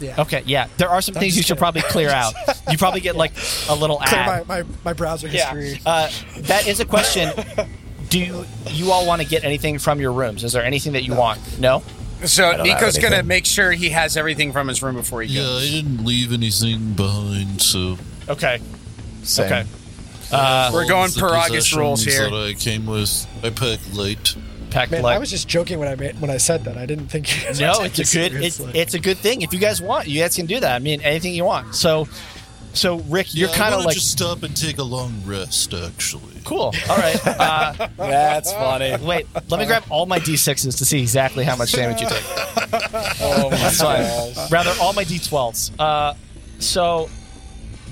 [SPEAKER 3] Yeah.
[SPEAKER 2] Okay, yeah. There are some things
[SPEAKER 3] just
[SPEAKER 2] you should
[SPEAKER 3] kidding.
[SPEAKER 2] probably clear out. You probably get like a little
[SPEAKER 3] Clear
[SPEAKER 2] ad.
[SPEAKER 3] my, my, my browser history.
[SPEAKER 2] Ah. Yeah. Uh, that is a question. Do you, you all want to get anything from your rooms? Is there anything that you want? No?
[SPEAKER 1] So
[SPEAKER 4] don't have
[SPEAKER 1] Nico's gonna
[SPEAKER 4] anything.
[SPEAKER 1] make sure he has everything from his room before he
[SPEAKER 6] Yeah,
[SPEAKER 1] goes.
[SPEAKER 6] I didn't leave anything behind, so
[SPEAKER 2] Okay.
[SPEAKER 4] Same.
[SPEAKER 2] Okay.
[SPEAKER 1] We're
[SPEAKER 6] All
[SPEAKER 1] going
[SPEAKER 6] of
[SPEAKER 1] per
[SPEAKER 6] the
[SPEAKER 1] August rules
[SPEAKER 6] possessions
[SPEAKER 1] here.
[SPEAKER 6] That I came with. I packed light.
[SPEAKER 2] Pack
[SPEAKER 3] Man,
[SPEAKER 2] light.
[SPEAKER 3] I was just joking when I made, when I said that. I didn't think. you guys
[SPEAKER 2] no,
[SPEAKER 3] would
[SPEAKER 2] it's
[SPEAKER 3] take
[SPEAKER 2] a
[SPEAKER 3] it
[SPEAKER 2] good it's,
[SPEAKER 3] seriously.
[SPEAKER 2] it's a good thing. If you guys want, you guys can do that. I mean, anything you want. So, so Rick, you're
[SPEAKER 6] Yeah, I
[SPEAKER 2] kind of
[SPEAKER 6] wanna
[SPEAKER 2] like
[SPEAKER 6] just stop and take a long rest. Actually,
[SPEAKER 2] cool. All right. Uh,
[SPEAKER 1] That's funny.
[SPEAKER 2] wait, let me grab all my d6s to see exactly how much damage you take.
[SPEAKER 1] Oh my
[SPEAKER 2] Sorry. Rather, all my d12s. Uh, so,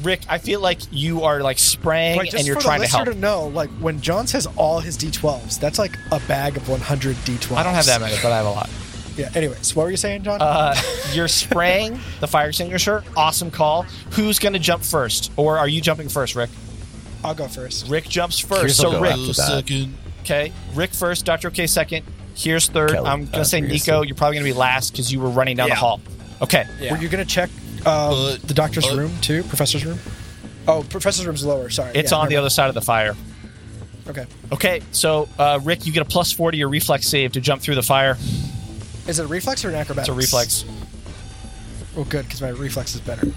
[SPEAKER 2] Rick, I feel like you are like spraying
[SPEAKER 3] Wait, just
[SPEAKER 2] and you're
[SPEAKER 3] for
[SPEAKER 2] trying
[SPEAKER 3] the
[SPEAKER 2] to
[SPEAKER 3] listener
[SPEAKER 2] help.
[SPEAKER 3] to know, like when John says all his d12s, that's like a bag of 100 d12s.
[SPEAKER 2] I don't have that many, but I have a lot.
[SPEAKER 3] Yeah. Anyways, what were you saying, John?
[SPEAKER 2] Uh, you're spraying the fire extinguisher. Awesome call. Who's going to jump first? Or are you jumping first, Rick?
[SPEAKER 3] I'll go first.
[SPEAKER 2] Rick jumps first.
[SPEAKER 4] Here's a
[SPEAKER 2] So,
[SPEAKER 4] go
[SPEAKER 2] Rick,
[SPEAKER 4] after
[SPEAKER 6] Go
[SPEAKER 4] that.
[SPEAKER 6] second.
[SPEAKER 2] Okay, Rick first, Doctor K second. Here's third.
[SPEAKER 4] Kelly,
[SPEAKER 2] I'm gonna
[SPEAKER 4] uh,
[SPEAKER 2] say
[SPEAKER 4] Reyes
[SPEAKER 2] Nico.
[SPEAKER 4] third.
[SPEAKER 2] You're probably gonna be last because you were running down
[SPEAKER 1] Yeah.
[SPEAKER 2] the hall. Okay.
[SPEAKER 1] Yeah.
[SPEAKER 3] Were you gonna check um,
[SPEAKER 6] Uh,
[SPEAKER 3] the doctor's
[SPEAKER 6] uh,
[SPEAKER 3] room too? Professor's room? Oh, professor's room's lower. Sorry.
[SPEAKER 2] It's
[SPEAKER 3] Yeah,
[SPEAKER 2] on the
[SPEAKER 3] never
[SPEAKER 2] other side of the fire.
[SPEAKER 3] mind. Okay.
[SPEAKER 2] Okay, so uh, Rick, you get a plus four to your reflex save to jump through the fire.
[SPEAKER 3] Is it a reflex or an acrobatics?
[SPEAKER 2] It's a reflex.
[SPEAKER 3] Oh, good, because my reflex is better.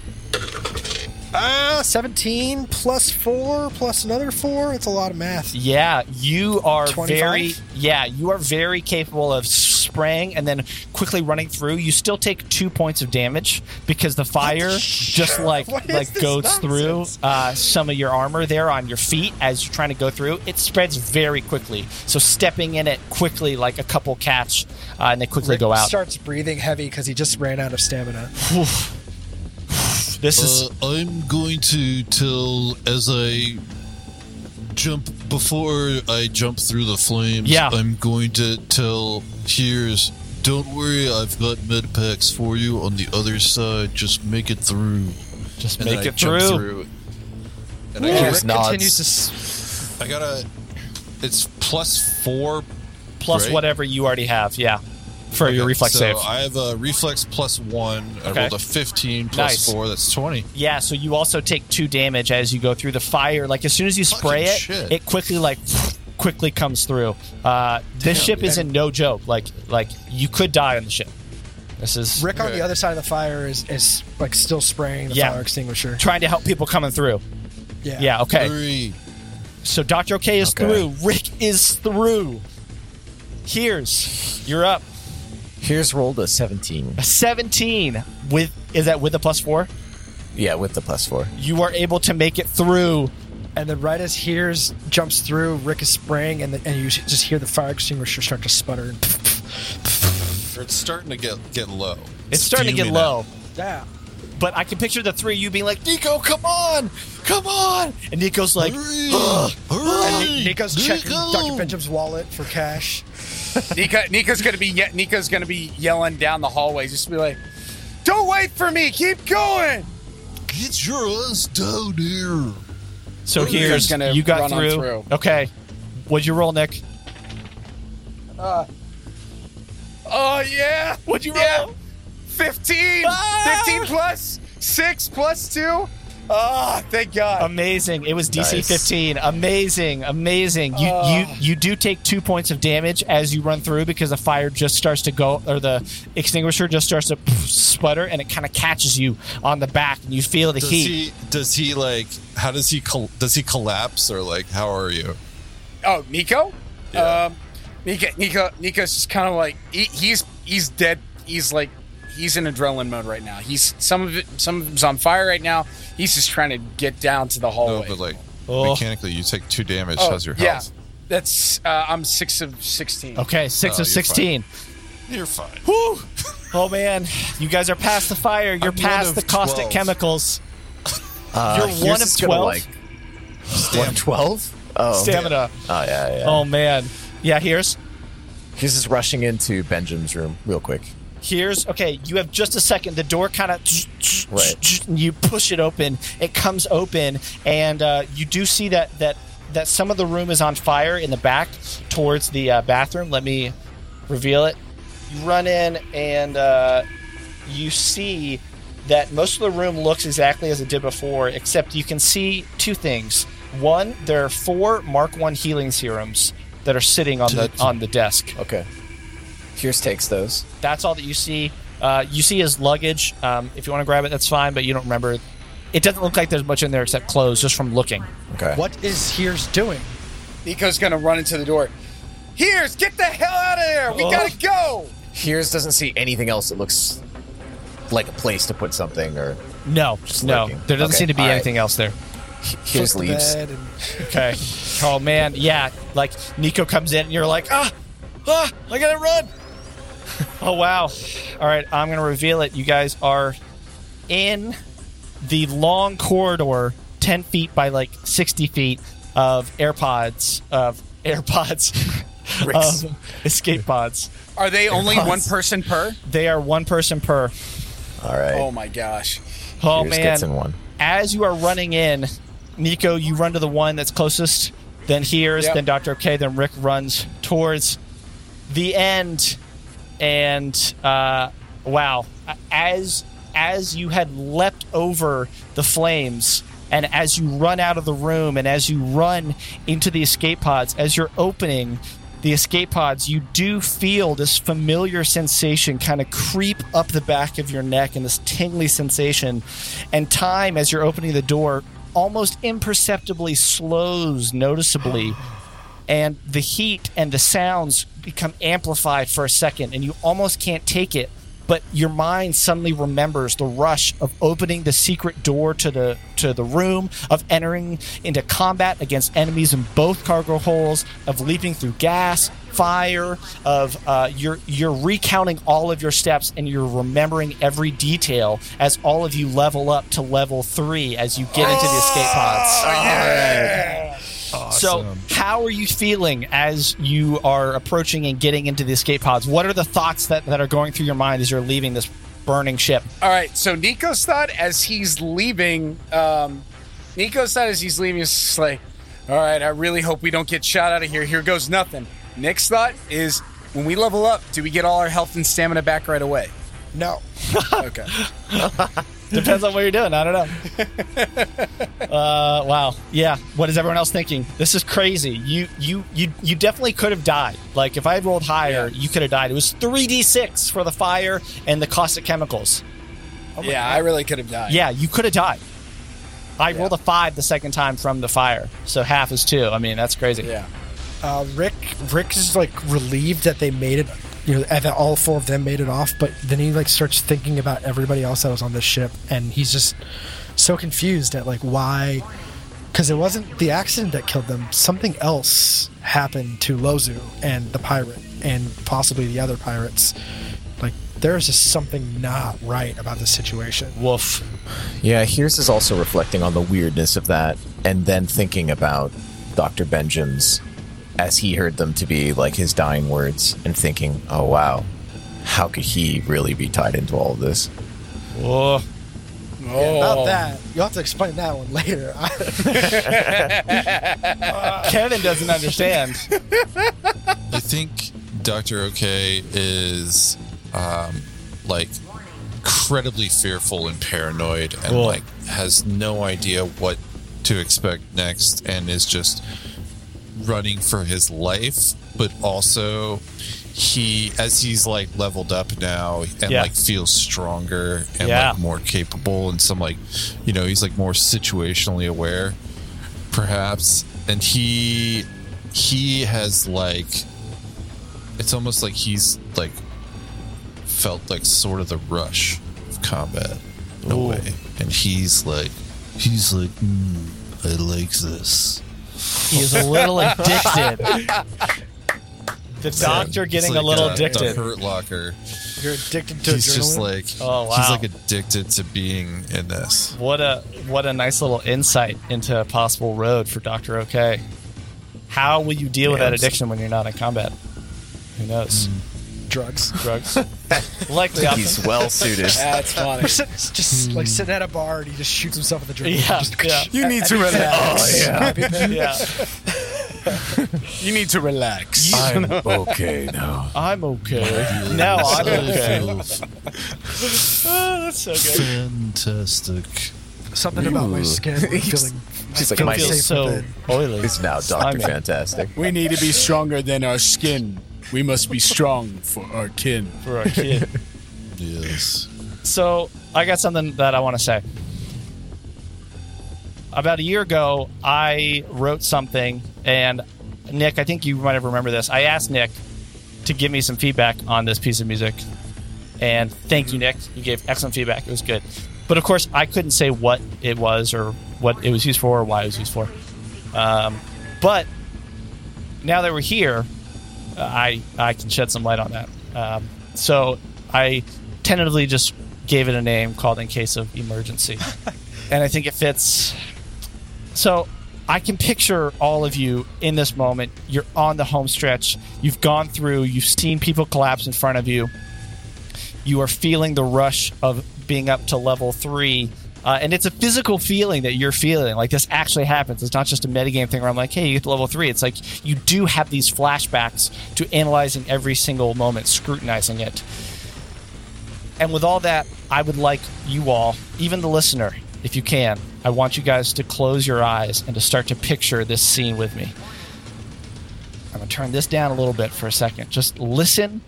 [SPEAKER 3] Ah, 17 plus 4 plus another 4. That's a lot of math.
[SPEAKER 2] Yeah, you are
[SPEAKER 3] 25?
[SPEAKER 2] very yeah, you are very capable of spraying and then quickly running through. You still take two points of damage because the fire just like
[SPEAKER 3] What is
[SPEAKER 2] like
[SPEAKER 3] this
[SPEAKER 2] goes
[SPEAKER 3] nonsense?
[SPEAKER 2] through uh, some of your armor there on your feet as you're trying to go through. It spreads very quickly, so stepping in it quickly like a couple catch uh, and they quickly
[SPEAKER 3] Rick
[SPEAKER 2] go out.
[SPEAKER 3] starts breathing heavy because he just ran out of stamina.
[SPEAKER 2] this is
[SPEAKER 6] Uh, I'm going to till as I jump before I jump through the flames.
[SPEAKER 2] Yeah.
[SPEAKER 6] I'm going to tell here's. Don't worry, I've got med packs for you on the other side. Just make it through.
[SPEAKER 2] just
[SPEAKER 6] And then
[SPEAKER 2] make
[SPEAKER 6] I
[SPEAKER 2] it
[SPEAKER 6] jump
[SPEAKER 2] through.
[SPEAKER 6] And I,
[SPEAKER 4] just nods.
[SPEAKER 3] continues to s-
[SPEAKER 6] I gotta. It's plus four
[SPEAKER 2] plus
[SPEAKER 6] Right.
[SPEAKER 2] whatever you already have. Yeah, for your
[SPEAKER 6] Okay,
[SPEAKER 2] reflex
[SPEAKER 6] so
[SPEAKER 2] save.
[SPEAKER 6] I have a reflex plus one. I
[SPEAKER 2] Okay.
[SPEAKER 6] rolled a 15 plus
[SPEAKER 2] Nice.
[SPEAKER 6] four. That's 20.
[SPEAKER 2] yeah, so you also take two damage as you go through the fire. Like as soon as you spray
[SPEAKER 6] Fucking
[SPEAKER 2] it,
[SPEAKER 6] shit.
[SPEAKER 2] it quickly like quickly comes through. Uh, this ship is in no joke. Like like you could die on the ship. This is
[SPEAKER 3] Rick on the other side of the fire is is like still spraying the
[SPEAKER 2] Yeah.
[SPEAKER 3] fire extinguisher.
[SPEAKER 2] trying to help people coming through. Yeah. Okay.
[SPEAKER 6] Three.
[SPEAKER 2] So Dr. OK is
[SPEAKER 4] Okay.
[SPEAKER 2] through. Rick is through. Here's you're up.
[SPEAKER 4] Here's rolled a 17.
[SPEAKER 2] A 17 with is that with a plus four?
[SPEAKER 4] Yeah, with the plus four.
[SPEAKER 2] You are able to make it through.
[SPEAKER 3] And then right as hears jumps through, Rick is spraying, and the, and you s- just hear the fire extinguisher start to sputter. And
[SPEAKER 6] It's starting to get, get low.
[SPEAKER 2] It's starting to get
[SPEAKER 6] fuming
[SPEAKER 2] low.
[SPEAKER 6] out.
[SPEAKER 3] yeah,
[SPEAKER 2] But I can picture the three of you being like,
[SPEAKER 6] Nico, come on! Come on!
[SPEAKER 2] and Nico's like,
[SPEAKER 6] Hurry!
[SPEAKER 3] and
[SPEAKER 6] Hurry!
[SPEAKER 3] Ni- Nico's checking
[SPEAKER 6] Nico!
[SPEAKER 3] Dr. Benjamin's wallet for cash.
[SPEAKER 1] Nika, Nika's gonna be ye- Nika's gonna be yelling down the hallway, just be like, "Don't wait for me! Keep going!"
[SPEAKER 6] Get your ass down here.
[SPEAKER 2] so
[SPEAKER 1] Nico's
[SPEAKER 2] here's
[SPEAKER 1] gonna
[SPEAKER 2] you got
[SPEAKER 1] run on
[SPEAKER 2] through.
[SPEAKER 1] through.
[SPEAKER 2] Okay, what'd you roll, Nick?
[SPEAKER 1] Oh yeah,
[SPEAKER 2] What'd you
[SPEAKER 1] yeah, fifteen,
[SPEAKER 2] Ah!
[SPEAKER 1] 15 plus six plus two. Ah, thank God.
[SPEAKER 2] Um, Amazing! It was DC
[SPEAKER 4] Nice.
[SPEAKER 2] 15. Amazing, amazing. You you you do take two points of damage as you run through because the fire just starts to go, or the extinguisher just starts to sputter, and it kind of catches you on the back, and you feel the
[SPEAKER 6] Does
[SPEAKER 2] heat.
[SPEAKER 6] he, does he like, how does he, col- does he collapse or like, how are you?
[SPEAKER 1] oh, Nico.
[SPEAKER 6] Yeah.
[SPEAKER 1] Um, Nika, Nika, Nika's just kind of like he, he's he's dead. He's like he's in adrenaline mode right now. He's some of it, some of him's on fire right now. He's just trying to get down to the
[SPEAKER 6] No,
[SPEAKER 1] hallway.
[SPEAKER 6] but like,
[SPEAKER 2] Oh.
[SPEAKER 6] mechanically, you take two damage.
[SPEAKER 1] Oh,
[SPEAKER 6] How's your
[SPEAKER 1] yeah.
[SPEAKER 6] health?
[SPEAKER 1] That's uh, I'm six of sixteen.
[SPEAKER 2] Okay, six
[SPEAKER 6] Oh,
[SPEAKER 2] of
[SPEAKER 6] you're
[SPEAKER 2] 16.
[SPEAKER 6] You're fine.
[SPEAKER 2] Whew. Oh man, you guys are past the fire. You're
[SPEAKER 6] I'm one
[SPEAKER 2] past
[SPEAKER 6] of
[SPEAKER 2] the caustic
[SPEAKER 6] 12.
[SPEAKER 2] chemicals.
[SPEAKER 4] Uh,
[SPEAKER 2] You're
[SPEAKER 4] yours
[SPEAKER 2] one of
[SPEAKER 4] is gonna,
[SPEAKER 2] 12?
[SPEAKER 4] Like, one 12? Oh,
[SPEAKER 2] Stamina.
[SPEAKER 4] oh yeah, yeah.
[SPEAKER 2] Oh man. Yeah, here's
[SPEAKER 4] He's just rushing into Benjamin's room real quick.
[SPEAKER 2] here's okay, you have just a second. The door kind of
[SPEAKER 4] Right.
[SPEAKER 2] you push it open. It comes open and uh, you do see that that that some of the room is on fire in the back towards the uh, bathroom. Let me reveal it. You run in and uh, you see that most of the room looks exactly as it did before, except you can see two things. One, there are four Mark One healing serums that are sitting on the on the desk.
[SPEAKER 4] Okay. Here's takes those.
[SPEAKER 2] That's all that you see. Uh, you see his luggage. Um, if you want to grab it, that's fine, but you don't remember. It doesn't look like there's much in there except clothes, just from looking.
[SPEAKER 4] Okay.
[SPEAKER 3] What is here's doing?
[SPEAKER 1] Nico's gonna run into the door. Here's get the hell out of there. We
[SPEAKER 2] Oh.
[SPEAKER 1] gotta go.
[SPEAKER 4] Here's doesn't see anything else that looks like a place to put something or
[SPEAKER 2] No, no,
[SPEAKER 4] looking.
[SPEAKER 2] there doesn't
[SPEAKER 4] Okay,
[SPEAKER 2] seem to be
[SPEAKER 4] all right.
[SPEAKER 2] anything else there.
[SPEAKER 4] here's
[SPEAKER 3] Flip the
[SPEAKER 4] leaves.
[SPEAKER 3] bed and-
[SPEAKER 2] Okay. oh man, yeah. Like Nico comes in, and you're like, ah, ah, I gotta run. oh wow. All right, I'm gonna reveal it. You guys are in the long corridor, ten feet by like sixty feet of AirPods of AirPods.
[SPEAKER 4] Rick's-
[SPEAKER 2] Of escape pods.
[SPEAKER 1] Are they only one person per?
[SPEAKER 2] They are one person per.
[SPEAKER 4] All right.
[SPEAKER 1] Oh my gosh.
[SPEAKER 2] Oh
[SPEAKER 4] Here's
[SPEAKER 2] man!
[SPEAKER 4] gets in one.
[SPEAKER 2] As you are running in, Nico, you run to the one that's closest. Then here's,
[SPEAKER 1] Yep.
[SPEAKER 2] then Doctor OK, then Rick runs towards the end, and uh, wow! As as you had leapt over the flames, and as you run out of the room, and as you run into the escape pods, as you're opening the escape pods, you do feel this familiar sensation kind of creep up the back of your neck and this tingly sensation. And time as you're opening the door almost imperceptibly slows noticeably. And the heat and the sounds become amplified for a second, and you almost can't take it. But your mind suddenly remembers the rush of opening the secret door to the to the room, of entering into combat against enemies in both cargo holes, of leaping through gas, fire, of uh, you're you're recounting all of your steps and you're remembering every detail as all of you level up to level three as you get into the escape pods. So, how are you feeling as you are approaching and getting into the escape pods? What are the thoughts that, that are going through your mind as you're leaving this burning ship?
[SPEAKER 1] All right. So Nico's thought as he's leaving, um, Nico said as he's leaving, he's just like, all right, I really hope we don't get shot out of here. Here goes nothing. Nick's thought is when we level up, do we get all our health and stamina back right away?
[SPEAKER 3] No.
[SPEAKER 1] Okay.
[SPEAKER 2] Depends on what you're doing. I don't know. uh, wow. Yeah. What is everyone else thinking? This is crazy. You you you you definitely could have died. Like if I had rolled higher, you could have died. It was three d six for the fire and the caustic chemicals.
[SPEAKER 1] yeah, I really could have died.
[SPEAKER 2] Yeah, you could have died. I rolled a five the second time from the fire, so half is two. I mean, that's crazy.
[SPEAKER 1] Yeah.
[SPEAKER 3] Uh, Rick Rick is like relieved that they made it. You know, that all four of them made it off, but then he like starts thinking about everybody else that was on this ship, and he's just so confused at like why, because it wasn't the accident that killed them. Something else happened to Lozu and the pirate, and possibly the other pirates. Like there's just something not right about this situation.
[SPEAKER 2] Woof.
[SPEAKER 4] Yeah, Here's is also reflecting on the weirdness of that and then thinking about Dr. Benjamin's as he heard them to be like his dying words and thinking, oh wow, how could he really be tied into all of this?
[SPEAKER 2] Woof.
[SPEAKER 1] Oh.
[SPEAKER 3] About that, you'll have to explain that one later.
[SPEAKER 2] Kevin doesn't understand.
[SPEAKER 6] I think Dr. OK is um, like incredibly fearful and paranoid and
[SPEAKER 2] Cool.
[SPEAKER 6] like has no idea what to expect next and is just running for his life but also he as he's like leveled up now and
[SPEAKER 2] Yeah.
[SPEAKER 6] like feels stronger and
[SPEAKER 2] Yeah.
[SPEAKER 6] like more capable and some like you know he's like more situationally aware perhaps and he he has like it's almost like he's like felt like sort of the rush of combat in a way and he's like he's like mm, i like this
[SPEAKER 2] He's a little addicted. The doctor
[SPEAKER 6] It's
[SPEAKER 2] getting a
[SPEAKER 6] like,
[SPEAKER 2] little
[SPEAKER 6] uh,
[SPEAKER 2] addicted.
[SPEAKER 6] the hurt locker
[SPEAKER 3] You're addicted to
[SPEAKER 6] he's just like
[SPEAKER 2] Oh, wow.
[SPEAKER 6] he's like addicted to being in this
[SPEAKER 2] What a what a nice little insight into a possible road for Doctor OK. How will you deal with that addiction when you're not in combat? Who knows?
[SPEAKER 3] drugs.
[SPEAKER 2] Drugs. like the
[SPEAKER 4] He's
[SPEAKER 2] opposite.
[SPEAKER 4] well suited.
[SPEAKER 1] That's funny.
[SPEAKER 3] Sit- just like sitting at a bar and he just shoots himself with a drink.
[SPEAKER 2] Yeah,
[SPEAKER 3] Just-
[SPEAKER 2] yeah,
[SPEAKER 1] You need to relax.
[SPEAKER 2] yeah.
[SPEAKER 1] You need to relax.
[SPEAKER 4] I'm okay now.
[SPEAKER 2] I'm okay. Now I'm okay. Oh, that's so good.
[SPEAKER 6] fantastic
[SPEAKER 1] Oh.
[SPEAKER 3] Something about my skin feeling.
[SPEAKER 4] She's like,
[SPEAKER 3] Don't
[SPEAKER 4] my
[SPEAKER 3] feel
[SPEAKER 2] Feels
[SPEAKER 4] is
[SPEAKER 3] safe.
[SPEAKER 2] so
[SPEAKER 3] with
[SPEAKER 2] oily.
[SPEAKER 4] now Dr.
[SPEAKER 2] Slimy.
[SPEAKER 4] Fantastic.
[SPEAKER 1] We need to be stronger than our skin. We must be strong for our kin.
[SPEAKER 2] for our kid.
[SPEAKER 6] yes
[SPEAKER 2] So I got something that I want to say. About a year ago, I wrote something, and Nick, I think you might have remembered this. I asked Nick to give me some feedback on this piece of music, and thank you, Nick. You gave excellent feedback. It was good, but of course, I couldn't say what it was or what it was used for or why it was used for. Um, but now that we're here, I I can shed some light on that. Um, so I tentatively just gave it a name called "In Case of Emergency," and I think it fits. So I can picture all of you in this moment. You're on the home stretch. You've gone through. You've seen people collapse in front of you. You are feeling the rush of being up to level three. Uh, and it's a physical feeling that you're feeling. Like this actually happens. It's not just a metagame thing where I'm like, hey, you get to level three. It's like you do have these flashbacks to analyzing every single moment, scrutinizing it. And with all that, I would like you all, even the listener, if you can, I want you guys to close your eyes and to start to picture this scene with me. I'm going to turn this down a little bit for a second. Just listen,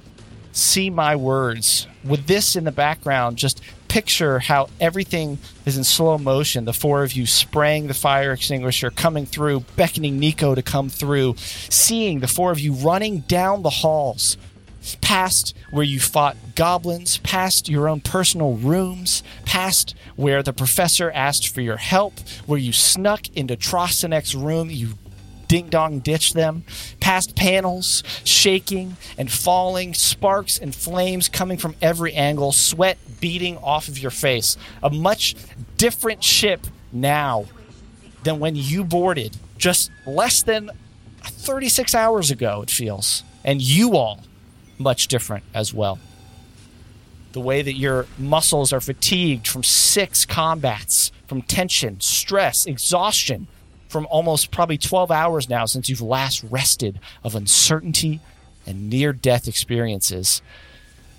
[SPEAKER 2] see my words. With this in the background, just picture how everything is in slow motion. The four of you spraying the fire extinguisher, coming through, beckoning Nico to come through, seeing the four of you running down the halls, past where you fought goblins, past your own personal rooms, past where the professor asked for your help, where you snuck into Trostenek's room, you ding dong ditched them, past panels, shaking and falling, sparks and flames coming from every angle, sweat beating off of your face. A much different ship now than when you boarded just less than 36 hours ago, it feels. And you all much different as well. The way that your muscles are fatigued from six combats, from tension, stress, exhaustion, from almost probably 12 hours now since you've last rested of uncertainty and near death experiences.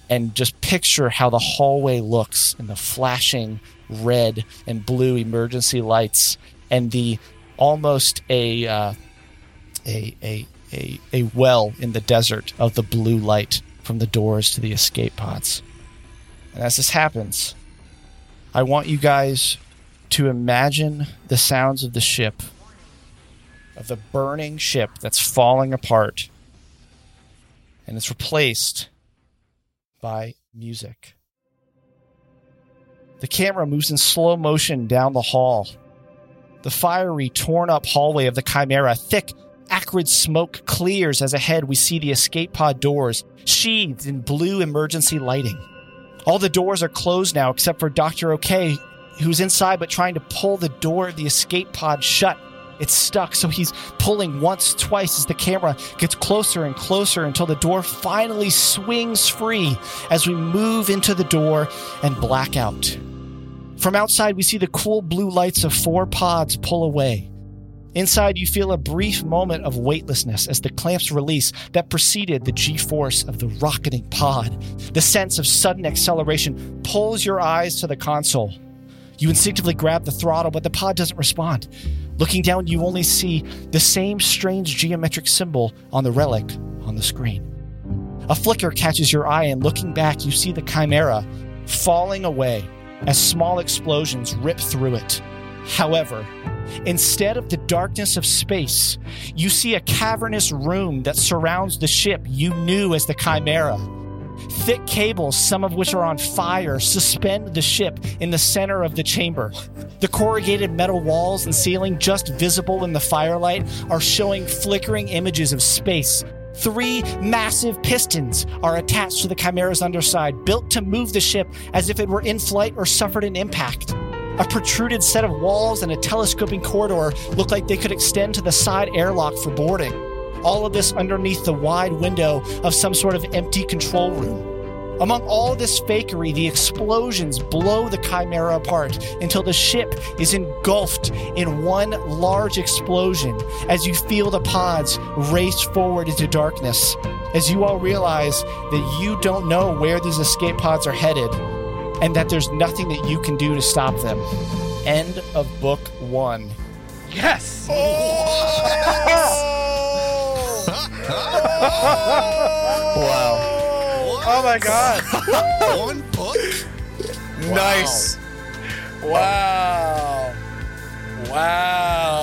[SPEAKER 2] And just picture how the hallway looks and the flashing red and blue emergency lights and the almost a. Uh, a, a, a, a well in the desert of the blue light from the doors to the escape pods. And as this happens, I want you guys to imagine the sounds of the ship, of the burning ship that's falling apart, and it's replaced by music. The camera moves in slow motion down the hall. The fiery, torn up hallway of the Chimera, thick, Acrid smoke clears as ahead we see the escape pod doors, sheathed in blue emergency lighting. All the doors are closed now except for Dr. OK, who's inside but trying to pull the door of the escape pod shut. It's stuck, so he's pulling once, twice as the camera gets closer and closer until the door finally swings free as we move into the door and black out. From outside, we see the cool blue lights of four pods pull away. Inside, you feel a brief moment of weightlessness as the clamps release that preceded the g force of the rocketing pod. The sense of sudden acceleration pulls your eyes to the console. You instinctively grab the throttle, but the pod doesn't respond. Looking down, you only see the same strange geometric symbol on the relic on the screen. A flicker catches your eye, and looking back, you see the Chimera falling away as small explosions rip through it. However, Instead of the darkness of space, you see a cavernous room that surrounds the ship you knew as the Chimera. Thick cables, some of which are on fire, suspend the ship in the center of the chamber. The corrugated metal walls and ceiling, just visible in the firelight, are showing flickering images of space. Three massive pistons are attached to the Chimera's underside, built to move the ship as if it were in flight or suffered an impact. A protruded set of walls and a telescoping corridor look like they could extend to the side airlock for boarding. All of this underneath the wide window of some sort of empty control room. Among all this fakery, the explosions blow the Chimera apart until the ship is engulfed in one large explosion as you feel the pods race forward into darkness. As you all realize that you don't know where these escape pods are headed, and that there's nothing that you can do to stop them. End of book one.
[SPEAKER 3] Yes.
[SPEAKER 1] Oh.
[SPEAKER 12] Wow.
[SPEAKER 3] Oh my god.
[SPEAKER 9] One book?
[SPEAKER 12] Nice.
[SPEAKER 3] Wow. Wow.